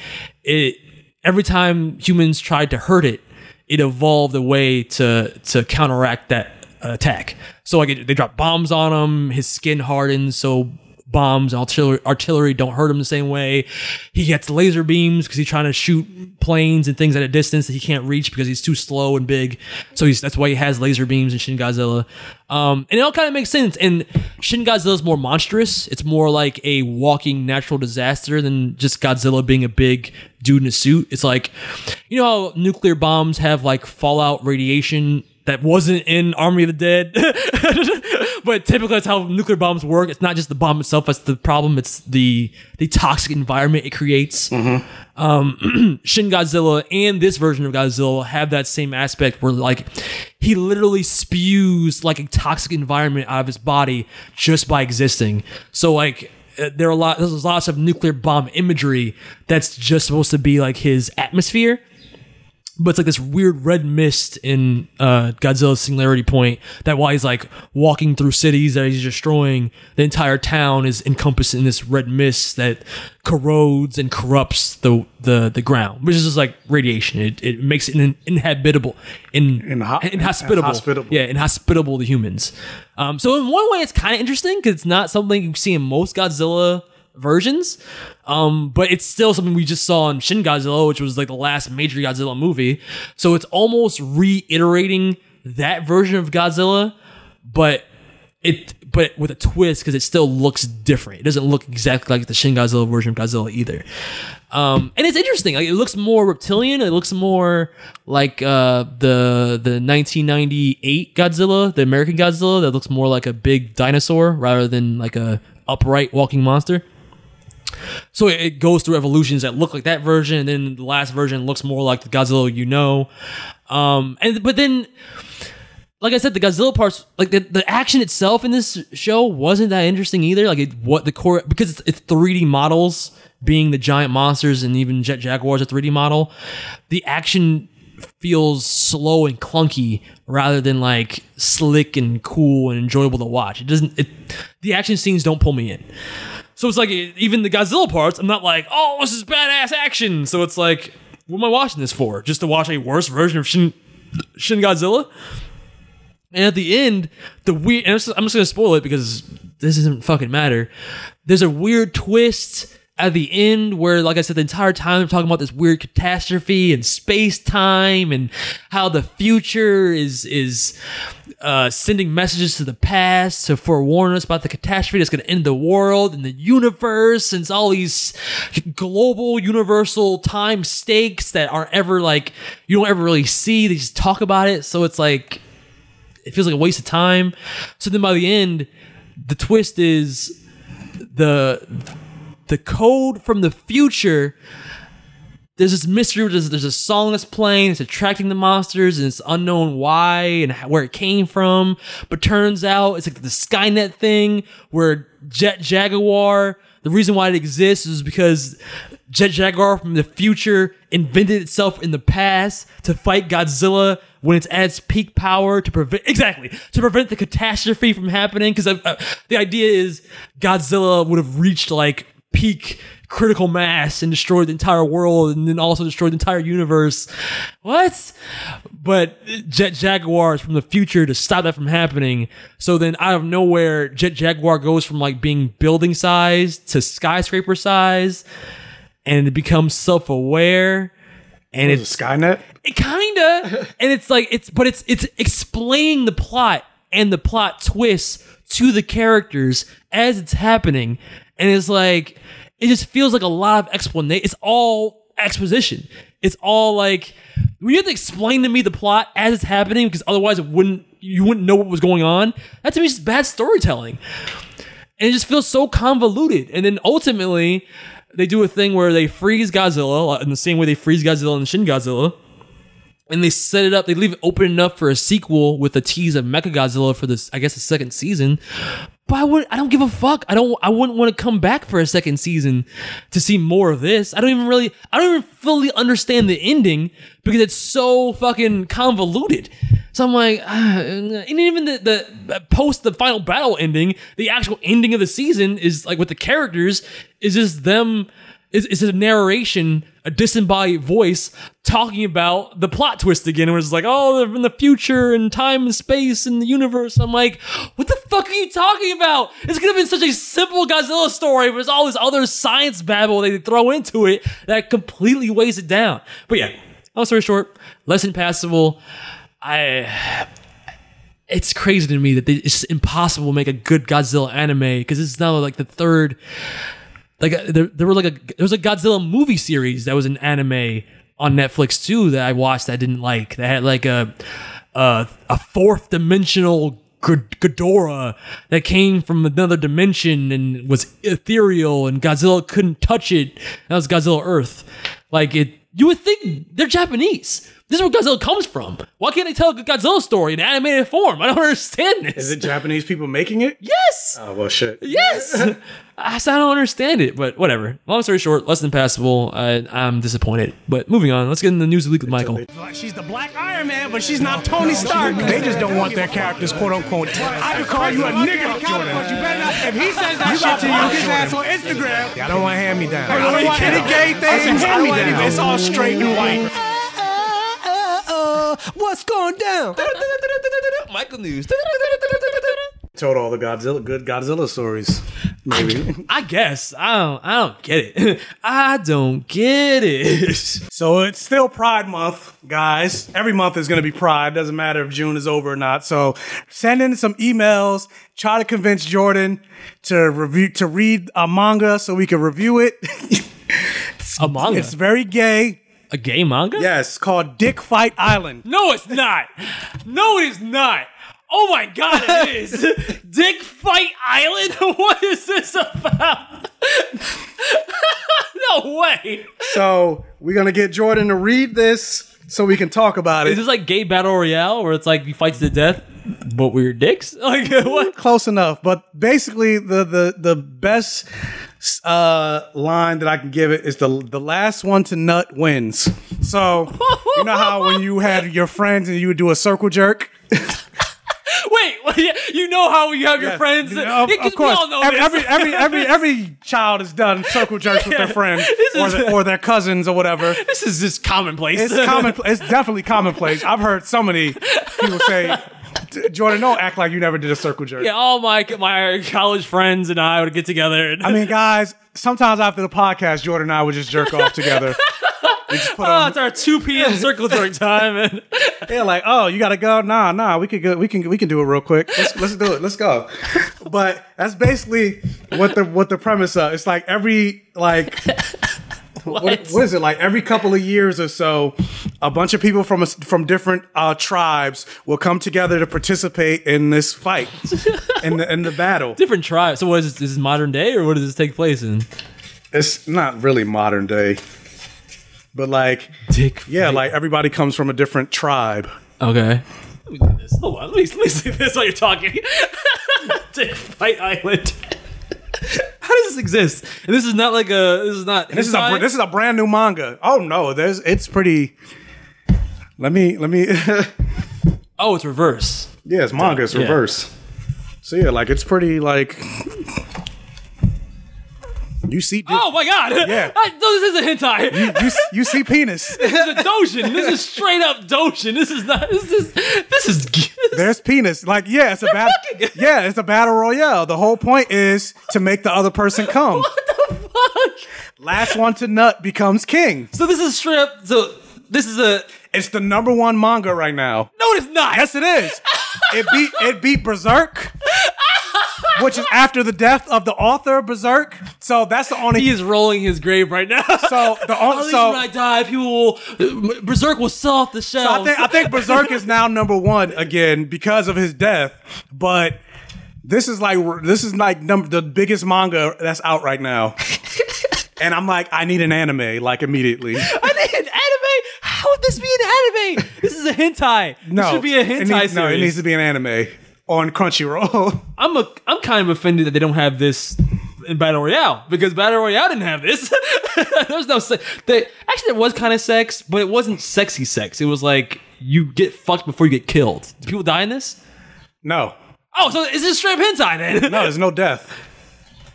it every time humans tried to hurt it, it evolved a way to to counteract that attack. So like it, they drop bombs on him, his skin hardens, so bombs and artillery, artillery don't hurt him the same way. He gets laser beams because he's trying to shoot planes and things at a distance that he can't reach because he's too slow and big. So he's, that's why he has laser beams in Shin Godzilla. Um, and it all kind of makes sense. And Shin Godzilla's more monstrous. It's more like a walking natural disaster than just Godzilla being a big dude in a suit. It's like, you know how nuclear bombs have like fallout radiation that wasn't in Army of the Dead. but typically that's how nuclear bombs work. It's not just the bomb itself that's the problem. It's the the toxic environment it creates. Mm-hmm. Um, Shin Godzilla and this version of Godzilla have that same aspect where like he literally spews like a toxic environment out of his body just by existing. So like uh, there are a lot there's lots of nuclear bomb imagery that's just supposed to be like his atmosphere but it's like this weird red mist in uh, Godzilla's singularity point that while he's like walking through cities that he's destroying, the entire town is encompassed in this red mist that corrodes and corrupts the the, the ground, which is just like radiation. It, it makes it in, inhabitable, in, Inho- inhospitable. inhospitable, yeah, inhospitable to humans. Um, so in one way, it's kind of interesting because it's not something you see in most Godzilla versions. Um, but it's still something we just saw in Shin Godzilla, which was like the last major Godzilla movie. So it's almost reiterating that version of Godzilla, but it but with a twist because it still looks different. It doesn't look exactly like the Shin Godzilla version of Godzilla either. Um, and it's interesting. Like it looks more reptilian. It looks more like uh, the the 1998 Godzilla, the American Godzilla, that looks more like a big dinosaur rather than like a upright walking monster. So it goes through evolutions that look like that version, and then the last version looks more like the Godzilla you know. Um, and but then, like I said, the Godzilla parts, like the, the action itself in this show wasn't that interesting either. Like it, what the core because it's, it's 3D models being the giant monsters, and even Jet Jaguar's a 3D model. The action feels slow and clunky rather than like slick and cool and enjoyable to watch. It doesn't. It, the action scenes don't pull me in. So it's like even the Godzilla parts, I'm not like, oh, this is badass action. So it's like, what am I watching this for? Just to watch a worse version of Shin, Shin Godzilla? And at the end, the weird. I'm just, I'm just gonna spoil it because this doesn't fucking matter. There's a weird twist at the end where like i said the entire time they're talking about this weird catastrophe and space time and how the future is is uh, sending messages to the past to forewarn us about the catastrophe that's going to end the world and the universe and all these global universal time stakes that aren't ever like you don't ever really see they just talk about it so it's like it feels like a waste of time so then by the end the twist is the the code from the future. There's this mystery. There's, there's a song that's playing. It's attracting the monsters, and it's unknown why and how, where it came from. But turns out it's like the Skynet thing where Jet Jaguar. The reason why it exists is because Jet Jaguar from the future invented itself in the past to fight Godzilla when it's at its peak power to prevent exactly to prevent the catastrophe from happening. Because uh, the idea is Godzilla would have reached like peak critical mass and destroyed the entire world and then also destroyed the entire universe. What? But Jet Jaguar is from the future to stop that from happening. So then out of nowhere, Jet Jaguar goes from like being building size to skyscraper size and it becomes self aware. And
what it's Skynet?
It kinda. and it's like it's but it's it's explaining the plot and the plot twists to the characters as it's happening and it's like it just feels like a lot of explanation. It's all exposition. It's all like you have to explain to me the plot as it's happening because otherwise it wouldn't you wouldn't know what was going on. That to me is just bad storytelling, and it just feels so convoluted. And then ultimately, they do a thing where they freeze Godzilla in the same way they freeze Godzilla and Shin Godzilla. And they set it up. They leave it open enough for a sequel with a tease of Mechagodzilla for this, I guess, the second season but I would I don't give a fuck. I don't I wouldn't want to come back for a second season to see more of this. I don't even really I don't even fully understand the ending because it's so fucking convoluted. So I'm like, uh, and even the, the post the final battle ending, the actual ending of the season is like with the characters is just them it's, it's a narration, a disembodied voice talking about the plot twist again. Where it's like, oh, they're in the future and time and space and the universe. I'm like, what the fuck are you talking about? It's gonna be such a simple Godzilla story, but it's all this other science babble they throw into it that completely weighs it down. But yeah, long story short, less impassable. I it's crazy to me that they, it's impossible to make a good Godzilla anime because this is now like the third. Like uh, there, there were like a there was a Godzilla movie series that was an anime on Netflix too that I watched that I didn't like that had like a a, a fourth dimensional G- Ghidorah that came from another dimension and was ethereal and Godzilla couldn't touch it. That was Godzilla Earth. Like it, you would think they're Japanese. This is where Godzilla comes from. Why can't they tell a Godzilla story in animated form? I don't understand this.
Is it Japanese people making it?
Yes.
Oh well, shit.
Yes. I, so I don't understand it, but whatever. Long story short, less than passable. I, I'm disappointed. But moving on, let's get in the news of the week with Michael.
She's the Black Iron Man, but she's not Tony Stark.
They just don't want their characters, quote unquote. I could call you a nigga,
but you better not. If he says that shit to you, get his ass on Instagram.
I don't want hand me down.
I don't want any gay things. I don't want any- It's all straight and white.
What's going down?
Michael News.
Told all the Godzilla, good Godzilla stories. Maybe.
I guess I don't. I don't get it. I don't get it.
so it's still Pride Month, guys. Every month is going to be Pride. Doesn't matter if June is over or not. So send in some emails. Try to convince Jordan to review to read a manga so we can review it.
a manga.
It's very gay.
A gay manga?
Yes, called Dick Fight Island.
No, it's not. No, it is not. Oh my god, it is. Dick Fight Island? What is this about? no way.
So we're gonna get Jordan to read this so we can talk about
Is
it.
this like gay battle royale where it's like you fight to the death, but we're dicks? Like what?
Close enough, but basically the the the best uh, line that I can give it is the the last one to nut wins. So you know how when you had your friends and you would do a circle jerk.
Wait, what- yeah, you know how you have your friends.
Yeah, of,
Yeah, 'cause
of course.
We all know
every,
this.
every every every every child has done circle jerks with their friends or,
is-
their, or their cousins or whatever.
this is just commonplace.
It's common. It's definitely commonplace. I've heard so many people say, "D- "Jordan, don't act like you never did a circle jerk."
Yeah, all my my college friends and I would get together. And,
I mean, guys, sometimes after the podcast, Jordan and I would just jerk off together.
oh, it's our two p.m. circle jerk time. And
They're like, "Oh, you gotta go? Nah, nah, we could go. We can we can do it real quick. Let's let's do it. Let's go." But that's basically what the what the premise of. It's like every like. What, what is it like? Every couple of years or so, a bunch of people from a, from different uh, tribes will come together to participate in this fight, in the in the battle.
different tribes. So, what is this, is this modern day, or what does this take place in?
It's not really modern day, but like
Dick.
yeah, like everybody comes from a different tribe.
Okay. Let me do this. Hold on. Oh, Let me, let me see this while you're talking. Dick Fight Island. How does this exist? And this is not like a. This is not.
This is a br-
hentai?
this is a brand new manga. Oh no, there's it's pretty. Let me let me.
oh, it's reverse.
yeah, it's manga. It's
Yeah.
reverse. So yeah, like it's pretty like. You see, di-
Oh my god!
Yeah.
I, no, this isn't hentai.
you, s- you see penis.
this is a doshin. This is straight up doshin. This is not. This is this is.
There's penis. Like yeah, it's a battle.
fucking-
Yeah, it's a battle royale. The whole point is to make the other person come. Last one to nut becomes king.
So this is straight up. So this is a.
It's the number one manga right now.
No, it's not.
Yes, it is. It beat it beat Berserk, which is after the death of the author of Berserk. So that's the only.
he is rolling his grave right now.
so the
At
only
least
Oh, so.
when I die, people will uh, berserk will sell off the
so I
shelves.
think I think Berserk is now number one again because of his death, but. This is like this is like number the biggest manga that's out right now, and I'm like I need an anime like immediately.
I think an anime. How would this be an anime? This is a hentai.
No,
this should be a
it
hentai
needs-
series.
No, it needs to be an anime on Crunchyroll.
I'm a. I'm kind of offended that they don't have this in Battle Royale because Battle Royale didn't have this. There's no sex. They, actually, there was kind of sex, but it wasn't sexy sex. It was like you get fucked before you get killed. Do people die in this?
no,
Oh, so is this straight up hentai then?
no, there's no death.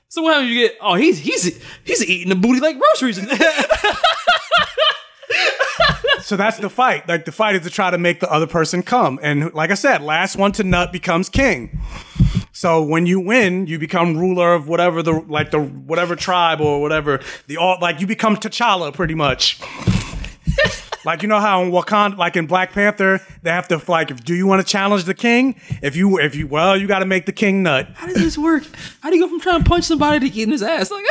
So what happens? You get oh he's he's he's eating the booty like groceries.
so that's the fight. Like the fight is to try to make the other person come. And like I said, last one to nut becomes king. So when you win, you become ruler of whatever the like the whatever tribe or whatever the all like you become T'Challa pretty much. like you know how in Wakanda, like in Black Panther, they have to like if do you want to challenge the king? If you if you well, you got to make the king nut.
How does this work? How do you go from trying to punch somebody to getting his ass? Like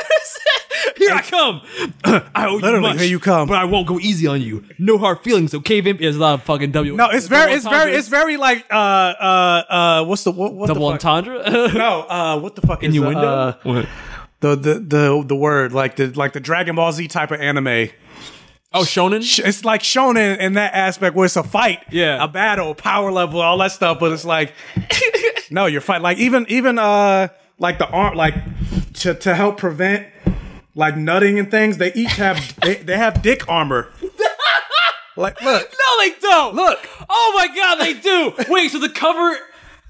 here I come. I owe
Literally,
you much,
here you come.
but I won't go easy on you. No hard feelings. So cave in. There's a lot of fucking W.
No, it's very, it's very, it's very like uh uh uh. What's the what? what
double
the fuck?
entendre.
no, uh, what the fuck is
Innuendo?
uh,
What?
the the the the word like the like the Dragon Ball Z type of anime.
oh, shonen.
Sh- It's like shown in, in that aspect where it's a fight,
Yeah.
a battle, power level, all that stuff. But it's like, no, you're fight like even even uh like the arm like to to help prevent like nutting and things. They each have they, they have dick armor. Like look,
No, they don't. Look. Oh my god, they do. Wait, so the cover.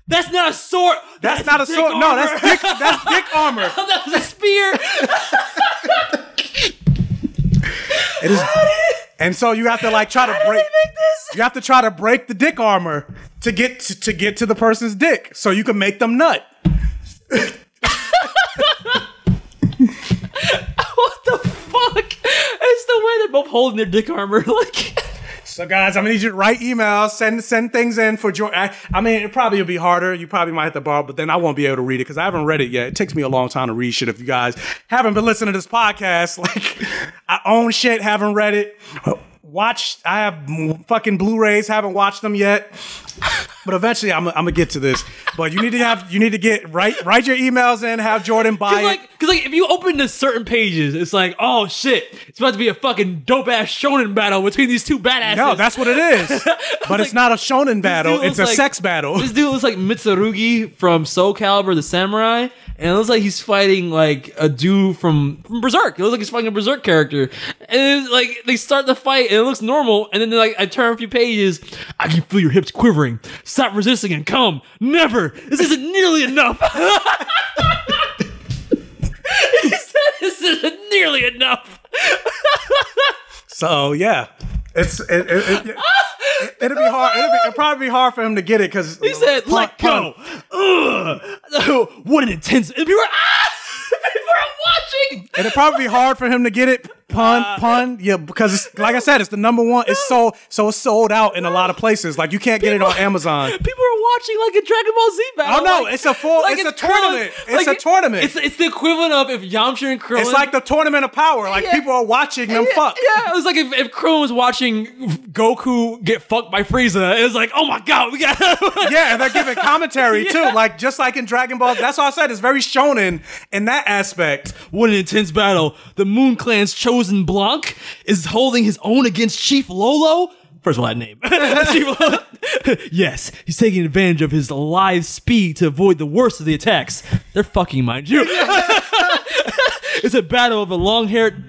That's not a sword.
that's not a
dick
sword. No,
armor.
that's dick. That's dick armor.
that was a spear.
It is. And so you have to like try to break. You have to try to break the dick armor to get to, to get to the person's dick, so you can make them nut.
what the fuck? It's the way they're both holding their dick armor. Like,
So guys, I'm gonna need you to write emails, send send things in for George. I, I mean, it probably will be harder. You probably might have to borrow, but then I won't be able to read it because I haven't read it yet. It takes me a long time to read shit. If you guys haven't been listening to this podcast, like I own shit, haven't read it. Watched, I have m- fucking Blu-rays, haven't watched them yet. But eventually, I'm, I'm gonna get to this. But you need to have, you need to get write write your emails in, have Jordan buy
cause
it.
like, cause like, if you open to certain pages, it's like, oh shit, it's about to be a fucking dope ass shonen battle between these two badasses.
no, that's what it is. But it's not a shonen battle;
Dude
it's a
looks like-
sex battle.
This dude looks like Mitsurugi from Soul Calibur, the samurai, and it looks like he's fighting like a dude from, from Berserk. It looks like he's fighting a Berserk character, and it's like they start the fight, and it looks normal, and then like I turn a few pages, I can feel your hips quivering. Stop resisting and come. Never. This isn't nearly enough. he said, "This isn't nearly enough."
So yeah, it's it, it, it, will be hard. It'll, be, it'll probably be hard for him to get it because
He said, "Let go." Ugh. what an intense. People are, ah! people are watching.
It'll probably be hard for him to get it. Pun,
Uh,
pun, yeah, because it's, like I said, it's the number one. It's sold, so it's sold out in a lot of places. Like you can't get it on Amazon.
People are watching like a Dragon Ball Z battle.
Oh, no,
like-
it's a full- it's a tournament.
called-
It's a tournament.
It's, it's the equivalent of if Yamcha and Krillin.
It's like the tournament of power. Like
Yeah.
people are watching them
yeah,
fuck.
Yeah, it was like if, if Krillin was watching Goku get fucked by Frieza. It was like, oh my god, we got.
Yeah, and they're giving commentary too, like just like in Dragon Ball. That's why I said it's very shonen in that aspect.
What an intense battle. The Moon Clan's chosen Blanc is holding his own against Chief Lolo. First of all, that name. Chief Lolo. yes, he's taking advantage of his live speed to avoid the worst of the attacks. They're fucking, mind you. it's a battle of the long haired.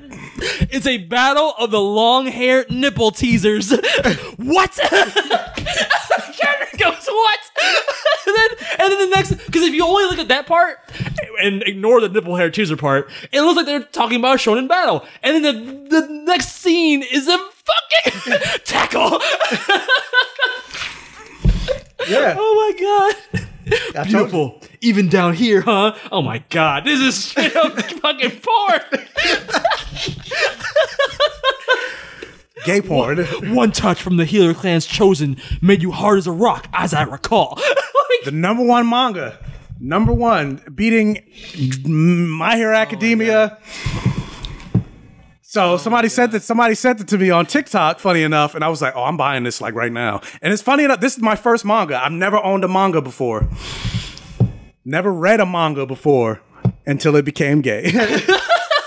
It's a battle of the long haired nipple teasers. what? Cameron goes, what? and, then, and then the next, because if you only look at that part and ignore the nipple hair teaser part, it looks like they're talking about a shonen battle. And then the, the next scene is a fucking tackle.
Yeah,
oh my god.
told you.
Beautiful. Even down here, huh? Oh my god, this is straight up fucking porn.
gay porn.
One touch from the healer clan's chosen made you hard as a rock, as I recall. like,
the number one manga, number one, beating My Hero Academia. so somebody sent it. Somebody sent it to me on TikTok. Funny enough, and I was like, "Oh, I'm buying this like right now." And it's funny enough, this is my first manga. I've never owned a manga before. Never read a manga before until it became gay.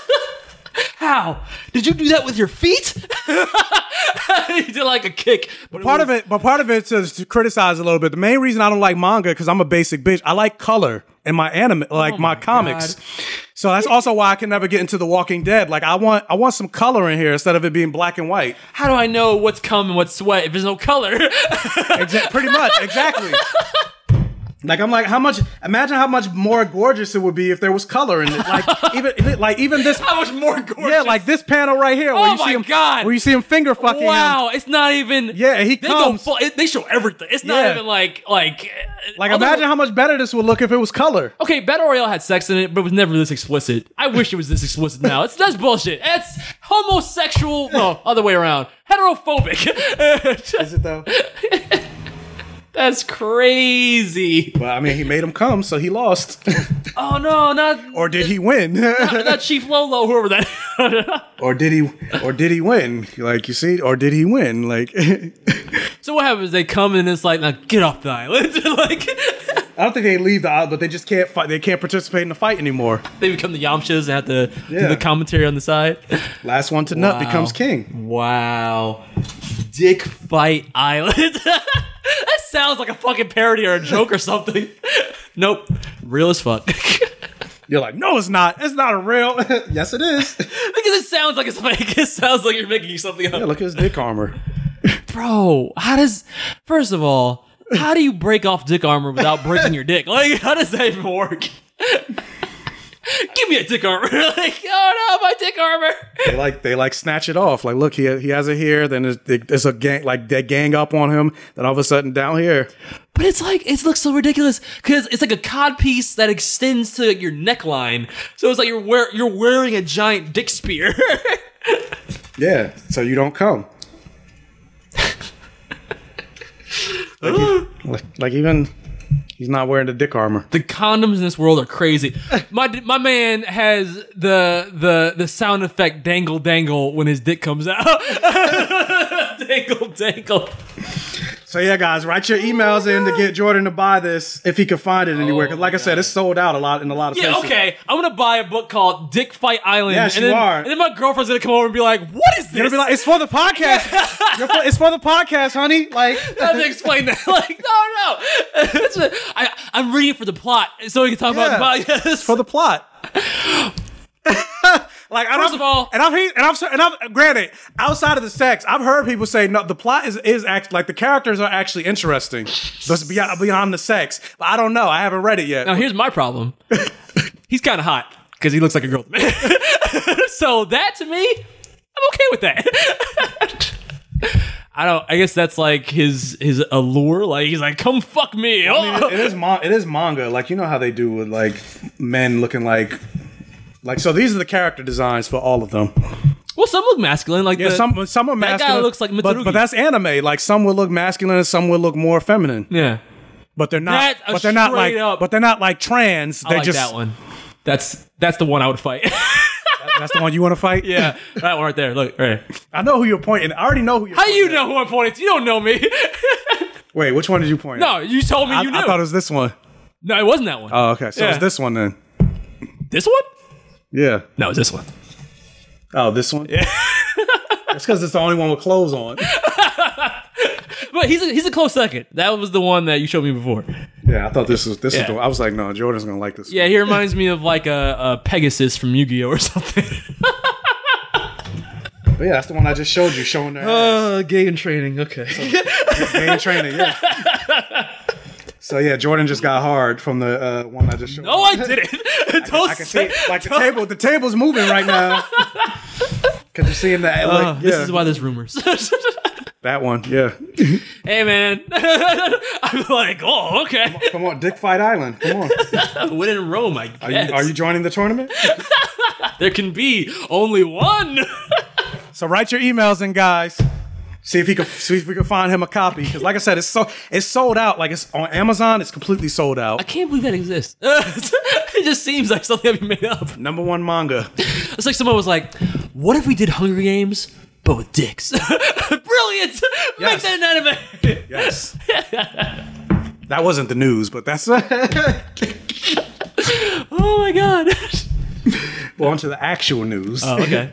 how? Did you do that with your feet? he did like a kick. But
part of it, but part of it is to criticize a little bit. The main reason I don't like manga because I'm a basic bitch. I like color in my anime,
Oh
like my, comics. So that's also why I can never get into The Walking Dead. Like I want, I want some color in here instead of it being black and white.
How do I know what's cum and what's sweat if there's no color?
Exa- pretty much, exactly. Like I'm like, how much? Imagine how much more gorgeous it would be if there was color in it. Like even like even this.
How much more gorgeous?
Yeah, like this panel right here. Where
Oh
you see
my
him,
God.
Where you see him finger fucking. um,
Wow, it's not even.
Yeah, he
they
comes.
Go full, it- they show everything. It's not
Yeah.
even like like. uh,
Like imagine how much better this would look if it was color.
Okay, Battle Royale had sex in it, but it was never this explicit. I wish it was this explicit now. It's that's bullshit. It's homosexual. No, other way around. Heterophobic. Is
it though?
that's crazy.
Well, I mean, he made him come, so he lost.
Oh no, not
or did he win?
not, not Chief Lolo, whoever that.
or did he? Or did he win? Like you see? Or did he win? Like I
so what happens? They come and it's like, now get off the island. like
don't think they leave the island, but they just can't fight. They can't participate in the fight anymore.
they become the Yamchas and have to do
Yeah.
the commentary on the side.
Last one to nut becomes king.
Wow. Dick Fight Island. that sounds like a fucking parody or a joke or something. Nope. Real as fuck. because
You're like, no, it's not. It's not a real. yes, it is.
it sounds like it's fake. It sounds like you're making something up.
yeah, look at his dick armor.
Bro, how does. First of all, how do you break off dick armor without breaking your dick? Like, how does that even work? Give me a dick armor. like, oh no, my dick armor.
They like they like snatch it off. Like, look, he he has it here. Then there's, there's a gang like they gang up on him. Then all of a sudden, down here,
But it's like it looks so ridiculous because it's like a cod piece that extends to your neckline, so it's like you're wear- you're wearing a giant dick spear.
yeah. So you don't come. like, he- like- like even he's not wearing the dick armor.
the condoms in this world are crazy. My d- my man has the the the sound effect dangle dangle when his dick comes out. dangle dangle.
So yeah, guys, write your emails in to get Jordan to buy this if he can find it anywhere. Because like I said, it's sold out a lot in a lot of
Yeah,
places.
okay. I'm gonna buy a book called Dick Fight Island.
Yes,
and
you
then,
are.
And then my girlfriend's gonna come over and be like, "What is this?"
You're gonna be like, it's for the podcast. You're for- it's for the podcast, honey. Like,
I have to explain that. Like, no, no. It's a, I, I'm reading it for the plot, so we can talk about the podcast.
for the plot. like, and
First
I've-
of all-
and I've he- and I've and I've granted outside of the sex, I've heard people say no, the plot is is act like the characters are actually interesting, just beyond beyond the sex. But I don't know, I haven't read it yet.
Now here's my problem. He's kind of hot because he looks like a girl. to me. so that to me, I'm okay with that. I don't. I guess that's like his his allure. Like he's like, come fuck me.
I mean,
Oh.
it- it is ma- it is manga. Like you know how they do with like men looking like like so. These are the character designs for all of them.
well, some look masculine. Like
Yeah,
the,
some some are
that
masculine.
guy looks like
but,
Mitsurugi.
but that's anime. Like some will look masculine, and some will look more feminine.
yeah.
But they're not.
That's a
But they're not
straight
like.
up-
But they're not like trans.
I
They
like
just.
that one. That's that's the one I would fight.
That's the one you want to fight.
yeah, that one right there. Look, right. here.
I know who you're pointing. I already know who. You're
How do you know who I'm pointing to? You don't know me.
Wait, which one did you point?
no, you told me
at?
you
I,
knew.
I thought it was this one.
no, it wasn't that one.
Oh, okay. So
Yeah.
it's this one then.
this one?
Yeah.
No, it's this one.
Oh, this one. Yeah. it's because it's the only one with clothes on.
But he's a, he's a close second. That was the one that you showed me before.
Yeah, I thought this was this
Yeah.
is the one. I was like, no, Jordan's gonna like this.
Yeah, he reminds me of like a, a Pegasus from Yu Gi Oh or something.
One. But yeah, that's the one I just showed you, showing their
Uh, gay in training. Okay.
game training. Yeah. So yeah, Jordan just got hard from the uh, one I just showed.
No, Oh, I didn't. Don't
I can see
say.
like the table. The table's moving right now. Cause you're seeing that.
Uh,
like,
This
yeah.
is why there's rumors.
that one. Yeah.
hey man, I'm like, oh okay.
Come on, Dick Fight Island. Come on.
When in Rome, I guess.
Are you are you joining the tournament?
there can be only one.
So write your emails in, guys. See if he could see if we can find him a copy. Because like I said, it's so it's sold out. Like it's on Amazon. It's completely sold
I
out.
can't believe that exists. it just seems like something that we made up.
Number one manga.
It's like someone was like, "What if we did Hunger Games but with dicks?" Brilliant. Make
Yes.
that an anime.
Yes. that wasn't the news, but that's. well,
Oh my god.
on to the actual news.
Oh, okay.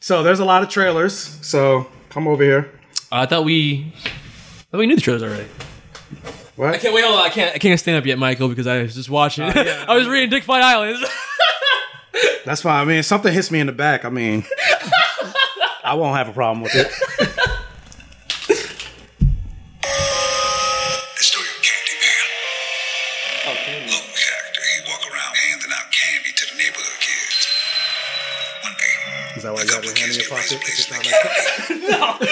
So there's a lot of trailers. So come over here.
I thought we I thought we knew the trailers already.
What?
I can't wait. Hold on. I can't. I can't stand up yet, Michael, because I was just watching. I was reading Dick Fight Island.
That's fine. I mean, if something hits me in the back. I mean, I won't have a problem with it.
They stole your candy, man.
Oh, that why you have your hand in your pocket? It's not like
no.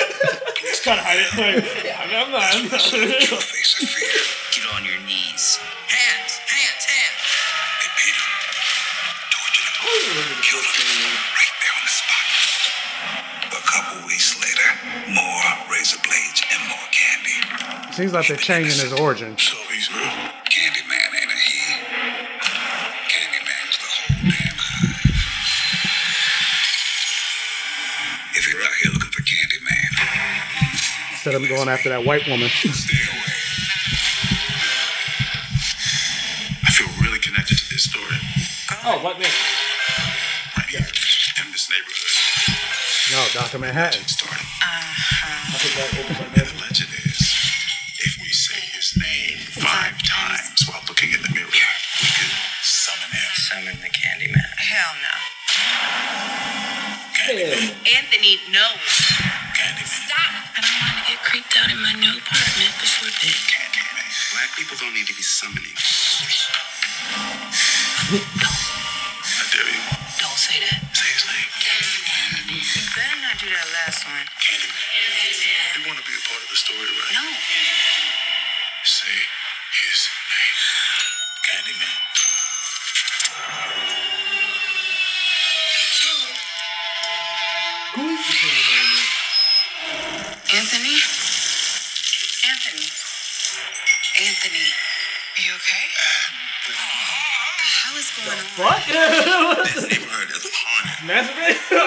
Just kind of hide it. Like, I'm not. I'm not. face
of fear. Get on your knees. Hands, hands, hands. They beat him. Tortured him. Killed him. Right there on the spot. A couple weeks later, more razor blades and more candy.
Seems like they're changing his origin.
So he's real. Candyman ain't a he. Candyman's the whole damn hive. If you're out here looking for Candyman,
Instead of going after that white woman.
stay away. I feel really connected to this story.
Oh, white man.
Right here in this neighborhood.
No, Doctor Manhattan.
And the legend is, if we say his name five times while looking in the mirror, we could summon him. Summon the Candyman.
Hell no. Anthony knows. Stop! I don't want to get creeped out in my new apartment before bed.
Black people don't need to be summoning. I dare you.
Don't say that.
Say his name.
You better not do that last one.
You want to be a part of the story, right? No. Say his name. Candyman.
Anthony? Anthony. Anthony. Are you okay? What the hell is going on?
this neighborhood is haunted.
Masturbate?
I think I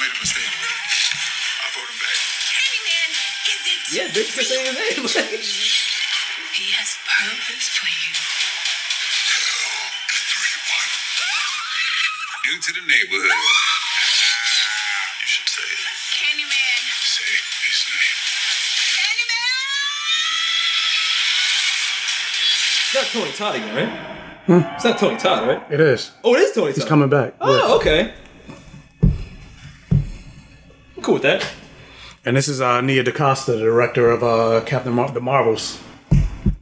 made a mistake. I wrote him back.
Candyman isn't.
Yeah, bitch can say his name.
He has purpose for you.
New to the neighborhood. You should say it.
Candyman.
Say his name.
It's not Tony Todd again, right? It's not Tony Todd, right?
It is.
Oh, it is Tony
Hmm. He's
Todd.
coming back.
Oh, okay. I'm cool with that.
And this is uh, Nia DaCosta, the director of uh, Captain Mar- the Marvels.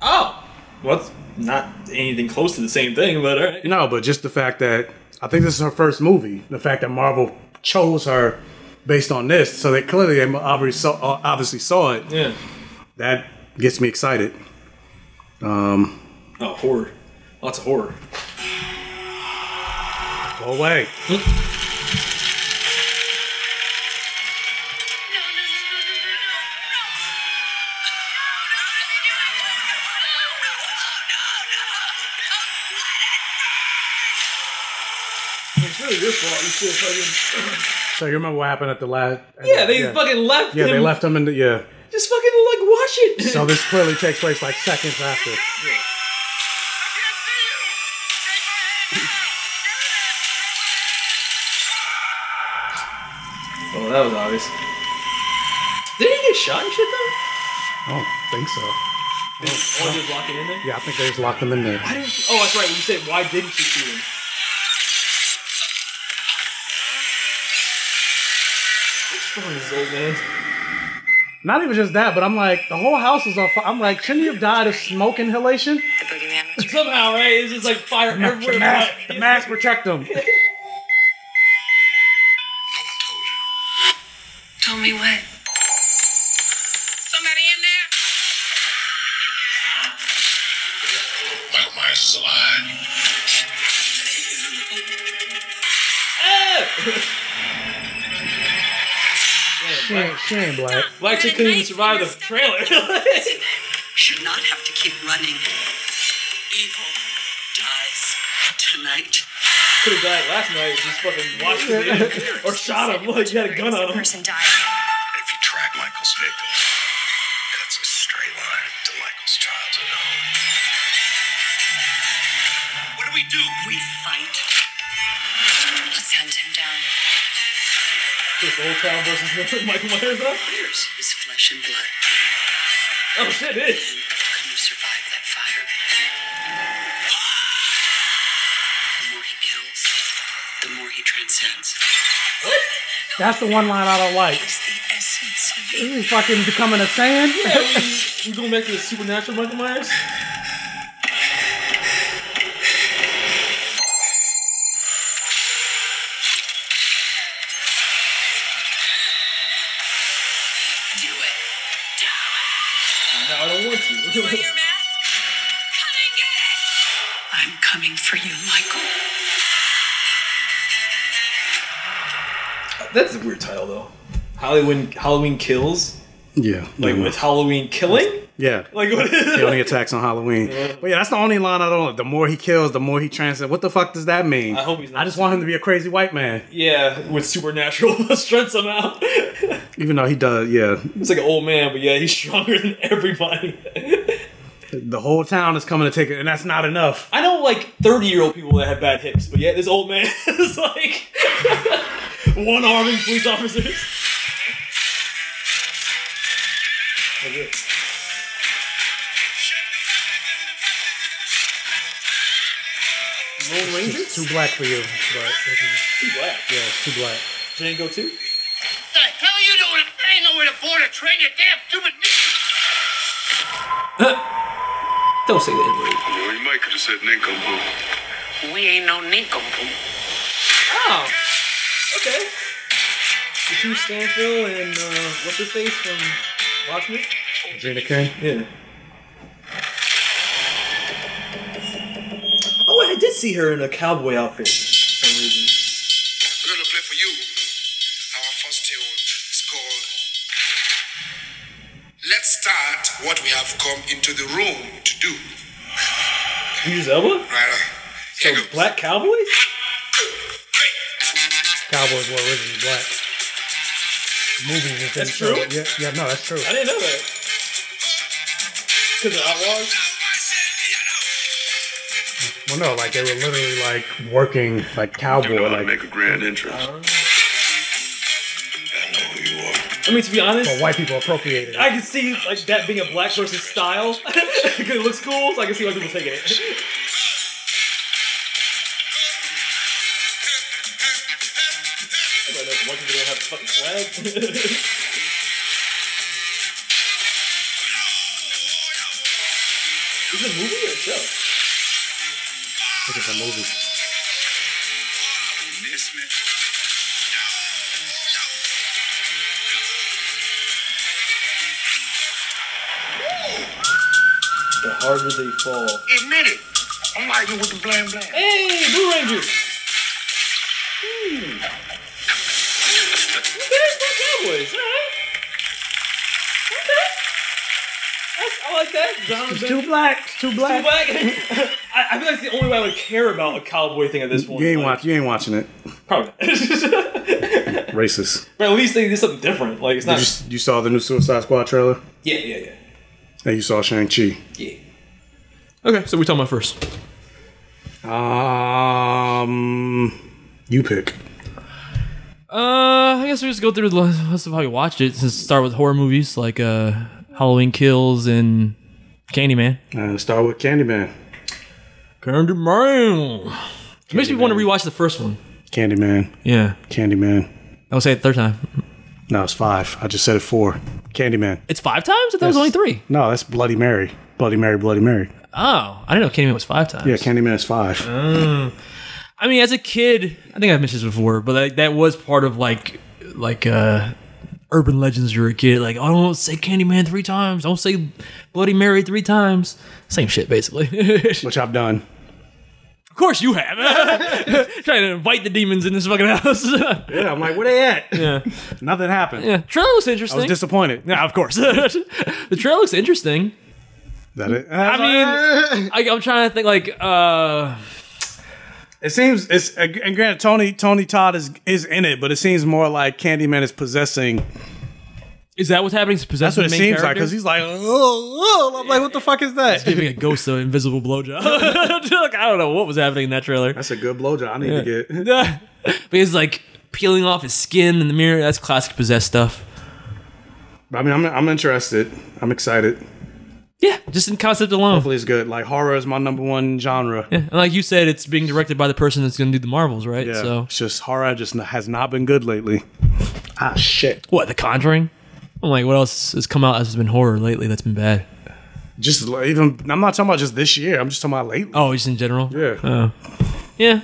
Oh! Well, it's not anything close to the same thing, but alright.
No, but just the fact that I think this is her first movie. The fact that Marvel chose her based on this, so they clearly they obviously saw, uh, obviously saw it.
Yeah.
That gets me excited. Um,
Oh, horror. Lots of horror.
go away.
It's really your fault. You still fucking.
So you remember what happened at the last?
Yeah, they fucking left
Yeah,
him.
they left him in the yeah.
Just fucking like watch it.
So this clearly takes place like seconds after.
Oh, that was obvious. Did he get shot and shit
I
though?
don't think so.
Or just lock him in there?
Yeah, I think they just locked him in there.
Why didn't? She, oh, that's right. You said why didn't she shoot him? What's wrong with this old man?
Not even just that, but I'm like, the whole house is on fire. I'm like, shouldn't he have died of smoke inhalation?
The boogeyman.
Somehow, right? It's just like fire
The
everywhere.
mask, the mask protect him.
Told me what? Somebody in there?
Michael Myers is alive.
she, ain't, she ain't black.
Well, actually, couldn't even survive the trailer.
Should not have to keep running. Evil dies tonight.
Could have died last night. Just fucking watched him or shot him. Like you had a gun on him.
person died.
If you track Michael's victim, that's a straight line to Michael's childhood home. What do we do?
We fight. Let's hunt him down.
This old town versus Michael Myers. Huh?
Yours is flesh and blood.
Oh shit! It is.
Couldn't have survived that fire. The more he kills, the more he transcends.
That's the one line I don't like.
It's the essence of
Is he fucking becoming a sand?
Yeah, we, we going back to the supernatural Michael Myers.
coming for you, Michael.
That's a weird title though. Halloween Halloween kills.
Yeah.
Like with Halloween killing.
Yeah.
Like what is
He only attacks on Halloween. But yeah, that's the only line I don't like. The more he kills, the more he transcends. What the fuck does that mean?
I hope he's not.
I just want him to be a crazy white man.
Yeah, with supernatural strength somehow.
Even though he does, yeah.
He's like an old man, but yeah, he's stronger than everybody.
The whole town is coming to take it, and that's not enough.
I know like 30 year old people that have bad hips, but yeah, this old man is like one arming police officers. Like this. Lone Ranger?
Too black for you, but
Too black.
yeah, it's too black.
Django too?
The hell you doing? I ain't nowhere to board a train, you damn stupid
Don't say that.
You know, you might could have said nincompoop.
We ain't no nincompoop.
Oh. Okay. The two Stanfield and uh, what's her face from Watchmen?
Adrena King.
Yeah. Oh, wait, I did see her in a cowboy outfit. For some reason.
We're gonna play for you. Our first tune is called Let's Start What We Have Come Into the Room to Do.
You use Elba?
Right on.
So black cowboys?
Cowboys were originally black. Movies and
That's
things.
true?
Yeah, yeah, no, that's true.
I didn't know that. Because of Outlaws?
Well, no, like they were literally like working like cowboy. like
Make a grand entrance.
Uh-huh.
I know who you are.
I mean, to be honest,
but white people appropriated. it.
I can see like that being a black person's style. 'Cause it looks cool, so I can see why people taking it. Everybody knows white people don't have fucking swag. Is it a movie or a show?
Look at the movie.
The harder they fall.
Admit it. I'm like you with the blame blame.
Hey, Blue Rangers! Hmm. There's my Cowboys, alright? Okay. That's, I like that. John
It's too black. It's too black.
I, I feel like it's the only way I would care about a cowboy thing at this point.
You ain't
like,
watch. You ain't watching it.
Probably. not.
Racist.
but at least they did something different. Like it's
You,
not.
just, you saw the new Suicide Squad trailer,
yeah, yeah, yeah,
and you saw Shang Chi.
yeah. Okay, so we talking about first.
Um, you pick.
Uh, I guess we just go through the list of how you watched it. Since start with horror movies like uh, Halloween Kills and Candyman.
And Uh, start with Candyman.
Candyman. It makes me want to rewatch the first one.
Candyman.
Yeah,
Candyman.
I would say it third time.
No, it's five. I just said it four. Candyman.
It's five times. I thought it was only three.
No, that's Bloody Mary. Bloody Mary. Bloody Mary.
Oh, I didn't know Candyman was five times.
Yeah, Candyman is five.
I mean, as a kid, I think I've mentioned this before, but like, that was part of like, like, uh, urban legends. You're a kid, like, oh, don't say Candyman three times. Don't say Bloody Mary three times. Same shit, basically. of
Which I've done.
course, you have trying to invite the demons in this fucking house.
Yeah, I'm like, where they at?
yeah,
Nothing happened.
yeah. Trailer looks
I was
interesting.
disappointed.
yeah, of course. the trailer looks interesting.
That it.
I mean, I, I'm trying to think like, uh,
It seems it's and granted Tony Tony Todd is is in it, but it seems more like Candyman is possessing.
is that what's happening?
That's what it seems like because he's like, oh, oh," I'm like, what the fuck is that?
giving a ghost an invisible blowjob. like, I don't know what was happening in that trailer.
That's a good blowjob. I need to get.
but he's like peeling off his skin in the mirror. That's classic possessed stuff.
I mean, I'm I'm interested. I'm excited.
Yeah, just in concept alone.
Hopefully, it's good. Like horror is my number one genre.
Yeah, and like you said, it's being directed by the person that's going to do the Marvels, right?
Yeah,
So
it's just horror just n- has not been good lately. Ah, shit.
what? The Conjuring. I'm like, what else has come out that's been horror lately? That's been bad.
Just like, even I'm not talking about just this year. I'm just talking about lately.
Oh, just in general.
Yeah.
Oh. yeah.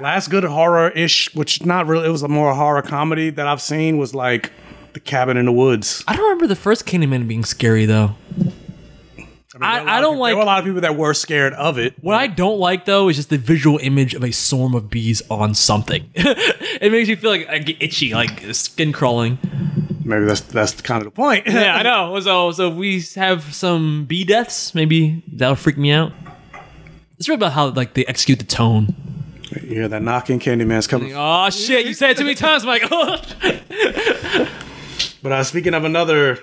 Last good horror ish, which not really. It was a more horror comedy that I've seen was like the cabin in the woods.
I don't remember the first Candyman being scary though. I,
there were a lot
I
of
don't
peop-
like-
There were a lot of people that were scared of it.
What I don't like though is just the visual image of a swarm of bees on something. it makes me feel like I get itchy, like skin crawling.
Maybe that's that's kind of the point.
yeah, I know. So, so if we have some bee deaths, maybe that'll freak me out. It's really about how like they execute the tone.
You hear that knocking? Candyman's coming.
Oh shit! You said it too many times, Mike.
But uh, speaking of another,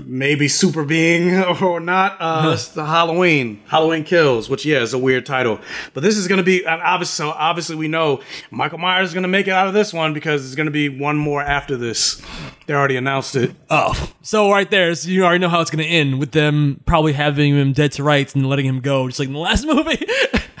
maybe super being or not, uh, it's the Halloween, Halloween Kills, which yeah is a weird title. But this is going to be and obviously, so obviously we know Michael Myers is going to make it out of this one because there's going to be one more after this. They already announced it.
Oh, so right there, so you already know how it's gonna end with them probably having him dead to rights and letting him go, just like in the last movie.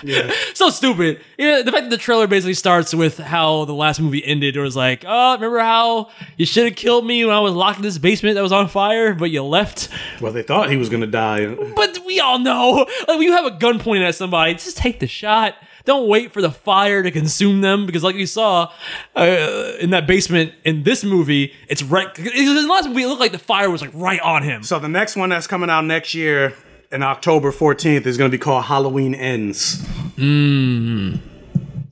yeah. So stupid. Yeah, the fact that the trailer basically starts with how the last movie ended, it was like, oh, remember how you should have killed me when I was locked in this basement that was on fire, but you left.
Well, they thought he was going to die.
But we all know, like, when you have a gun pointed at somebody, just take the shot. Don't wait for the fire to consume them because, like you saw uh, in that basement in this movie, it's right. In the last movie, it looked like the fire was like right on him.
So the next one that's coming out next year, in October 14th, is going to be called Halloween Ends.
Mm.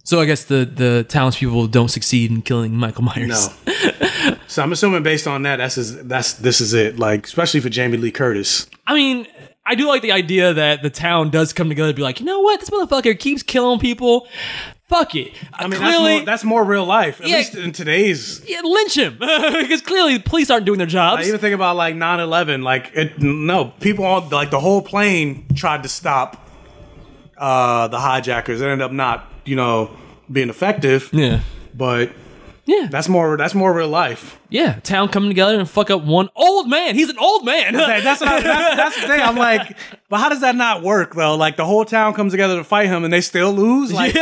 So I guess the the townspeople don't succeed in killing Michael Myers.
No. so I'm assuming based on that, that's his, that's this is it. Like especially for Jamie Lee Curtis.
I mean, I do like the idea that the town does come together to be like, you know what, this motherfucker keeps killing people. Fuck it.
I mean, that's more, that's more real life. At
Yeah.
least in today's.
yeah, lynch him because clearly the police aren't doing their jobs.
I even think about like 9/11. Like it, no people on like the whole plane tried to stop uh, the hijackers. It ended up not you know being effective.
Yeah,
but
yeah,
that's more that's more real life.
Yeah, town coming together and fuck up one old man. He's an old man.
That- that's, what I, that's, that's the thing. I'm like, but how does that not work though? Like the whole town comes together to fight him, and they still lose. Like,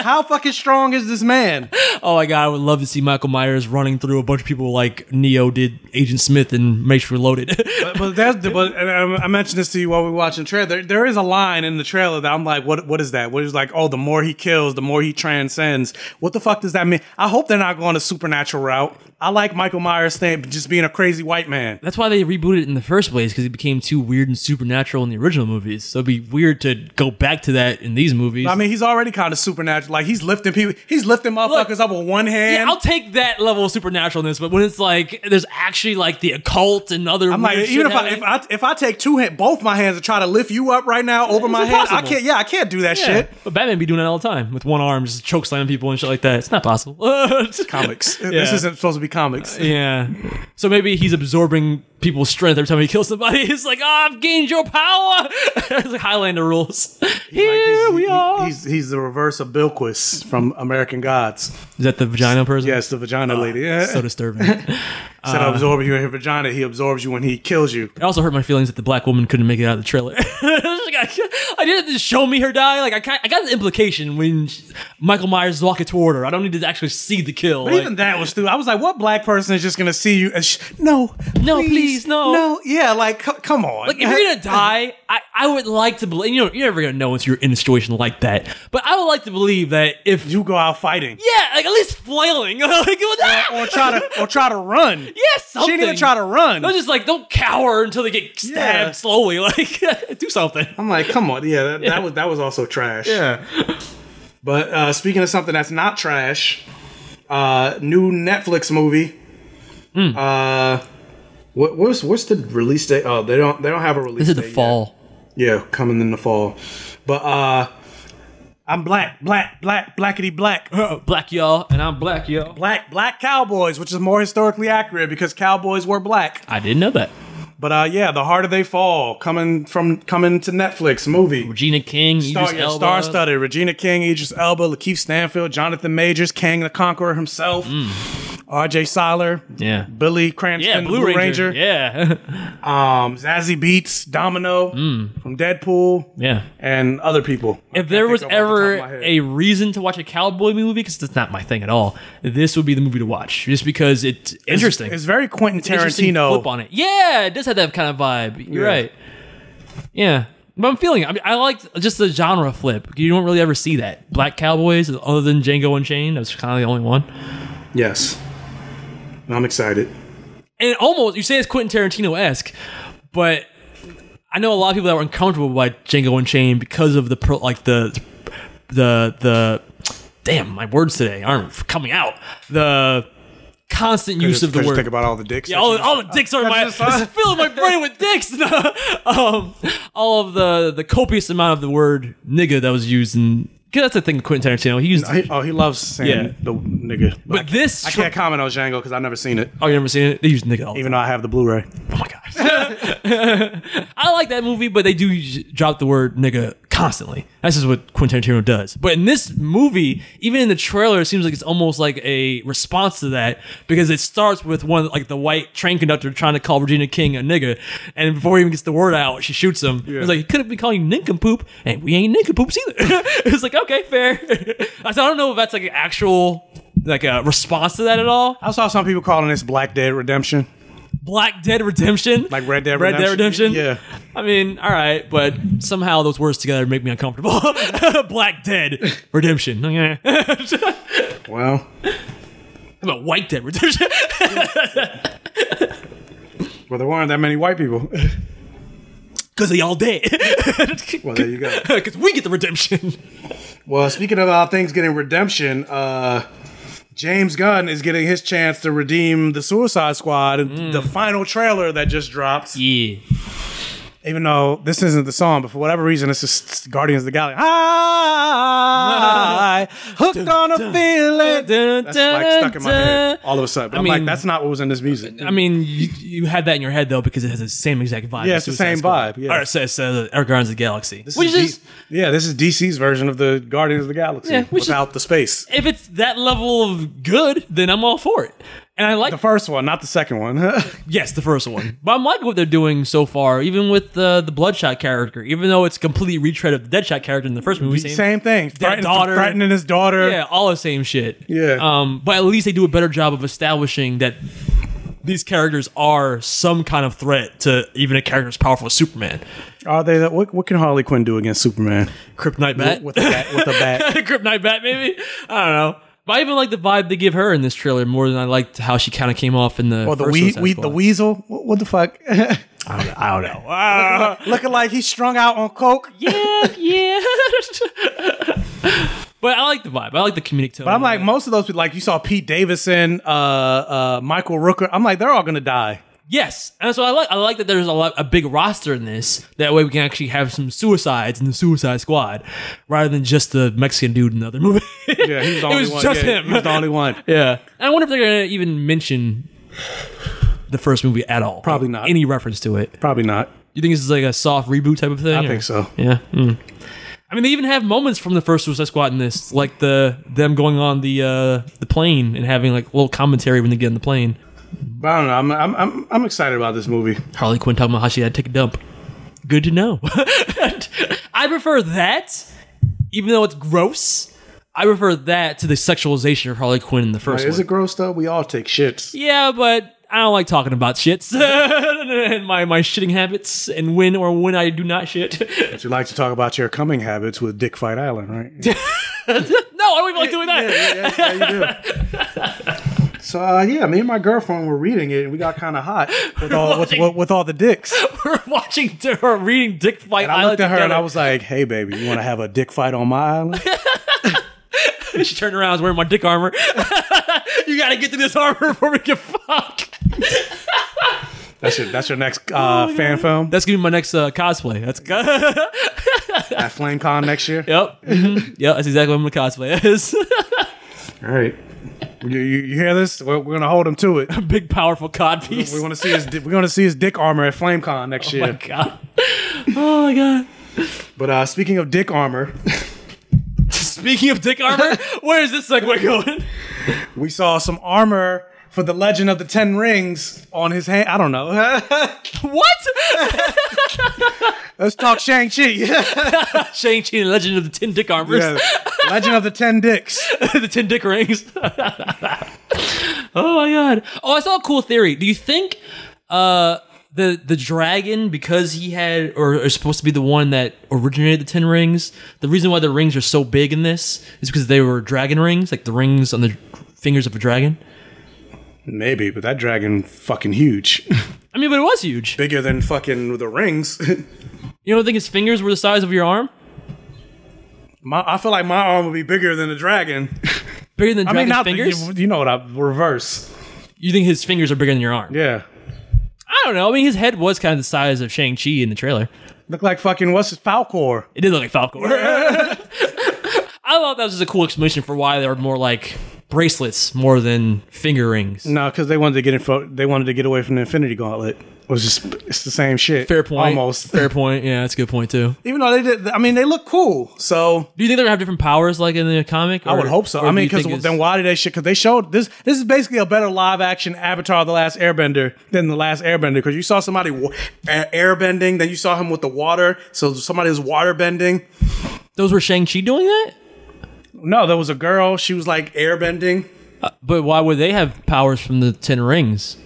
how fucking strong is this man?
oh my god, I would love to see Michael Myers running through a bunch of people like Neo did Agent Smith and Matrix Reloaded.
But, but that's the- but and I I mentioned this to you while we were watching the trailer. There, there is a line in the trailer that I'm like, what what is that? What is like? Oh, the more he kills, the more he transcends. What the fuck does that mean? I hope they're not going a supernatural route. I like Michael Myers thing, just being a crazy white man.
That's why they rebooted it in the first place because it became too weird and supernatural in the original movies. So it'd be weird to go back to that in these movies.
I mean, he's already kind of supernatural. Like he's lifting people, he's lifting motherfuckers up with one hand.
yeah, I'll take that level of supernaturalness, but when it's like there's actually like the occult and other,
I'm like,
weird shit
even if I, if
happening-
I if I take two hand, both my hands and try to lift you up right now over my head, I
impossible.
can't. Yeah, I can't do that
Yeah,
shit.
But Batman be doing that all the time with one arm, just choke slamming people and shit like that. It's not possible. it's
comics. This isn't supposed to be comics.
Yeah. So maybe he's absorbing people's strength every time he kills somebody. It's like, ah, I've gained your power. it's like Highlander rules. Here we are.
He's he's the reverse of Bilquis from American Gods.
Is that the vagina person?
Yes, the vagina lady. Yeah.
Uh, so disturbing. it
Instead
Uh,
of absorbing you in her vagina, he absorbs you when he kills you.
also hurt my feelings that the black woman couldn't make it out of the trailer. Like, I I didn't just show me her die. Like I, ki- I got the implication when sh- Michael Myers is walking toward her. I don't need to actually see the kill.
But
Like,
even that was stupid. I was like, what black person is just gonna see you? And sh- no,
no, please, no,
no. Yeah, like c- come on.
Like if you're gonna die, I, I would like to believe you know you're never gonna know once you're in a situation like that. But I would like to believe that if
you go out fighting,
yeah, like at least flailing, like, "Ah!"
or try to or try to run.
yeah,
She
something.
didn't even try to run.
Don't just like don't cower until they get stabbed
Yeah.
slowly. Like do something.
I'm like, come on, yeah, that, that was that was also trash. Yeah. But uh, speaking of something that's not trash, uh, new Netflix movie.
Hmm.
Uh, what, what's what's the release date? Oh, they don't they don't have a release.
This is the
date
fall.
Yet. Yeah, coming in the fall. But uh, I'm black, black, black, blackity black,
black y'all, and I'm black y'all.
Black, black cowboys, which is more historically accurate because cowboys were black.
I didn't know that.
But uh, yeah, the harder they fall, coming from coming to Netflix movie.
Regina King,
star,
Idris Elba.
studded. Regina King, Idris Elba, Lakeith Stanfield, Jonathan Majors, Kang the Conqueror himself, R.J. Seiler,
Yeah.
Billy Cranston,
Mm. Yeah, Blue Ranger. Yeah.
um, Zazie Beats, Domino from Deadpool,
Yeah.
and other people.
If there was ever a reason to watch a cowboy movie, because it's not my thing at all, this would be the movie to watch, just because it's interesting.
It's very Quentin
It's an interesting
Tarantino.
flip on it. Yeah, it does have that kind of vibe. You're
Yeah.
right. Yeah, but I'm feeling. It. I mean, I liked just the genre flip. You don't really ever see that. Black cowboys, other than Django Unchained, that was kind of the only one.
Yes, I'm excited.
And it almost you say it's Quentin Tarantino esque, but I know a lot of people that were uncomfortable by Django Unchained because of the pro, like the the the damn my words today aren't coming out the constant use of the word.
Think about all the dicks.
Yeah, all, all the dicks are in my it's filling my brain with dicks. um, all of the the copious amount of the word nigga that was used in. Cause that's the thing, Quentin Tarantino. He used.
No, he- oh, he loves saying
Yeah.
the nigga.
But
I can't-
this
I can't comment on Django because I've never seen it.
Oh, you never seen it? They use nigga all the
Even though I have the Blu-ray.
I like that movie, but they do j- drop the word nigga constantly. That's just what Quentin Tarantino does. But in this movie, even in the trailer, it seems like it's almost like a response to that because it starts with one like the white train conductor trying to call Regina King a nigga, and before he even gets the word out, she shoots him. It's like he could have been calling you nincompoop, and we ain't nincompoops either. it's like okay, fair. I said, I don't know if that's like an actual like a response to that at all.
I saw some people calling this Black Dead Redemption.
Black Dead Redemption,
like Red Dead
Red
Redemption.
Dead Redemption.
Yeah.
I mean, all right, but somehow those words together make me uncomfortable. Black Dead Redemption.
well,
about White Dead Redemption.
Well, there weren't that many white people.
Because they all dead.
well, there you go.
Because we get the redemption.
Well, speaking about things getting redemption, uh, James Gunn is getting his chance to redeem the Suicide Squad in the
Mm.
final trailer that just dropped.
Yeah.
Even though this isn't the song, but for whatever reason, it's just Guardians of the Galaxy. I hooked on a feeling. That's like stuck in my head all of a sudden. But
I
I'm like,
mean-
that's not what was in this music.
I mean, you, you had that in your head though because it has the same exact vibe.
Yeah,
as
it's the
Suicide
same
Squad.
vibe, yeah.
All right, so it's uh, Eric Guardians of the Galaxy.
This
which
is
is,
D- yeah, this is DC's version of the Guardians of the Galaxy
Yeah, which is-
without the space.
if it's that level of good, then I'm all for it. And I like
The first one, not the second one.
Yes, the first one. But I'm liking what they're doing so far, even with the the Bloodshot character, even though it's a complete retread of the Deadshot character in the first movie.
Same, thing.
Dead
Threatening,
daughter.
threatening his daughter.
Yeah, all the same shit.
Yeah.
Um, but at least they do a better job of establishing that these characters are some kind of threat to even a character as powerful as Superman.
Are they? That, what, what can Harley Quinn do against Superman?
Kryptonite Bat.
With, with a bat. With a bat.
Kryptonite Bat, maybe? I don't know. But I even like the vibe they give her in this trailer more than I liked how she kind of came off in the.
or the
first
we,
Suicide
we,
Squad.
the weasel. What, what the fuck?
I don't, I don't know.
Looking like he's strung out on coke.
yeah, yeah. but I like the vibe. I like the comedic tone.
But I'm like, most of those people, like you saw Pete Davidson, uh, uh, Michael Rooker. I'm like, they're all gonna die.
yes, and so I like. I like that there's a lot, a big roster in this. That way we can actually have some suicides in the Suicide Squad, rather than just the Mexican dude in the other movie.
Yeah, he was the
It
only
was
one.
just
Yeah,
him.
He was the only one.
yeah, and I wonder if they're gonna even mention the first movie at all.
Probably not.
any reference to it.
Probably not.
You think this is like a soft reboot type of thing?
I
or-
think so.
Yeah. mm. I mean, they even have moments from the first Suicide Squad in this, like the them going on the uh, the plane and having like little commentary when they get on the plane.
But I don't know. I'm, I'm, I'm, I'm excited about this movie.
Harley Quinn talking about how she had to take a dump. Good to know. I prefer that, even though it's gross. I prefer that to the sexualization of Harley Quinn in the first
Like, is
one.
it gross though? We all take shits.
yeah, but I don't like talking about shits and my my shitting habits and when or when I do not shit.
But you like to talk about your coming habits with Dick Fight Island, right?
no, I don't even like doing that.
So uh, yeah, me and my girlfriend were reading it, and we got kind of hot with all with, with, with all the dicks.
We're watching or reading Dick Fight
And I
Island
looked at her and
together.
I was like, "Hey, baby, you want to have a dick fight on my island?"
she turned around, I was wearing my dick armor. you gotta get through this armor before we can fuck.
That's your that's your next
Oh
uh, fan film
That's gonna be my next uh, cosplay. That's
at FlameCon next year.
yep, Mhm. yep. That's exactly what my cosplay is.
All right, you, you, you hear this? We're, we're gonna hold him to it.
Big powerful codpiece.
We want to see his di- we're gonna see his dick armor at FlameCon next
Oh my
year.
god. Oh my god.
But uh, speaking of dick armor,
Speaking of dick armor, where is this segue going?
we saw some armor for the Legend of the Ten Rings on his hand. I don't know.
What?
Let's talk Shang Chi.
Shang Chi and Legend of the Ten Dick Armors,
Yeah. Legend of the Ten Dicks.
the Ten Dick Rings. oh my god. Oh, I saw a cool theory. Do you think uh the the dragon because he had or is supposed to be the one that originated the ten rings. The reason why the rings are so big in this is because they were dragon rings, like the rings on the fingers of a dragon.
Maybe, but that dragon fucking huge.
I mean, but it was huge.
Bigger than fucking the rings.
you don't think his fingers were the size of your arm?
My, I feel like my arm would be bigger than the dragon.
Bigger than the dragon's fingers?
You, you know what? I reverse.
you think his fingers are bigger than your arm?
Yeah.
I don't know. I mean, his head was kind of the size of Shang Chi in the trailer.
Look like fucking what's his Falcor?
It did look like Falcor. I thought that was just a cool explanation for why they were more like bracelets more than finger rings.
No, because they wanted to get in fo- they wanted to get away from the Infinity Gauntlet. It was just it's the same shit.
Fair point.
Almost.
Fair point. Yeah, that's a good point too.
Even though they did, I mean, they look cool. So
Do you think they're gonna have different powers like in the comic?
I would hope so.
or
I
do
mean,
you
because
think it's-
then why did they shit? Because they showed this. This is basically a better live action Avatar: The Last Airbender than the Last Airbender because you saw somebody wa- a- airbending, then you saw him with the water. So somebody was water bending.
those were Shang Chi doing that?
No, there was a girl. She was like airbending.
Uh, but why would they have powers from the Ten Rings?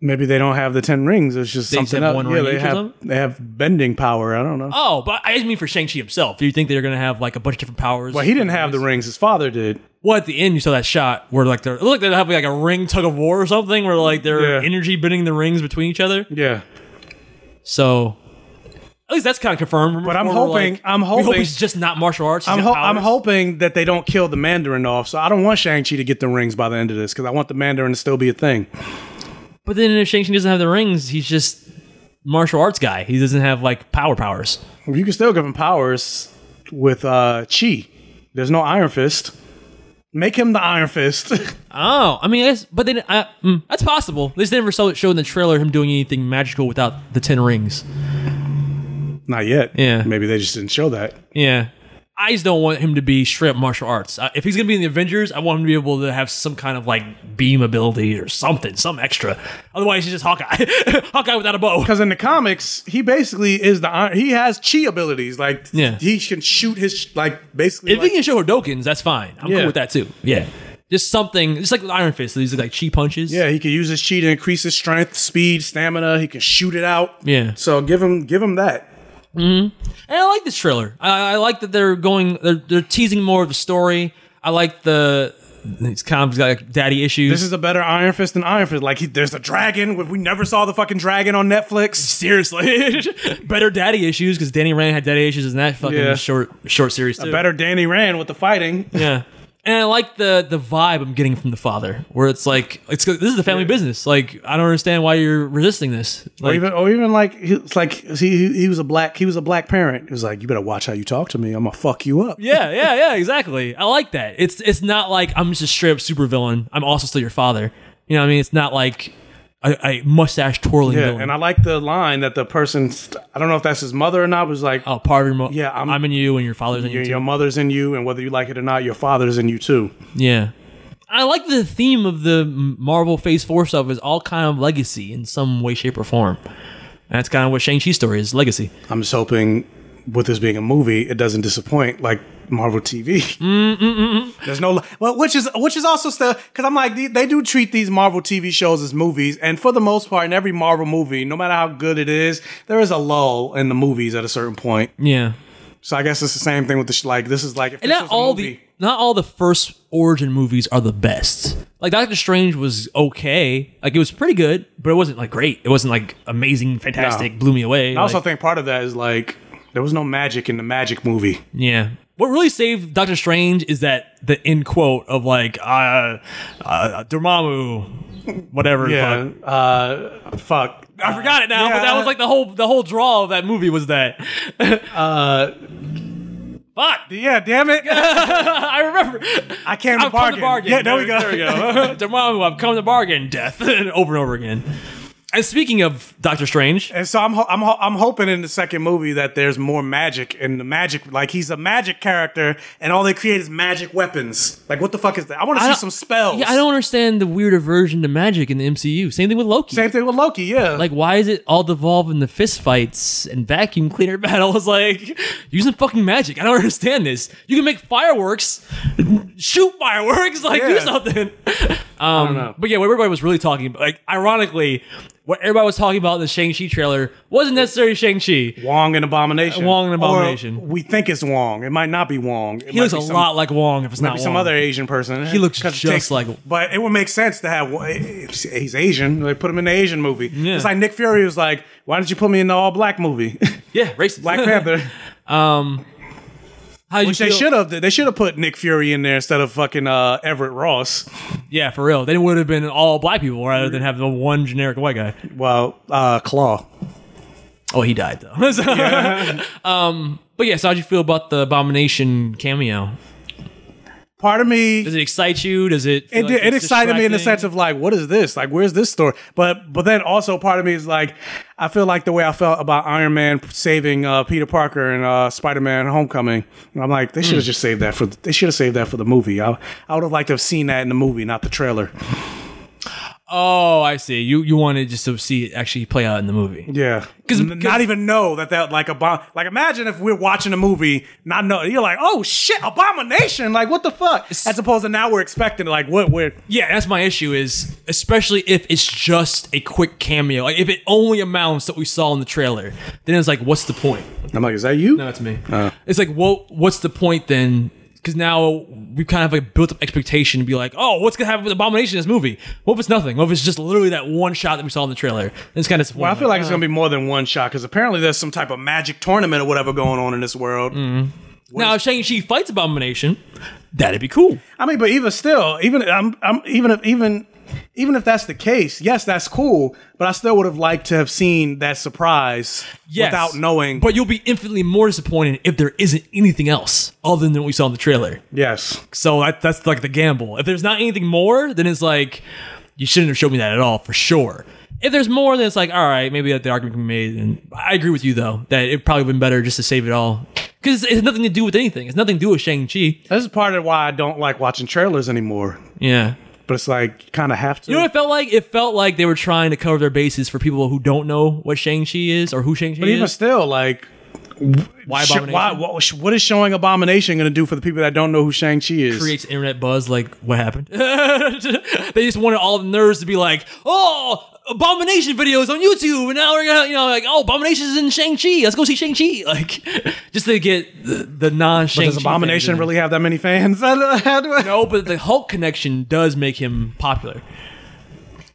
Maybe they don't have the ten rings. It's just
They just
something
have
else.
one
yeah,
ring
they
each or
have
something?
they have bending power. I don't know.
Oh, but I just mean for Shang Chi himself. Do you think they're gonna have like a bunch of different powers?
Well, he didn't have the rings. His father did.
Well, at the end, you saw that shot where like they're look they have like a ring tug of war or something where like they're
Yeah.
energy bending the rings between each other.
Yeah.
So at least that's kind of confirmed.
But I'm
Before we're
hoping- I'm
we hope
hoping-
he's just not martial arts. he's
I'm,
got
ho- I'm
powers.
hoping that they don't kill the Mandarin off. So I don't want Shang Chi to get the rings by the end of this because I want the Mandarin to still be a thing.
But then if Shang Chi doesn't have the rings, he's just martial arts guy. He doesn't have like power powers.
You can still give him powers with uh, Chi. There's no Iron Fist. Make him the Iron Fist.
Oh, I mean, I guess, but then I, mm, that's possible. They just never saw it showed in the trailer him doing anything magical without the ten rings.
Not yet.
Yeah.
Maybe they just didn't show that.
Yeah. I just don't want him to be straight up martial arts. Uh, if he's gonna be in the Avengers, I want him to be able to have some kind of like beam ability or something, some extra. Otherwise, he's just Hawkeye, Hawkeye without a bow.
Because in the comics, he basically is the Iron. He has Chi abilities. Like
Yeah.
he can shoot his like basically.
If he
like-
can show Hadokens, that's fine. I'm
Yeah.
cool with that too. Yeah, just something, just like with Iron Fist, these are like chi punches.
yeah, he can use his Chi to increase his strength, speed, stamina. He can shoot it out.
yeah.
So give him give him that.
hmm And I like this trailer. I, I like that they're going, they're, they're teasing more of the story. I like the it's kind of like daddy issues.
This is a better Iron Fist than Iron Fist. Like, he, there's a dragon. We- We never saw the fucking dragon on Netflix.
seriously better daddy issues because Danny Rand had daddy issues in that fucking
Yeah.
short short series too.
A better Danny Rand with the fighting.
yeah. And I like the the vibe I'm getting from the father, where it's like it's this is the family business. Like I don't understand why you're resisting this.
or
Like,
even, or even like, he- it's like he he was a black he was a black parent. He was like, you better watch how you talk to me. I'm gonna fuck you up.
yeah, yeah, yeah, exactly. I like that. It's it's not like I'm just a straight up supervillain. I'm also still your father. You know what I mean? It's not like a, a mustache twirling
Yeah,
villain.
and I like the line that the person I don't know if that's his mother or not was like,
oh, part of your mo-
yeah, I'm,
I'm in you and your father's in you.
your,
too.
your mother's in you, and whether you like it or not, your father's in you too.
Yeah. I like the theme of the Marvel Phase 4 stuff is all kind of legacy in some way, shape, or form. And that's kind of what Shang-Chi's story is, legacy.
I'm just hoping with this being a movie, it doesn't disappoint like Marvel TV. mm, There's no well, which is which is also still because I'm like they, they do treat these Marvel TV shows as movies, and for the most part, in every Marvel movie, no matter how good it is, there is a lull in the movies at a certain point.
Yeah.
So I guess it's the same thing with this. Like this is like if
And
this
not
was a
all the
movie-
not all the first origin movies are the best. Like Doctor Strange was okay. Like it was pretty good, but it wasn't like great. It wasn't like amazing, fantastic, blew me away.
I also
Like,
think part of that is like there was no magic in the magic movie.
yeah. What really saved Doctor Strange is that the end quote of like uh, uh Dormammu whatever fuck.
Yeah, uh, fuck.
I forgot it now, but that was like the whole the whole draw of that movie was that.
Uh,
Fuck,
yeah, damn it.
I remember.
I can't
I've come to bargain.
Yeah, there we go.
There we go. Dormammu, I've come to bargain. Death, and over and over again. And speaking of Doctor Strange,
And so I'm ho- I'm ho- I'm hoping in the second movie that there's more magic and the magic like he's a magic character and all they create is magic weapons. Like what the fuck is that? I want to see
don't-
some spells.
yeah, I don't understand the weird aversion to magic in the MCU. Same thing with Loki.
Same thing with Loki. Yeah.
Like, why is it all devolved into fist fights and vacuum cleaner battles? Like, using fucking magic. I don't understand this. You can make fireworks, shoot fireworks, like, do
Yeah.
something. Um,
know.
But yeah, what everybody was really talking about, like, ironically, what everybody was talking about in the Shang Chi trailer wasn't necessarily Shang Chi.
Wong and Abomination.
Wong and Abomination.
Or we think it's Wong. It might not be Wong. It
he
might
looks
be
a
some-
lot like Wong. If it's
might
not
be some
Wong.
other Asian person.
He looks
'Cause it
just
takes-
like.
But it would make sense to have. He's he's Asian. They put him in the Asian movie. It's like Nick Fury was like, "Why didn't you put me in the all black movie?"
yeah, racist.
Black Panther.
um, how
Which they should have. They should have put Nick Fury in there instead of fucking uh, Everett Ross.
Yeah, for real. They would have been all black people rather than have the one generic white guy.
Well, uh, Claw.
Oh, he died though. So- um, but yeah, so how'd you feel about the Abomination cameo?
Part of me
does it excite you? Does it? feel
It,
like
did, it
it's
excited me in the
distracting?
sense of like, what is this? Like, where's this story? But but then also part of me is like, I feel like the way I felt about Iron Man saving uh, Peter Parker and uh, Spider Man Homecoming. And I'm like, they should have
Mm.
just saved that for they should have saved that for the movie. I I would have liked to have seen that in the movie, not the trailer.
Oh, I see. You you wanted just to see it actually play out in the movie.
Yeah, because not even know that that like a bomb. Like, imagine if we're watching a movie, not know you're like, oh shit, abomination! Like, what the fuck? As opposed to now we're expecting like what we're
Yeah, that's my issue. Is especially if it's just a quick cameo. Like if it only amounts that we saw in the trailer, then it's like, what's the point?
I'm like, is that you?
No, it's me. It's like, well, what's the point then? Because now we kind of like built up expectation to be like, oh, what's gonna happen with Abomination in this movie? What if it's nothing? What if it's just literally that one shot that we saw in the trailer? It's kind of disappointing.
Well, I feel like it's gonna
Uh-huh.
be more than one shot because apparently there's some type of magic tournament or whatever going on in this world.
Mm. now if Shang Chi fights Abomination, that'd be cool.
I mean, but even still, even I'm, I'm even if even even if that's the case, yes, that's cool. But I still would have liked to have seen that surprise
Yes.
without knowing.
But you'll be infinitely more disappointed if there isn't anything else other than what we saw in the trailer.
Yes.
So that, that's like the gamble. If there's not anything more, then it's like you shouldn't have showed me that at all for sure. If there's more, then it's like all right, maybe that the argument can be made. And I agree with you though that it probably been better just to save it all because it has nothing to do with anything. It's nothing to do with Shang Chi.
This is part of why I don't like watching trailers anymore.
Yeah.
But it's like you kind of have to.
You know what it felt like? It felt like they were trying to cover their bases for people who don't know what Shang Chi is or who Shang Chi
But
is.
even still, like
why
sh- why,
abomination
what, what is showing Abomination going to do for the people that don't know who Shang Chi is?
creates internet buzz like what happened? they just wanted all the nerds to be like, oh, abomination videos on YouTube, and now we're gonna, you know, like, oh, abominations in Shang Chi. Let's go see Shang Chi. Like, just to get the, the non
but
Shang.
does Abomination really have that many fans? no,
but the Hulk connection does make him popular,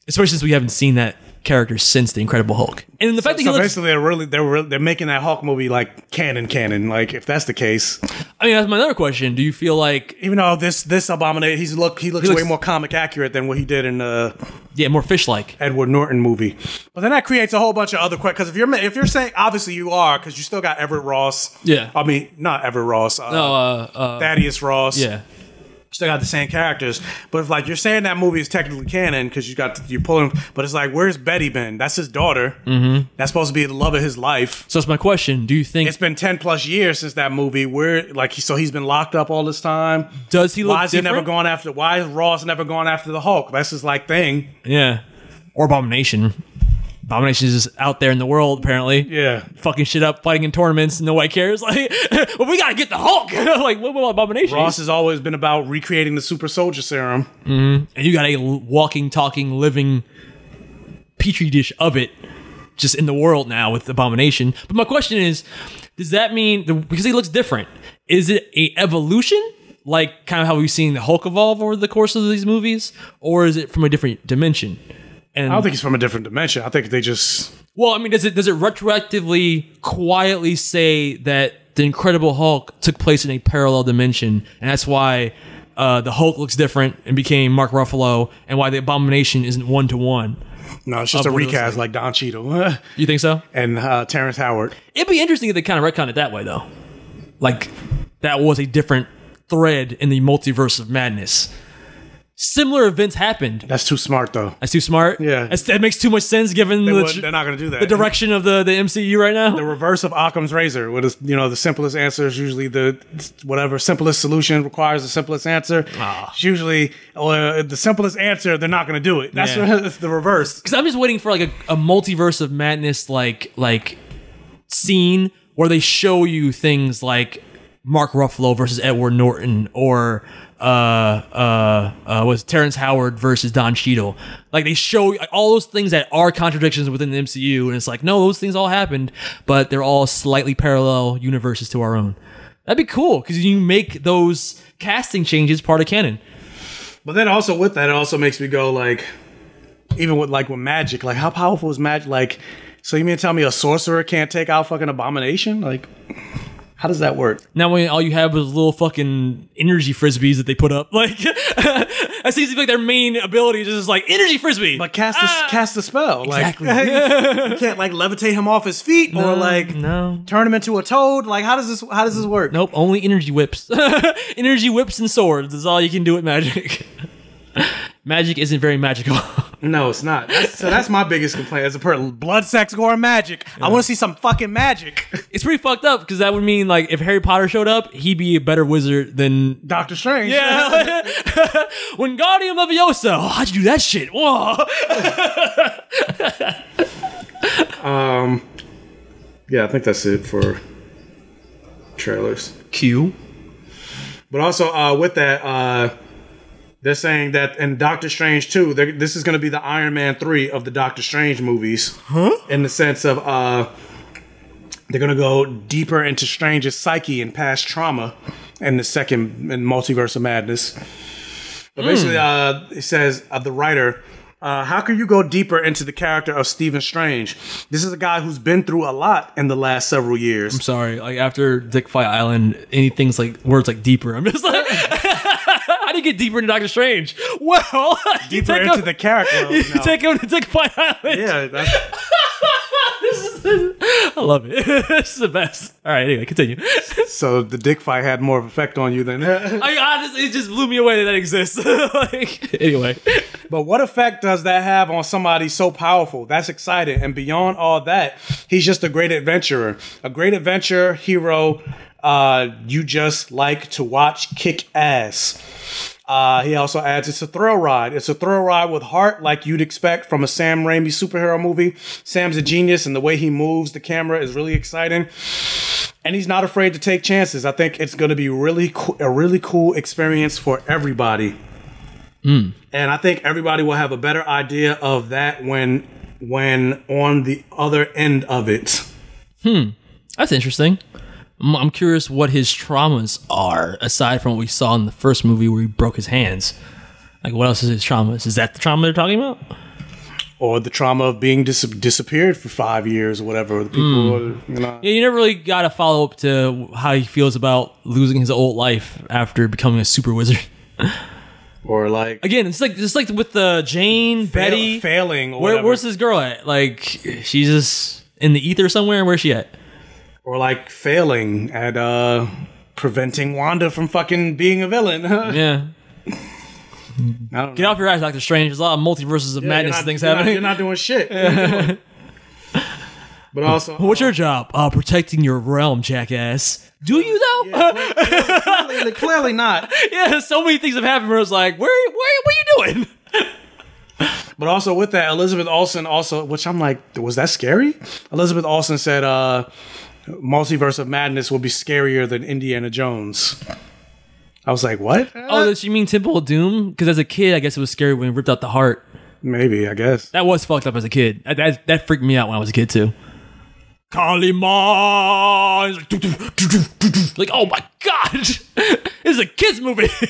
especially since we haven't seen that character since the Incredible Hulk. And the fact that he
so
looks-
basically they're really they're really, they're making that Hulk movie like canon canon. Like if that's the case,
I mean that's my other question. Do you feel like
even though this this abomination he's look he looks,
He looks-
way more comic accurate than what he did in the
yeah more fish like
Edward Norton movie. But then that creates a whole bunch of other questions because if you're ma- if you're saying obviously you are because you still got Everett Ross.
Yeah.
I mean not Everett Ross. Uh,
No, uh, uh,
Thaddeus Ross.
Yeah.
Still got the same characters, but if like you're saying that movie is technically canon because you got you're pulling, but it's like where's Betty been? That's his daughter.
Mm-hmm.
That's supposed to be the love of his life.
So that's my question. Do you think
it's been ten plus years since that movie? Where like he- so he's been locked up all this time.
Does he look
Why is he never
different?
gone after? Why is Ross never gone after the Hulk? That's his like thing.
Yeah. Or Abomination. Abomination is just out there in the world, apparently.
Yeah.
Fucking shit up, fighting in tournaments, nobody cares. Like, well, we gotta get the Hulk. like, what about Abomination?
Ross has always been about recreating the super soldier serum.
Mhm. And you got a l- walking, talking, living petri dish of it just in the world now with Abomination. But my question is, does that mean the, because he looks different? Is it a evolution? Like kind of how we've seen the Hulk evolve over the course of these movies, or is it from a different dimension? And
I don't think he's from a different dimension. I think they just
Well, I mean, does it does it retroactively quietly say that the Incredible Hulk took place in a parallel dimension, and that's why uh, the Hulk looks different and became Mark Ruffalo, and why the Abomination isn't one to one?
no, it's just
Of
a
what it was
recast like Don Cheadle.
you think so?
And uh, Terrence Howard.
It'd be interesting if they kind of retconned it that way, though. Like that was a different thread in the multiverse of madness. Similar events happened.
That's too smart, though.
That's too smart. Yeah, that makes too much sense given
They
the,
wouldn't- they're not going to do that.
the direction of the, the MCU right now.
The reverse of Occam's razor, what is you know the simplest answer is usually the whatever simplest solution requires the simplest answer.
Ah.
It's usually uh, the simplest answer, they're not going to do it. That's
Yeah.
it's the reverse.
because I'm just waiting for like a, a multiverse of madness like like scene where they show you things like Mark Ruffalo versus Edward Norton or uh uh, uh was Terrence Howard versus Don Cheadle. Like they show like, all those things that are contradictions within the MCU, and it's like no, those things all happened, but they're all slightly parallel universes to our own. That'd be cool because you make those casting changes part of canon.
But then also with that, it also makes me go like, even with like with magic, like how powerful is magic? Like, so you mean to tell me a sorcerer can't take out fucking abomination? Like, how does that work?
Now when all you have is little fucking energy frisbees that they put up, like that seems to be like their main ability is just like energy frisbee.
But cast a, cast a spell,
Ah. Exactly.
like you can't like levitate him off his feet or like
no.
turn him into a toad. Like how does this how does this work?
Nope, only energy whips. energy whips and swords is all you can do with magic. magic isn't very magical.
No, it's not. That's, so that's my biggest complaint as a person. Blood, sex, gore, and magic. I want to see some fucking magic.
it's pretty fucked up because that would mean like if Harry Potter showed up, he'd be a better wizard than
Doctor Strange.
Yeah. when Guardian Leviosa, oh, how'd you do that shit? Whoa.
Um. Yeah, I think that's it for trailers.
Q.
But also uh, with that, uh, they're saying that in Doctor Strange 2, they're- this is going to be the Iron Man 3 of the Doctor Strange movies. Huh? In the sense of uh, they're going to go deeper into Strange's psyche and past trauma in the second in Multiverse of Madness. But
Hmm.
basically, uh, it says of the writer, uh, how can you go deeper into the character of Stephen Strange? This is a guy who's been through a lot in the last several years.
I'm sorry. Like after Dick Fight Island, anything's like words like deeper. I'm just like, how do you get deeper into Doctor Strange? Well, you
Deeper
take
into
him,
the character.
you
No.
take him to Dick Fight Island.
yeah, that's,
I love it. this is the best. All right. Anyway, continue.
so the dick fight had more of effect on you than.
I honestly, it just blew me away that that exists. like, anyway,
but what effect does that have on somebody so powerful? That's exciting, and beyond all that, he's just a great adventurer, a great adventure hero. Uh, you just like to watch kick ass. Uh, he also adds it's a thrill ride. It's a thrill ride with heart, like you'd expect from a Sam Raimi superhero movie. Sam's a genius, and the way he moves the camera is really exciting. And he's not afraid to take chances. I think it's going to be really coo- a really cool experience for everybody. And I think everybody will have a better idea of that when when on the other end of it.
that's interesting. I'm, I'm curious what his traumas are aside from what we saw in the first movie where he broke his hands. Like, what else is his traumas? Is that the trauma they're talking about?
Or the trauma of being dis- disappeared for five years or whatever. The people, you know.
Yeah, you never really got a follow up to how he feels about losing his old life after becoming a super wizard.
or like
Again, it's like it's like with uh, Jane, Betty,
failing or
Where,
whatever.
where's this girl at? Like, she's just in the ether somewhere. Where's she at?
or like failing at uh preventing Wanda from fucking being a villain. I
Yeah,
don't
get
know.
off your ass, Doctor Strange. There's a lot of multiverses of
Yeah,
madness
you're not-
things
you're not-
happening.
You're not doing shit. but also,
What's your job? Uh, protecting your realm, jackass.
Uh,
Do you though?
clearly, clearly not.
yeah, so many things have happened where it's like, where, where, what are you doing?
But also with that, Elizabeth Olsen also, which I'm like, was that scary? Elizabeth Olsen said, uh, "Multiverse of Madness will be scarier than Indiana Jones." I was like, "What?
Oh, does she mean Temple of Doom? Because as a kid, I guess it was scary when it ripped out the heart.
Maybe I guess."
That was fucked up as a kid. That that, that freaked me out when I was a kid too. Kalima, It's like, doo, doo, doo, doo, doo, doo. like oh my god, this is a kids movie.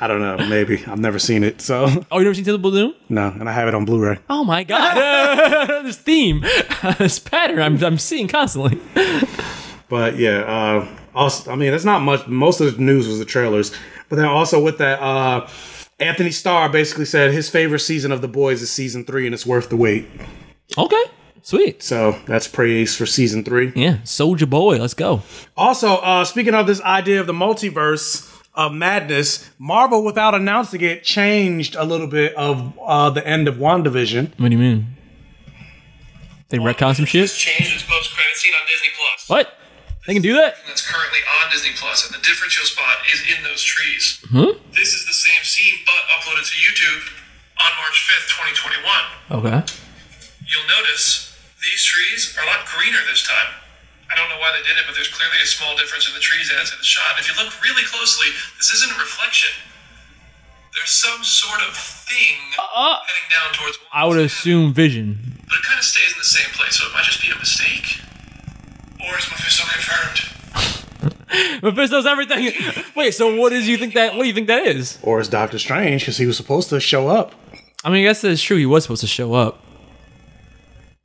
I don't know. Maybe I've never seen it, so
oh, you never seen Temple of Doom?
no. And I have it on Blu-ray.
Oh my god, this theme, this pattern I'm I'm seeing constantly.
But yeah, uh, also, I mean, that's not much. Most of the news was the trailers. But then also with that, uh, Anthony Starr basically said his favorite season of The Boys is season three, and it's worth the wait.
Okay, sweet.
So that's praise for season three.
Yeah, Soldier Boy, let's go.
Also, uh, speaking of this idea of the multiverse of madness, Marvel, without announcing it, changed a little bit of uh, the end of WandaVision.
What do you mean? They retcon some shit.
Change this post-credit scene on Disney Plus.
What? They can do that?
That's currently on Disney Plus, and the difference you'll spot is in those trees.
Hmm?
This is the same scene, but uploaded to YouTube on March 5th, 2021.
Okay.
You'll notice these trees are a lot greener this time. I don't know why they did it, but there's clearly a small difference in the trees as in the shot. If you look really closely, this isn't a reflection. There's some sort of thing heading down towards one,
Uh-uh. I would assume vision.
but it kind of stays in the same place. So it might just be a mistake, or is Mephisto confirmed?
Mephisto's everything. Wait, so what is you think that? What do you think that is?
Or is Doctor Strange because he was supposed to show up?
I mean, I guess that's true. He was supposed to show up.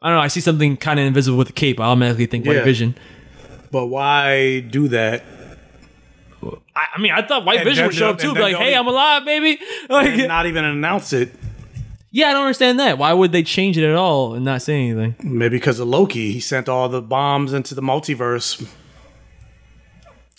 I don't know. I see something kind of invisible with a cape. I automatically think White
Yeah.
Vision.
But why do that?
I, I mean, I thought White
And
Vision would
then
show up
don't-
too.
and
Be like,
then don't
hey,
even-
I'm alive, baby. Like,
And not even announce it.
yeah, I don't understand that. Why would they change it at all and not say anything?
Maybe because of Loki, he sent all the bombs into the multiverse.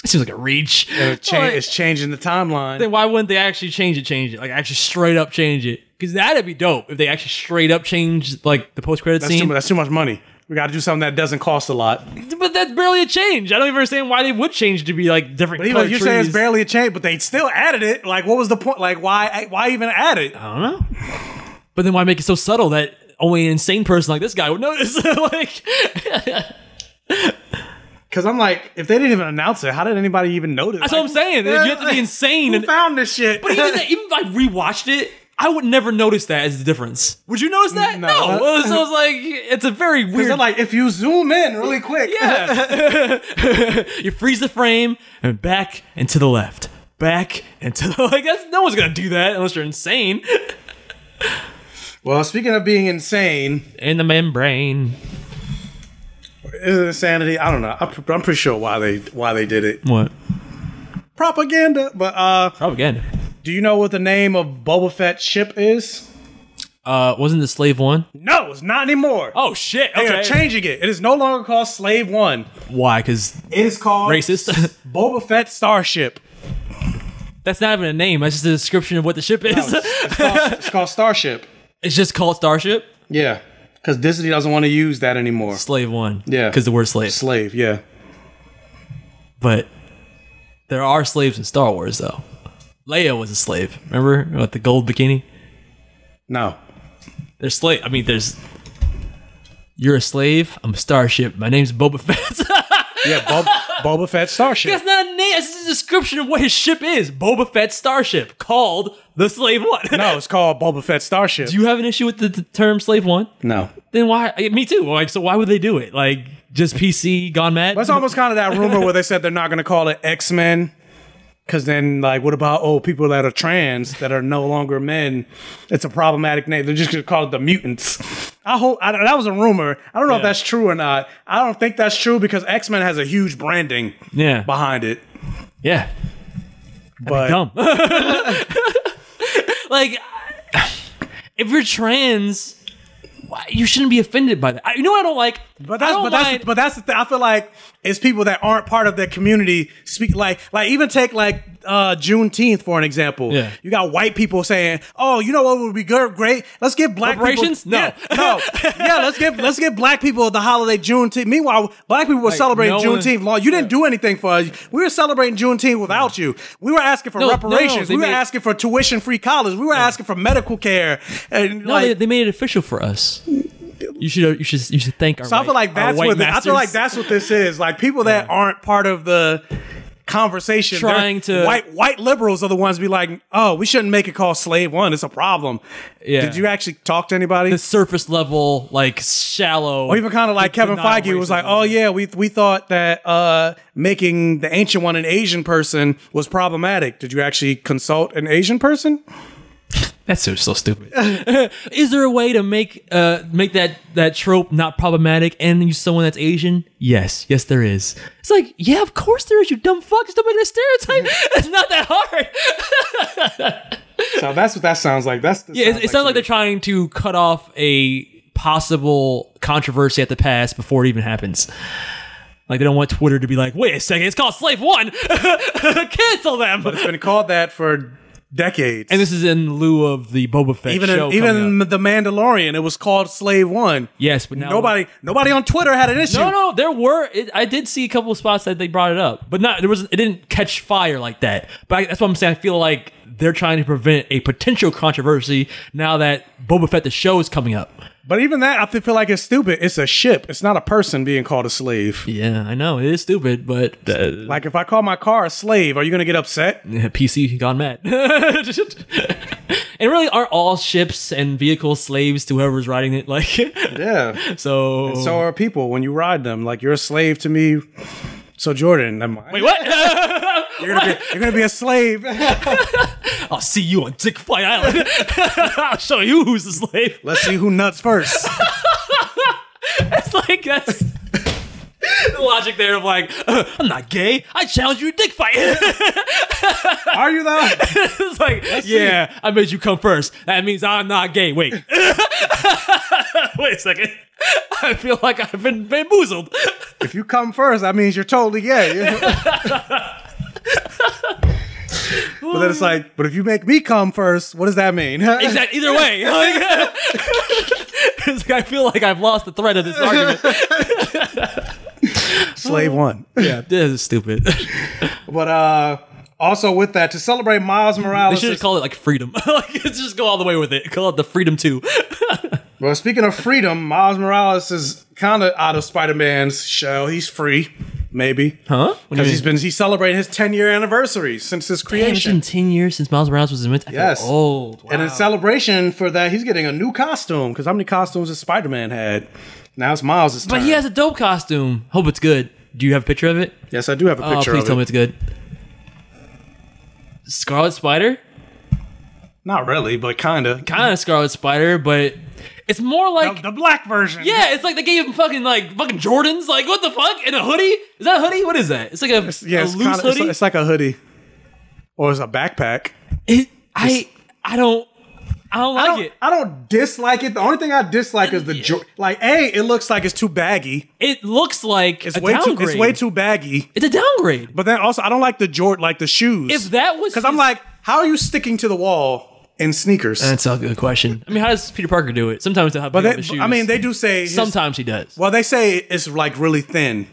It seems like a reach.
And it cha- it's changing the timeline.
Then why wouldn't they actually change it? Change it? Like actually straight up change it? Because that'd be dope if they actually straight up changed like the post credit
That's too,
scene.
mu- that's too much money. We got to do something that doesn't cost a lot.
But that's barely a change. I don't even understand why they would change to be like different.
But even,
colored
you're saying it's
trees.
barely a change, but they still added it. Like, what was the point? Like, why? Why even add it?
I don't know. But then why make it so subtle that only an insane person like this guy would notice? like,
Because I'm like, if they didn't even announce it, how did anybody even notice?
That's what I'm saying. You have to be insane.
Who found this shit?
but even, e- that, even if I rewatched it, I would never notice that as the difference. Would you notice that? No. So it's like it's a very weird.
like if you zoom in really quick,
yeah, you freeze the frame and back and to the left, back and to the like. That's, no one's gonna do that unless you're insane.
Well, speaking of being insane,
in the membrane,
is it insanity? I don't know. I'm, I'm pretty sure why they why they did it.
What?
Propaganda. But uh,
propaganda.
Do you know what the name of Boba Fett's ship is?
Uh, wasn't the slave one?
No, it's not anymore.
Oh shit!
They are
okay.
changing it. It is no longer called Slave One.
Why? Because
It is called
racist.
Boba Fett Starship.
That's not even a name. That's just a description of what the ship is.
It's called, it's called Starship.
It's just called Starship.
Yeah, because Disney doesn't want to use that anymore.
Slave one.
Yeah,
Because the word slave.
Slave. Yeah.
But there are slaves in Star Wars, though. Leia was a slave. Remember with the gold bikini?
No.
There's slave. I mean, there's. You're a slave. I'm a starship. My name's Boba Fett.
Yeah, Bob, Boba Fett Starship.
That's not a name. That's just a description of what his ship is. Boba Fett starship called the Slave One.
No, it's called Boba Fett Starship.
Do you have an issue with the, the term Slave One?
No.
Then why? I- Me too. Like, so why would they do it? Like, just PC gone mad?
That's almost kind of that rumor where they said they're not going to call it X Men. Because then, like, what about, oh, people that are trans that are no longer men? It's a problematic name. They're just going to call it the Mutants. I hope I, that was a rumor. I don't know if that's true or not. I don't think that's true because X Men has a huge branding
Yeah.
behind it.
Yeah.
But
dumb. like, if you're trans, why- you shouldn't be offended by that. I- You know what I don't like?
But that's
I don't
but that's
mind-
but that's the thing. I feel like it's people that aren't part of their community speak like like even take like uh Juneteenth for an example.
Yeah.
You got white people saying, "Oh, you know what would be good, great? Let's give black people-
Reparations? No.
yeah, no, yeah. Let's give let's give black people the holiday Juneteenth. Meanwhile, black people were
Like,
celebrating
no one-
Juneteenth. Law, you didn't do anything for us. We were celebrating Juneteenth without you. We were asking for
No, no, no,
reparations.
they
we were
made-
asking for tuition free college. We were asking for medical care. And
no,
like,
they, they made it official for us. You should you should you should thank our.
So I
white-
feel like
our
that's
white
what I feel like
masters.
that's what this is. Like people that aren't part of the conversation, they're-
Trying to-
white white liberals are the ones be like, oh, we shouldn't make it called slave one. It's a problem.
Yeah.
Did you actually talk to anybody?
the surface level, like shallow,
or even kind of like Kevin
denial
Feige was
racism.
like, "Oh yeah, we we thought that uh, making the ancient one an Asian person was problematic. Did you actually consult an Asian person?
That's so so stupid. Is there a way to make uh make that that trope not problematic and use someone that's Asian? Yes, yes, there is. It's like, yeah, of course there is. You dumb fuck, just don't make that stereotype. it's not that hard.
So that's what that sounds like. That's
Yeah, it, it sounds like they're trying to cut off a possible controversy at the past before it even happens. Like they don't want Twitter to be like, wait a second, it's called Slave One. Cancel them.
it's been called that for decades.
And this is in lieu of the Boba Fett
even
show. coming up.
even the Mandalorian, it was called Slave One.
yes, but now
nobody nobody on Twitter had an issue.
No, no, there were. It, I did see a couple of spots that they brought it up, but not there was. It didn't catch fire like that. But I, that's what I'm saying. I feel like they're trying to prevent a potential controversy now that Boba Fett the show is coming up.
But even that, I feel like it's stupid. It's a ship. It's not a person being called a slave.
Yeah, I know it is stupid, but uh,
like if I call my car a slave, are you going to get upset?
Yeah, PC gone mad. and really, aren't all ships and vehicles slaves to whoever's riding it? Like,
yeah.
So,
and so are people when you ride them. Like you're a slave to me. So Jordan, I'm
wait. What?
You're gonna, be, you're gonna be a slave.
I'll see you on Dick Fight Island. I'll show you who's the slave.
Let's see who nuts first.
it's like that's the logic there of like, uh, I'm not gay. I challenge you to dick fight.
Are you though?
it's like, Let's yeah, see. I made you come first. That means I'm not gay. Wait, wait a second. I feel like I've been bamboozled.
If you come first, that means you're totally gay. but then it's like, but if you make me come first, what does that mean?
exactly. Either way, like, like, I feel like I've lost the thread of this argument.
Slave one.
Yeah, this is stupid.
but uh, also with that, to celebrate Miles Morales,
they should just call it like freedom. like, just go all the way with it. Call it the freedom two.
well, speaking of freedom, Miles Morales is kind of out of Spider Man's shell. He's free maybe.
Huh?
Because he's been he's celebrating his 10 year anniversary since his creation.
Damn, 10 years since Miles Morales was invented.
Yes.
Old. Wow.
And in celebration for that, he's getting a new costume. Because how many costumes has Spider Man had? Now it's Miles'
But he has a dope costume. Hope it's good. Do you have a picture of it?
Yes, I do have a picture.
Oh, please
of
tell
it.
me it's good. Scarlet Spider.
Not really, but kinda.
Kinda Scarlet Spider, but it's more like
the, the, black version.
Yeah, it's like they gave him fucking like fucking Jordans. Like what the fuck? In a hoodie? Is that a hoodie? What is that? It's like a,
it's, yeah,
a
it's
loose
kinda,
hoodie.
It's, it's, like a hoodie, or it's a backpack.
It, I I don't. I don't like
I don't,
it.
I don't dislike it. The only thing I dislike is the jo- like. A, it looks like it's too baggy.
It looks like
it's way
downgrade.
too. It's way too baggy.
It's a downgrade.
But then also, I don't like the jort, like the shoes.
If that was
because I'm like, how are you sticking to the wall? in sneakers.
That's a good question. I mean, how does Peter Parker do it? Sometimes they'll have
but
big
they,
shoes.
I mean, they do say his-
sometimes he does.
Well, they say it's like really thin.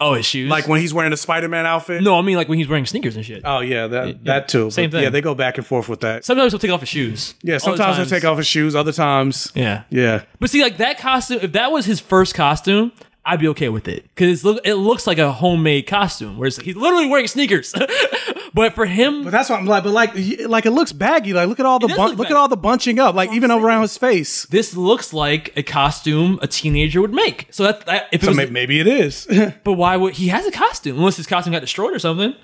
Oh, his shoes.
Like when he's wearing a Spider-Man outfit.
No, I mean like when he's wearing sneakers and shit.
Oh yeah, that that too.
Same
But,
thing.
Yeah, they go back and forth with that.
Sometimes he'll take off his shoes.
yeah,
Other
sometimes they
times-
take off his shoes. Other times,
Yeah,
yeah.
But see, like that costume. If that was his first costume. I'd be okay with it because it looks like a homemade costume. Whereas he's literally wearing sneakers, but for him,
But that's what I'm like. But like, y- like it looks baggy. Like look at all the
does
bun-
look
look, at
baggy.
all the bunching up. Like even around his face.
this looks like a costume a teenager would make. So that, that if it
So
was,
may- maybe it is.
But why would he has a costume unless his costume got destroyed or something?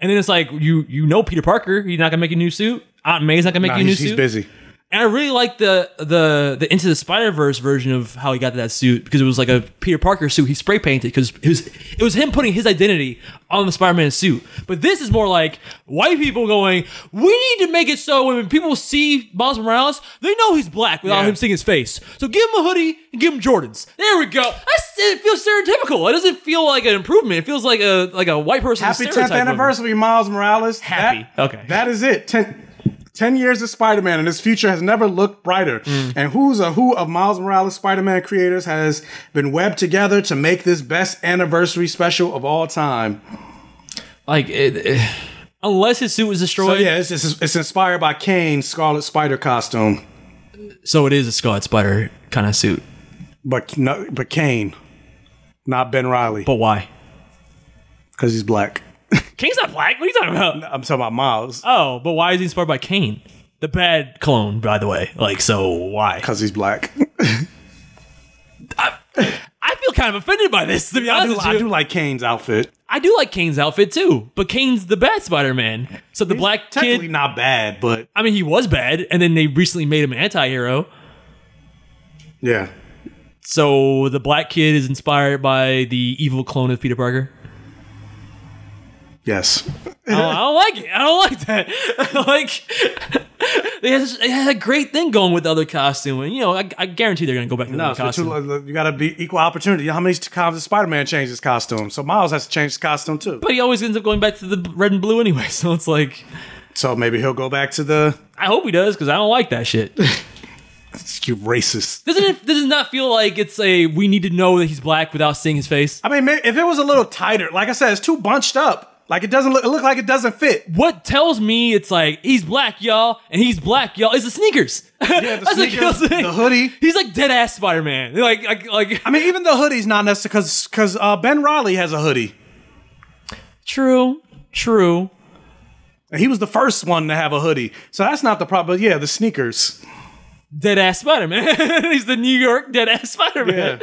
And then it's like you you know Peter Parker, he's not gonna make a new suit. Aunt May's not gonna make
Nah,
you a new
he's,
suit.
he's busy.
And I really like the the the Into the Spider Verse version of how he got that suit because it was like a Peter Parker suit he spray painted because it was it was him putting his identity on the Spider Man suit. But this is more like white people going, we need to make it so when people see Miles Morales, they know he's black without
Yeah.
him seeing his face. So give him a hoodie and give him Jordans. There we go. That's, it feels stereotypical. It doesn't feel like an improvement. It feels like a like a white person
Happy 10th anniversary, Miles Morales.
Happy.
That-
Okay.
That is it. 10, 10 years of Spider Man, and his future has never looked brighter.
Mm.
And who's a who of Miles Morales Spider Man creators has been webbed together to make this best anniversary special of all time.
Like it, it- unless his suit was
So,
destroyed,
yeah, it's, it's, it's inspired by Kane's Scarlet Spider costume,
so it is a Scarlet Spider kind of suit.
but, no, but Kane, not Ben Riley,
But why?
because he's black.
Kane's not black. What are you talking about?
I'm talking about Miles,
Oh, but why is he inspired by Kane? The bad clone, by the way. Like, so why?
because he's black.
I feel kind of offended by this. To be
I
honest
do,
with
I
you,
do like Kane's outfit.
I do like Kane's outfit too, but Kane's the bad Spider-Man. So the black
Technically,
kid.
not bad, but
I mean, he was bad, and then they recently made him an anti-hero.
yeah.
So the black kid is inspired by the evil clone of Peter Parker.
Yes.
I don't, I don't like it. I don't like that. like they had, they had a great thing going with the other costume, and you know, I, I guarantee they're gonna go back to the
No,
other
so
costume.
two, you gotta be equal opportunity. You know How many times has Spider Man changed his costume? So Miles has to change his costume too.
but he always ends up going back to the red and blue anyway. So it's like,
So maybe he'll go back to the
I hope he does because I don't like that shit.
you racist.
Doesn't it? Does it not feel like it's a we need to know that he's black without seeing his face?
I mean, may- if it was a little tighter, like I said, it's too bunched up. Like it doesn't look. It look like it doesn't fit.
What tells me it's like he's black, y'all, and he's black, y'all. Is the sneakers?
Yeah, the
That's what
sneakers,
kills me.
the hoodie.
He's like dead ass Spider Man. Like, like, like.
I mean, even the hoodie's not necessary because because uh, Ben Riley has a hoodie.
True, true.
And he was the first one to have a hoodie, so that's not the problem. But yeah, the sneakers.
Dead ass Spider Man. he's the New York dead ass Spider Man.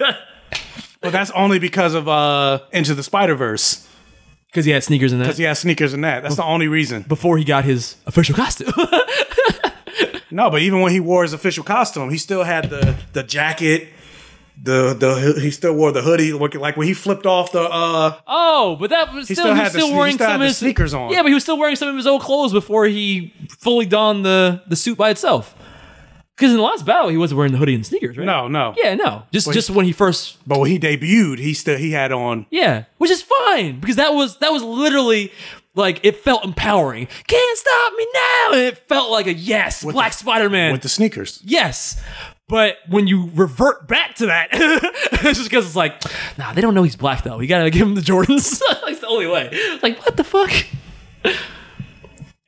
But that's only because of uh Into the Spider Verse.
Because he had sneakers in that.
Because he has sneakers in that. That's the only reason.
Before he got his official costume.
No, but even when he wore his official costume, he still had the the jacket. The the he still wore the hoodie. Like like when he flipped off the uh
oh, but that was
He
still,
still
he
had
was
the
still
sne- he
wearing
still had
some
the
of his
sneakers on.
Yeah, but he was still wearing some of his old clothes before he fully donned the the suit by itself. Because in the last battle, he wasn't wearing the hoodie and sneakers, right?
no no
Yeah, no. Just
Wait.
just when he first
But when he debuted, he still he had on
Yeah, which is fine because that was that was literally like it felt empowering. Can't stop me now, and it felt like a yes, Black Spider Man.
with the sneakers.
yes, but when you revert back to that, it's just because it's like, nah, they don't know he's black though. We gotta give him the Jordans. It's the only way. Like what the fuck?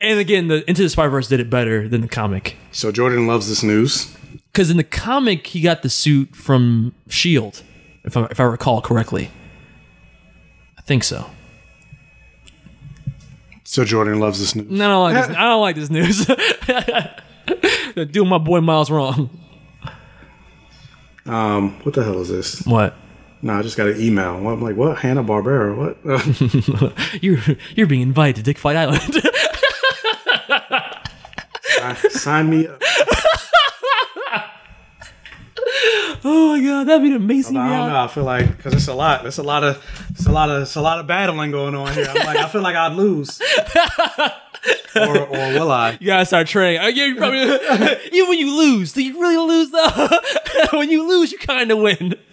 And again, the Into the Spider Verse did it better than the comic
So Jordan loves this news.
because in the comic he got the suit from Shield, E if I, if I recall correctly. I think so.
So Jordan loves this news.
No, I don't like this. I don't like this news. They're doing my boy Miles wrong.
Um, what the hell is this?
What?
No, I just got an email. I'm like, what? Hanna Barbera? What?
You're you're being invited to Dick Fight Island.
Uh, sign me up.
oh my god, that'd be an
I
amazing.
don't
reality-
know. I feel like because it's a lot. It's a lot of it's a lot of it's a lot of battling going on here. I'm like, I feel like I'd lose. or, or will I?
You gotta start training. Uh, yeah, you probably. even when you lose, do you really lose though? when you lose, you kind of win.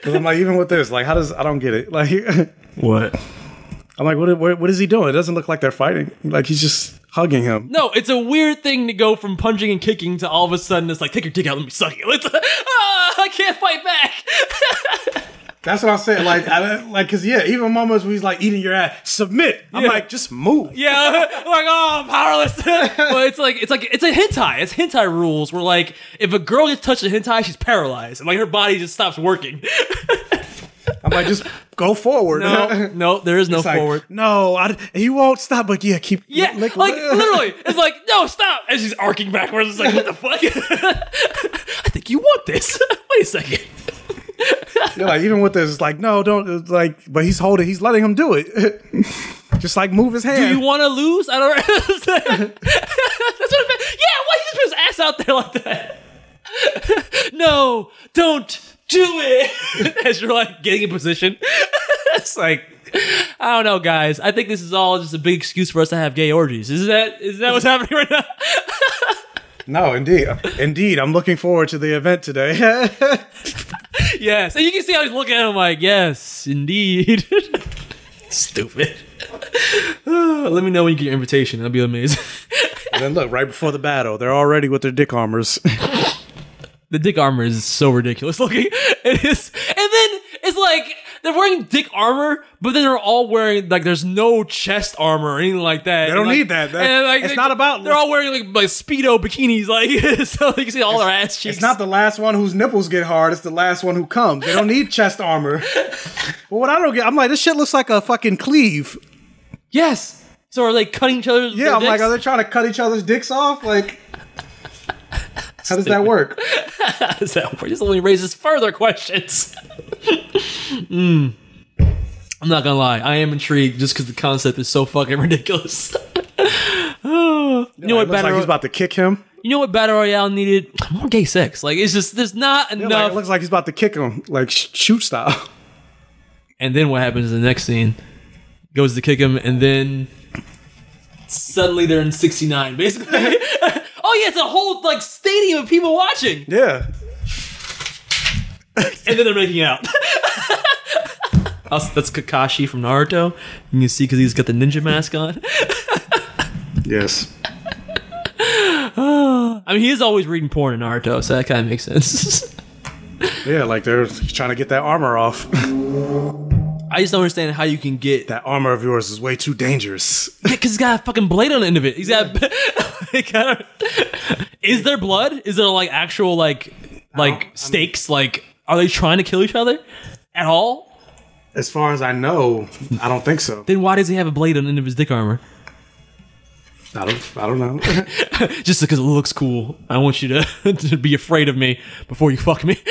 Because I'm like, even with this, like, how does I don't get it? Like, I'm
What?
like, what, what what is he doing? It doesn't look like they're fighting. Like he's just hugging him.
No, it's a weird thing to go from punching and kicking to all of a sudden it's like, take your dick out, let me suck it. Let's- Ah, I can't fight back.
That's what I'm saying. Like, I don't- like, cause yeah, even moments where he's like eating your ass, submit. I'm
Yeah.
like, just move.
Yeah, like oh, I'm powerless. but it's like it's like it's a hentai. It's hentai rules where like if a girl gets touched in hentai, she's paralyzed and like her body just stops working.
I'm like, just go forward.
No, no, there is no
It's like,
forward.
No, I, he won't stop. But yeah, keep.
Yeah,
lick-
like literally, it's like no, stop, and she's arcing backwards. It's like what the fuck? I think you want this. Wait a second.
Yeah, like even with this, it's like no, don't it's like. But he's holding, he's letting him do it. Just like move his
Do you
hand.
want to lose? I don't. That's what I'm, yeah, why he just put his ass out there like that? no, don't do it. As you're like getting in position, it's like I don't know, guys. I think this is all just a big excuse for us to have gay orgies. Is that is that what's happening right now?
no, indeed, indeed. I'm looking forward to the event today.
yes, and you can see how he's looking at him like, yes, indeed. Stupid. Uh, Let me know when you get your invitation. That'd be amazing.
and then look, right before the battle, they're already with their dick armors.
the dick armor is so ridiculous looking. It is, and then it's like they're wearing dick armor, but then they're all wearing like there's no chest armor or anything like that.
They don't
And, like-
need that. That-
and, like,
it's
they-
not about-
They're all wearing like, like speedo bikinis, like so you can see all their ass cheeks.
It's not the last one whose nipples get hard. It's the last one who comes. They don't need chest armor. But what I don't get, I'm like, this shit looks like a fucking cleave.
yes. So are they cutting each other's?
Yeah,
their
I'm like,
dicks?
are they trying to cut each other's dicks off? Like, how does that work?
Is that this only raises further questions. Mm. I'm not gonna lie, I am intrigued just because the concept is so fucking ridiculous. you know what?
It looks
Battle
like
Ro-
he's about to kick him.
you know what battle royale needed more gay sex like it's just there's not
Yeah,
enough
like, it looks like he's about to kick him, like sh- shoot style.
and then what happens in the next scene goes to kick him and then suddenly they're in 69 basically oh yeah it's a whole like stadium of people watching
Yeah.
and then they're making out Also, that's kakashi from naruto you can see because he's got the ninja mask on
Yes.
i mean he is always reading porn in naruto so that kind of makes sense
Yeah, like they're trying to get that armor off.
I I just don't understand how you can get
that armor of yours is way too dangerous.
because he's got a fucking blade on the end of it. He's got. he got a- is there blood? Is there like actual like like stakes? like are they trying to kill each other at all?
As far as I know, I don't think so.
Then why does he have a blade on the end of his dick armor?
I don't. I don't know.
Just because it looks cool. I want you to, to be afraid of me before you fuck me.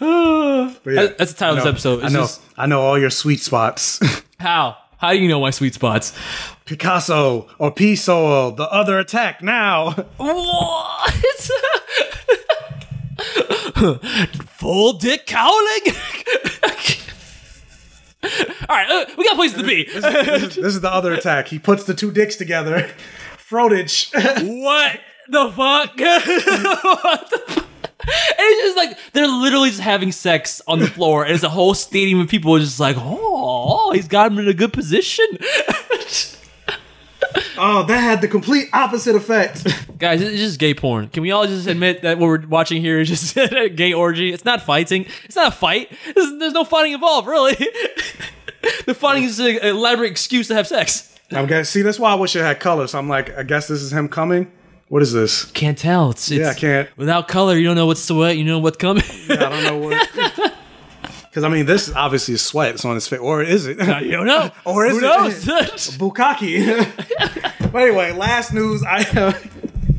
But yeah,
That- that's the title
I
of
know-
this episode.
I
It's
know.
just-
I know all your sweet spots.
How? How do you know my sweet spots?
Picasso or Piso, the other attack now.
What? Full dick cowling? All right, uh, we got places to be.
this is the other attack. He puts the two dicks together. Frodage.
what the fuck? what the fu- And it's just like they're literally just having sex on the floor, and it's a whole stadium of people just like, oh, he's got him in a good position.
oh, that had the complete opposite effect.
Guys, it's just gay porn. Can we all just admit that what we're watching here is just a gay orgy? It's not fighting. It's not a fight. There's, there's no fighting involved, really. the fighting is an elaborate excuse to have sex.
I'm gonna see. That's why I wish it had colors. I'm like, I guess this is him coming. What is this?
Can't tell. It's,
yeah, I
it's-
can't.
Without color, you don't know what's what. You know what's coming.
Yeah, I don't know what. Because I mean, this obviously is sweat. It's on his face, or is it?
I don't know.
or
Who
is it
knows?
Bukaki? but anyway, last news. I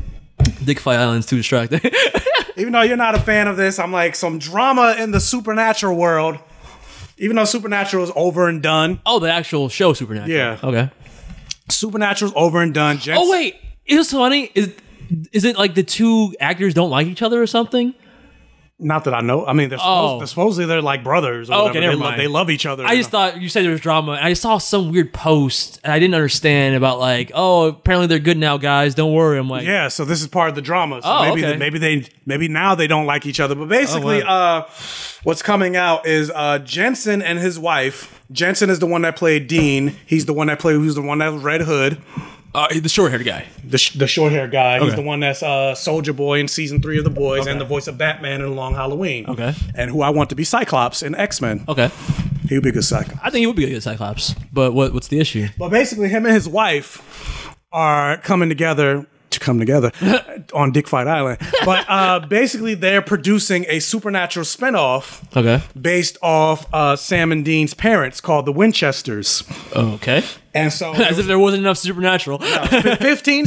Dick Fight Island's too distracting.
even though you're not a fan of this, I'm like some drama in the supernatural world. Even though supernatural is over and done.
oh, the actual show Supernatural.
Yeah.
Okay.
Supernatural's over and done. Jen-
Oh wait, it was funny. Is is it like the two actors don't like each other or something?
Not that I know. I mean, they're,
Oh.
supposed, supposedly they're like brothers. Or
Oh,
whatever.
okay, never
they,
mind.
Love, they love each other.
I just thought you said there was drama. and I saw some weird post and I didn't understand about like, oh, apparently they're good now, guys. Don't worry. I'm like,
yeah. So this is part of the drama. So
Oh,
maybe
okay. Oh,
they, maybe they maybe now they don't like each other. But basically, uh, what's coming out is uh, Jensen and his wife. Jensen is the one that played Dean. He's the one that played. Who's the one that was Red Hood?
Uh, the short haired guy.
The, sh- the short hair guy. He's
Okay.
the one that's uh, Soldier Boy in season three of The Boys and the voice of Batman in Long Halloween.
Okay.
And who I want to be Cyclops in X Men.
Okay.
He would be a good Cyclops.
I think he would be a good Cyclops. But what what's the issue?
But basically, him and his wife are coming together to come together on Dick Fight Island. But uh, basically, they're producing a supernatural spinoff
Okay.
based off uh, Sam and Dean's parents called the Winchesters.
Okay.
And so,
As if there wasn't enough supernatural.
15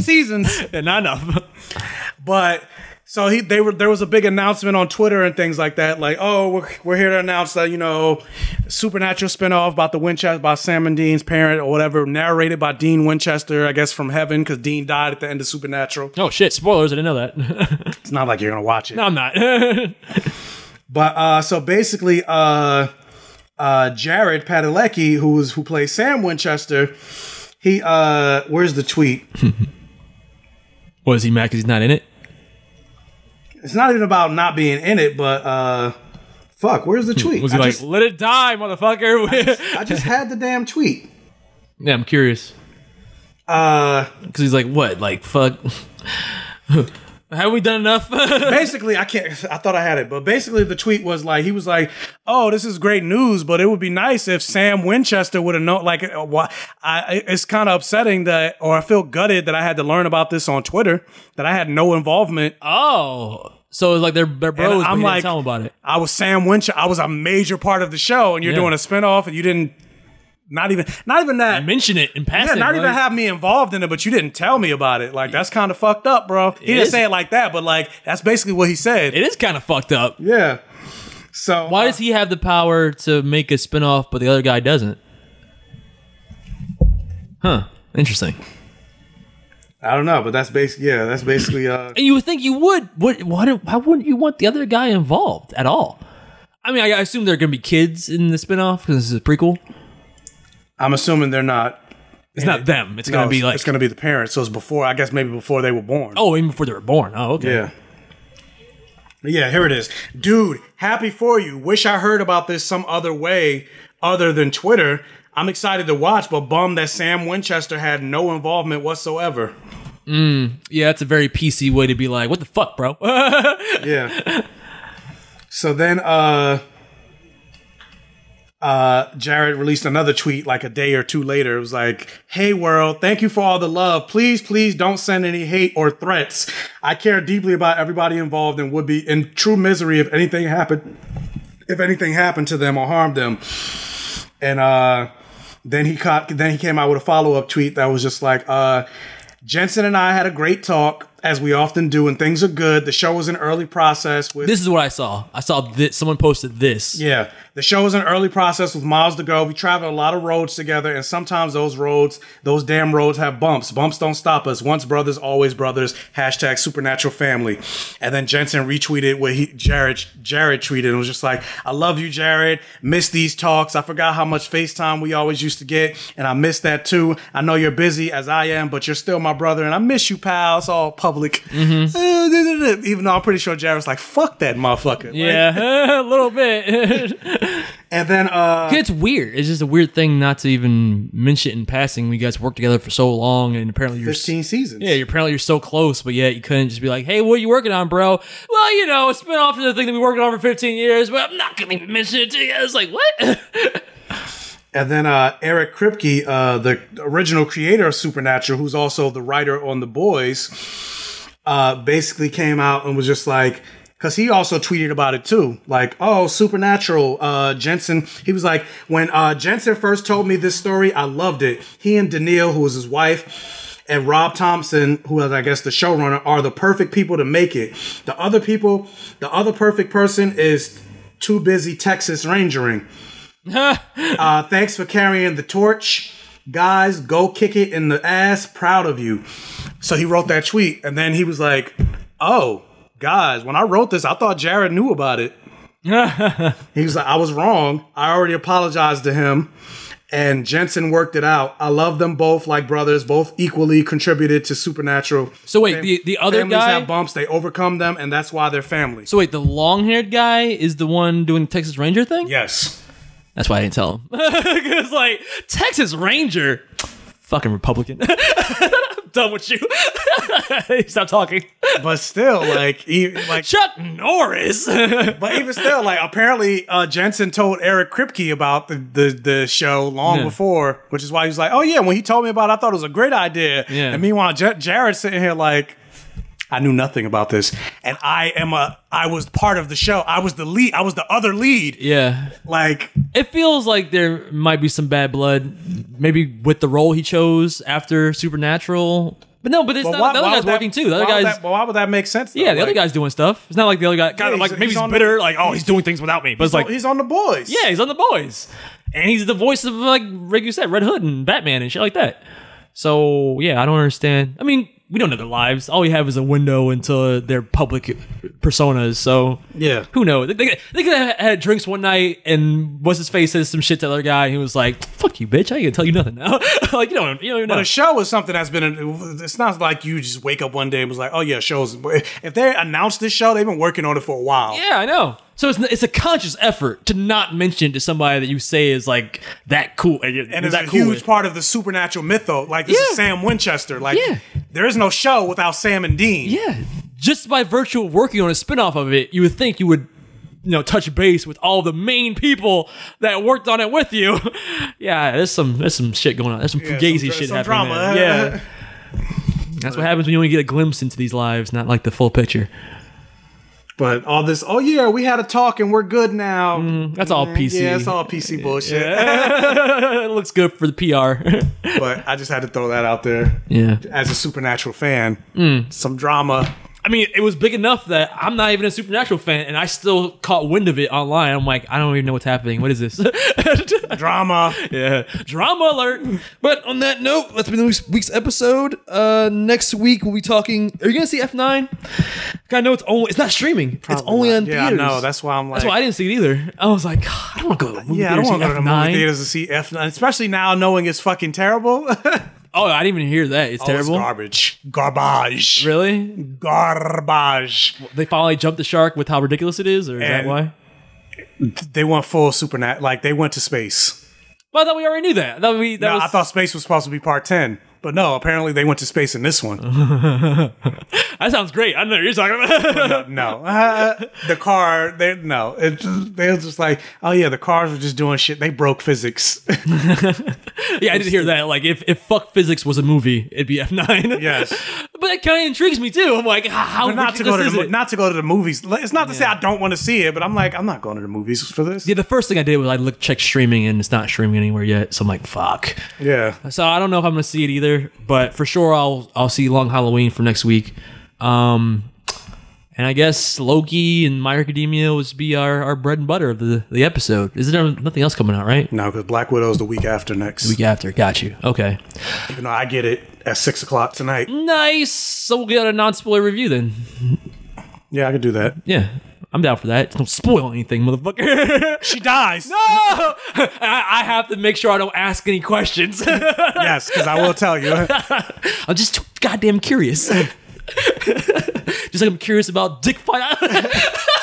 seasons.
Not enough.
But so he they were there was a big announcement on Twitter and things like that, like oh we're, we're here to announce that you know supernatural spinoff about the Winchester by Sam and Dean's parent or whatever, narrated by Dean Winchester, I guess from heaven because Dean died at the end of Supernatural.
Oh shit! Spoilers. I didn't know that.
It's not like you're gonna watch it.
no, I'm not.
But uh, so basically, uh, uh, Jared Padalecki, who was who plays Sam Winchester, he uh, where's the tweet?
what is he mad because he's not in it?
It's not even about not being in it, but uh, fuck, where's the tweet?
Hmm. Was he
I
like,
just-
let it die, motherfucker?
I just had the damn tweet.
yeah, I'm curious.
Uh,
Because he's like, what? Like, fuck. Have we done enough?
basically, I can't. I thought I had it, but basically, the tweet was like he was like, "Oh, this is great news, but it would be nice if Sam Winchester would have known." Like, uh, why? I it's kind of upsetting that, or I feel gutted that I had to learn about this on Twitter that I had no involvement.
oh. So it's like they're, they're bros, but
I'm
I'm
like-
like, tell him about it.
I was Sam Winchester. I was a major part of the show, and you're
Yeah.
doing a spinoff, and you didn't. Not even, not even that.
Mention it in
Yeah,
passing.
not even
like-
have me involved in it, but you didn't tell me about it. Like that's kind of fucked up, bro. He didn't
is.
say it like that, but like that's basically what he said.
It is kind of fucked up.
Yeah. So
Why does he have the power to make a spinoff, but the other guy doesn't? Huh. Interesting.
I don't know, but that's basically yeah, that's basically uh
And you would think you would. What? Why, do- why wouldn't you want the other guy involved at all? I mean, I, I assume there are going to be kids in the spinoff because this is a prequel.
I'm assuming they're not
It's not them. It's
no,
going to be like,
it's gonna be the parents. So it's before I guess maybe before they were born.
oh, even before they were born. Oh, okay.
Yeah. Yeah, here it is. Dude, happy for you. Wish I heard about this some other way other than Twitter. I'm excited to watch, but bummed that Sam Winchester had no involvement whatsoever.
Yeah, that's a very PC way to be like, what the fuck, bro?
Yeah. So then uh uh, Jared released another tweet like a day or two later. It was like, "Hey world, thank you for all the love. Please, please don't send any hate or threats. I care deeply about everybody involved and would be in true misery if anything happened, if anything happened to them or harmed them." And uh, then he caught, then he came out with a follow up tweet that was just like, uh, "Jensen and I had a great talk." As we often do, and things are good. The show was an early process. With
This is what I saw. I saw that someone posted this.
yeah. The show was an early process with Miles to go. We traveled a lot of roads together, and sometimes those roads, those damn roads, have bumps. Bumps don't stop us. Once brothers, always brothers. Hashtag supernatural family. And then Jensen retweeted what he Jared Jared tweeted and was just like, I love you, Jared. Miss these talks. I forgot how much FaceTime we always used to get, and I miss that too. I know you're busy as I am, but you're still my brother, and I miss you, pal. It's all public. Even though I'm pretty sure Jared's like, fuck that motherfucker. Like,
Yeah, a little bit.
and then uh
it's weird. It's just a weird thing not to even mention it in passing. when You guys worked together for so long, and apparently you're
15 seasons.
Yeah, you're apparently you're so close, but yet you couldn't just be like, "Hey, what are you working on, bro?" Well, you know, it's been off to the thing that we worked on for 15 years, but I'm not gonna mention it to you. It's like what?
And then uh, Eric Kripke, uh, the original creator of Supernatural, who's also the writer on The Boys, uh, basically came out and was just like, because he also tweeted about it too. Like, oh, Supernatural, uh, Jensen. He was like, when uh, Jensen first told me this story, I loved it. He and Daniil, who was his wife, and Rob Thompson, who is I guess the showrunner, are the perfect people to make it. The other people, the other perfect person is too busy Texas Rangering. Uh, thanks for carrying the torch. Guys, go kick it in the ass. Proud of you. So he wrote that tweet, and then he was like, Oh, guys, when I wrote this, I thought Jared knew about it. he was like, I was wrong. I already apologized to him. And Jensen worked it out. I love them both like brothers, both equally contributed to Supernatural.
So wait, the- the other
families
guy-
have bumps, they overcome them, and that's why they're family.
so wait, the long-haired guy is the one doing the Texas Ranger thing.
Yes,
that's why I didn't tell him. Because like Texas Ranger, fucking Republican. I'm done with you. Stop talking.
But still, like, e- like
Chuck Norris.
but even still, like apparently uh, Jensen told Eric Kripke about the, the, the show long
Yeah.
before, which is why he was like, "Oh yeah," when he told me about, it, I thought it was a great idea.
Yeah.
And meanwhile, J- Jared's sitting here like, "I knew nothing about this, and I am a I was part of the show. I was the lead. I was the other lead.
Yeah.
Like
it feels like there might be some bad blood, maybe with the role he chose after Supernatural. But no, but it's not, the other guy's
would that-
working too. The other
why would
guy's
that- why would that make sense? though?
yeah, the other
Like,
guy's doing stuff. It's not like the other guy, kind
Yeah,
of like
he's-
maybe
he's
he's,
on the-
bitter, like oh he's doing things without me. But it's
on-
like
he's on the boys.
yeah, he's on the boys, and he's the voice of like like you said, Red Hood and Batman and shit like that. So yeah, I don't understand. I mean, we don't know their lives. All we have is a window into their public personas. So
Yeah.
who knows? They, they, they could have had drinks one night, and what's his face says some shit to the other guy, and he was like, "Fuck you, bitch! I ain't gonna tell you nothing now." like you don't, you don't even
But
know.
a show is something that's been. It's not like you just wake up one day and was like, "Oh yeah, shows." If they announced this show, they've been working on it for a while.
yeah, I know. So it's it's a conscious effort to not mention to somebody that you say is like that cool, and, you're- you're
and it's a
that cool.
huge
with.
part of the supernatural myth. Though, like this is Sam Winchester. Like there is no show without Sam and Dean.
Yeah, just by virtue of working on a spinoff of it, you would think you would. You know, touch base with all the main people that worked on it with you. yeah, there's some there's some shit going on. There's some fugazi
some dra-
shit
some
happening.
drama.
there. Yeah, that's what happens when you only get a glimpse into these lives, not like the full picture.
But all this, oh yeah, we had a talk and we're good now.
that's all PC.
Mm-hmm. Yeah, it's all PC bullshit.
it looks good for the PR.
but I just had to throw that out there.
Yeah.
As a supernatural fan, some drama.
I mean, it was big enough that I'm not even a supernatural fan, and I still caught wind of it online. I'm like, I don't even know what's happening. What is this?
drama.
Yeah, drama alert.
But on that note, that's been this week's episode. Uh, next week we'll be talking. Are you gonna see F nine? I know it's only it's not streaming. it's only on
Yeah, I
theaters.
know. That's why I'm like-
That's why I didn't see it either. I was like, God, I don't want to go to the movie
Yeah, I don't want to go to the movie theaters
theaters.
to see F9, especially now knowing it's fucking terrible.
Oh, I didn't even hear that. It's
Oh, it's
terrible.
garbage. Garbage.
Really?
Garbage.
They finally jumped the shark with how ridiculous it is, or is that
And-
why?
they went full supernat. Like they went to space.
Well, I thought we already knew that. That, we, that
no,
was
I thought space was supposed to be part ten. But no, apparently they went to space in this one.
that sounds great. I know what you're talking about.
no, Uh, the car. They no. It, just- they were just like, oh yeah, the cars were just doing shit. They broke physics.
yeah, I did hear that. Like, if, if fuck physics was a movie, it'd be F nine.
Yes,
but that kind of intrigues me too. I'm like, "Ah, how
But not to go
ridiculous
to the
is
mo-
it?
not to go to the movies. Like, It's not to say I don't want to see it, but I'm like, I'm not going to the movies for this.
Yeah, the first thing I did was I looked check streaming and it's not streaming anywhere yet. So I'm like, fuck.
Yeah.
So I don't know if I'm gonna see it either, but for sure I'll I'll see Long Halloween for next week. Um and I guess Loki and My Hero Academia was be our, our bread and butter of the, the episode. Is there nothing else coming out, right?
No, because Black Widow's the week after next.
week after, got you. Okay.
Even though I get it at six o'clock tonight.
Nice. So we'll get a non spoiler review then.
Yeah, I could do that.
Yeah. I'm down for that. Don't spoil anything, motherfucker.
she dies.
No! I, I have to make sure I don't ask any questions. yes,
because I will tell you.
I'm just too goddamn curious. just like I'm curious about dick fight.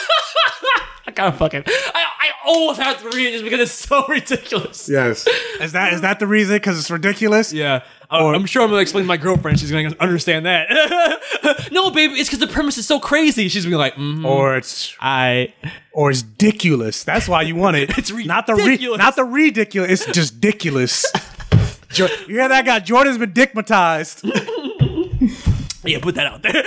I gotta fucking. I, I always have to read it just because it's so ridiculous.
Yes. Is that is that the reason? Because it's ridiculous.
Yeah. I'm sure I'm gonna explain to my girlfriend. She's gonna understand that. no, baby, it's because the premise is so crazy. She's gonna be like, mhm.
Or it's
I.
Or it's ridiculous. That's why you want it. it's not the re-
ridiculous.
not the ridiculous. It's just ridiculous. Jo- you hear that guy? Jordan's been dickmatized
yeah, put that out there.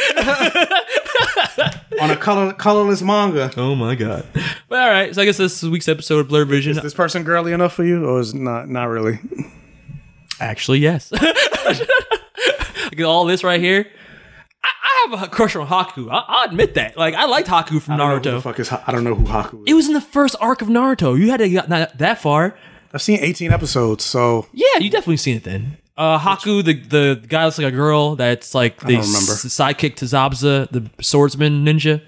on a color, colorless manga.
Oh my god. But all right, so I guess this is week's episode of Blur Vision.
Is this person girly enough for you, or is not? Not really.
Actually, yes. Look at all this right here. I, I have a crush on Haku. I, I'll admit that. Like, I liked Haku from Naruto.
fuck is I don't know who Haku is.
It was in the first arc of Naruto. You had to get not that far.
I've seen 18 episodes, so
yeah, you definitely seen it then. Uh, Haku, the the guy that's like a girl that's like
I
the
don't remember.
s- sidekick to Zabza, the swordsman ninja.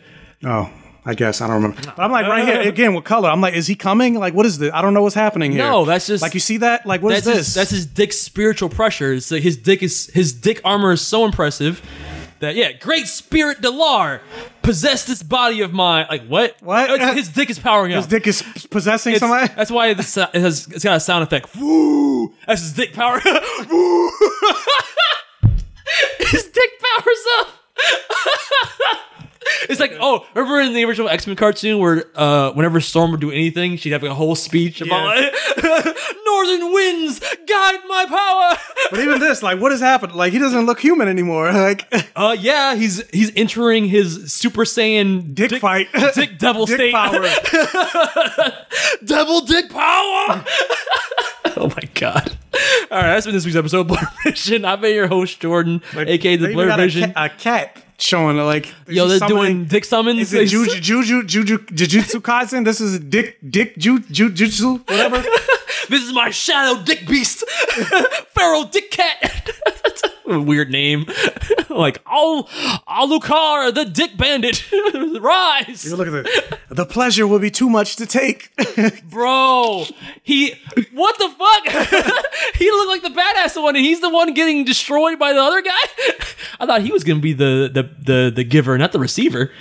Oh, I guess I don't remember. But I'm like right here again with color. I'm like, is he coming? Like, what is this? I don't know what's happening here.
No, that's just
like you see that. Like, what is
that's
this?
His, that's his dick's spiritual pressure. It's like his dick is his dick armor is so impressive that yeah, great spirit Delar possess this body of mine. Like what?
What?
It's- his dick is powering up.
His dick is possessing
It's-
somebody.
That's why the sou- it has, it's got a sound effect. Woo! That's his dick power. Woo! his dick powers up. It's like, oh, remember in the original X Men cartoon where uh, whenever Storm would do anything, she'd have like, a whole speech about Northern winds guide my power.
but even this, like, what has happened? Like, he doesn't look human anymore. Like,
Uh, yeah, he's he's entering his Super Saiyan
dick, fight,
dick devil
dick
state.
power.
devil dick power. oh my god! All right, that's been this week's episode of Blur Vision. I've been your host Jordan, aka
They
the
even
Blur
got a
Vision.
ca- A, cat showing like,
Yo, they're doing dick summons.
Is it juju, juju, juju, jujutsu kaisen? This is dick, dick, ju, ju, jujutsu, whatever.
this is my shadow dick beast, feral dick cat. Weird name, like Al Alucard, the dick bandit. Rise!
You look at the the pleasure will be too much to take.
Bro, he what the fuck? he looked like the badass one, and he's the one getting destroyed by the other guy. I thought he was gonna be the the the, the giver, not the receiver.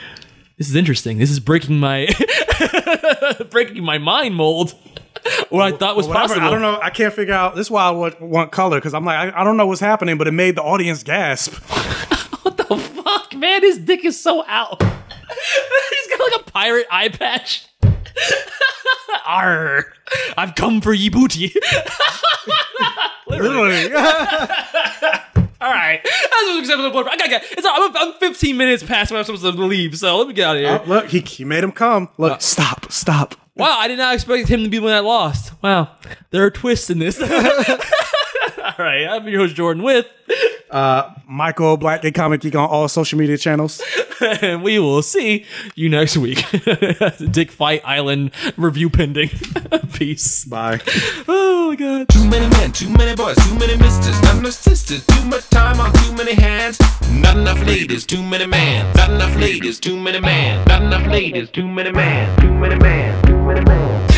This is interesting. This is breaking my breaking my mind mold. What I thought was
Whatever,
possible.
I don't know. I can't figure out. This is why I want, want color because I'm like, I, I don't know what's happening, but it made the audience gasp.
Fuck, man, his dick is so out. he's got like a pirate eye patch. Arr, I've come for ye booty.
Literally.
All right, that's what example of boyfriend. I gotta get. It's all, I'm, I'm 15 minutes past when I'm supposed to leave, so let me get out of here.
Oh, look, he, he made him come. Look, stop, stop.
wow, I did not expect him to be the one that lost. Wow, there are twists in this. all right, I'm your host Jordan with,
Uh, Michael Black Gay Comic Geek on all social media channels.
and we will see you next week. Dick Fight Island review pending. Peace.
Bye.
Oh my god.
Too many men, too many boys, too many misters, not enough sisters, too much time on too many hands, not enough ladies, too many men, not enough ladies, too many men, not enough ladies, too many men, too many men, too many men.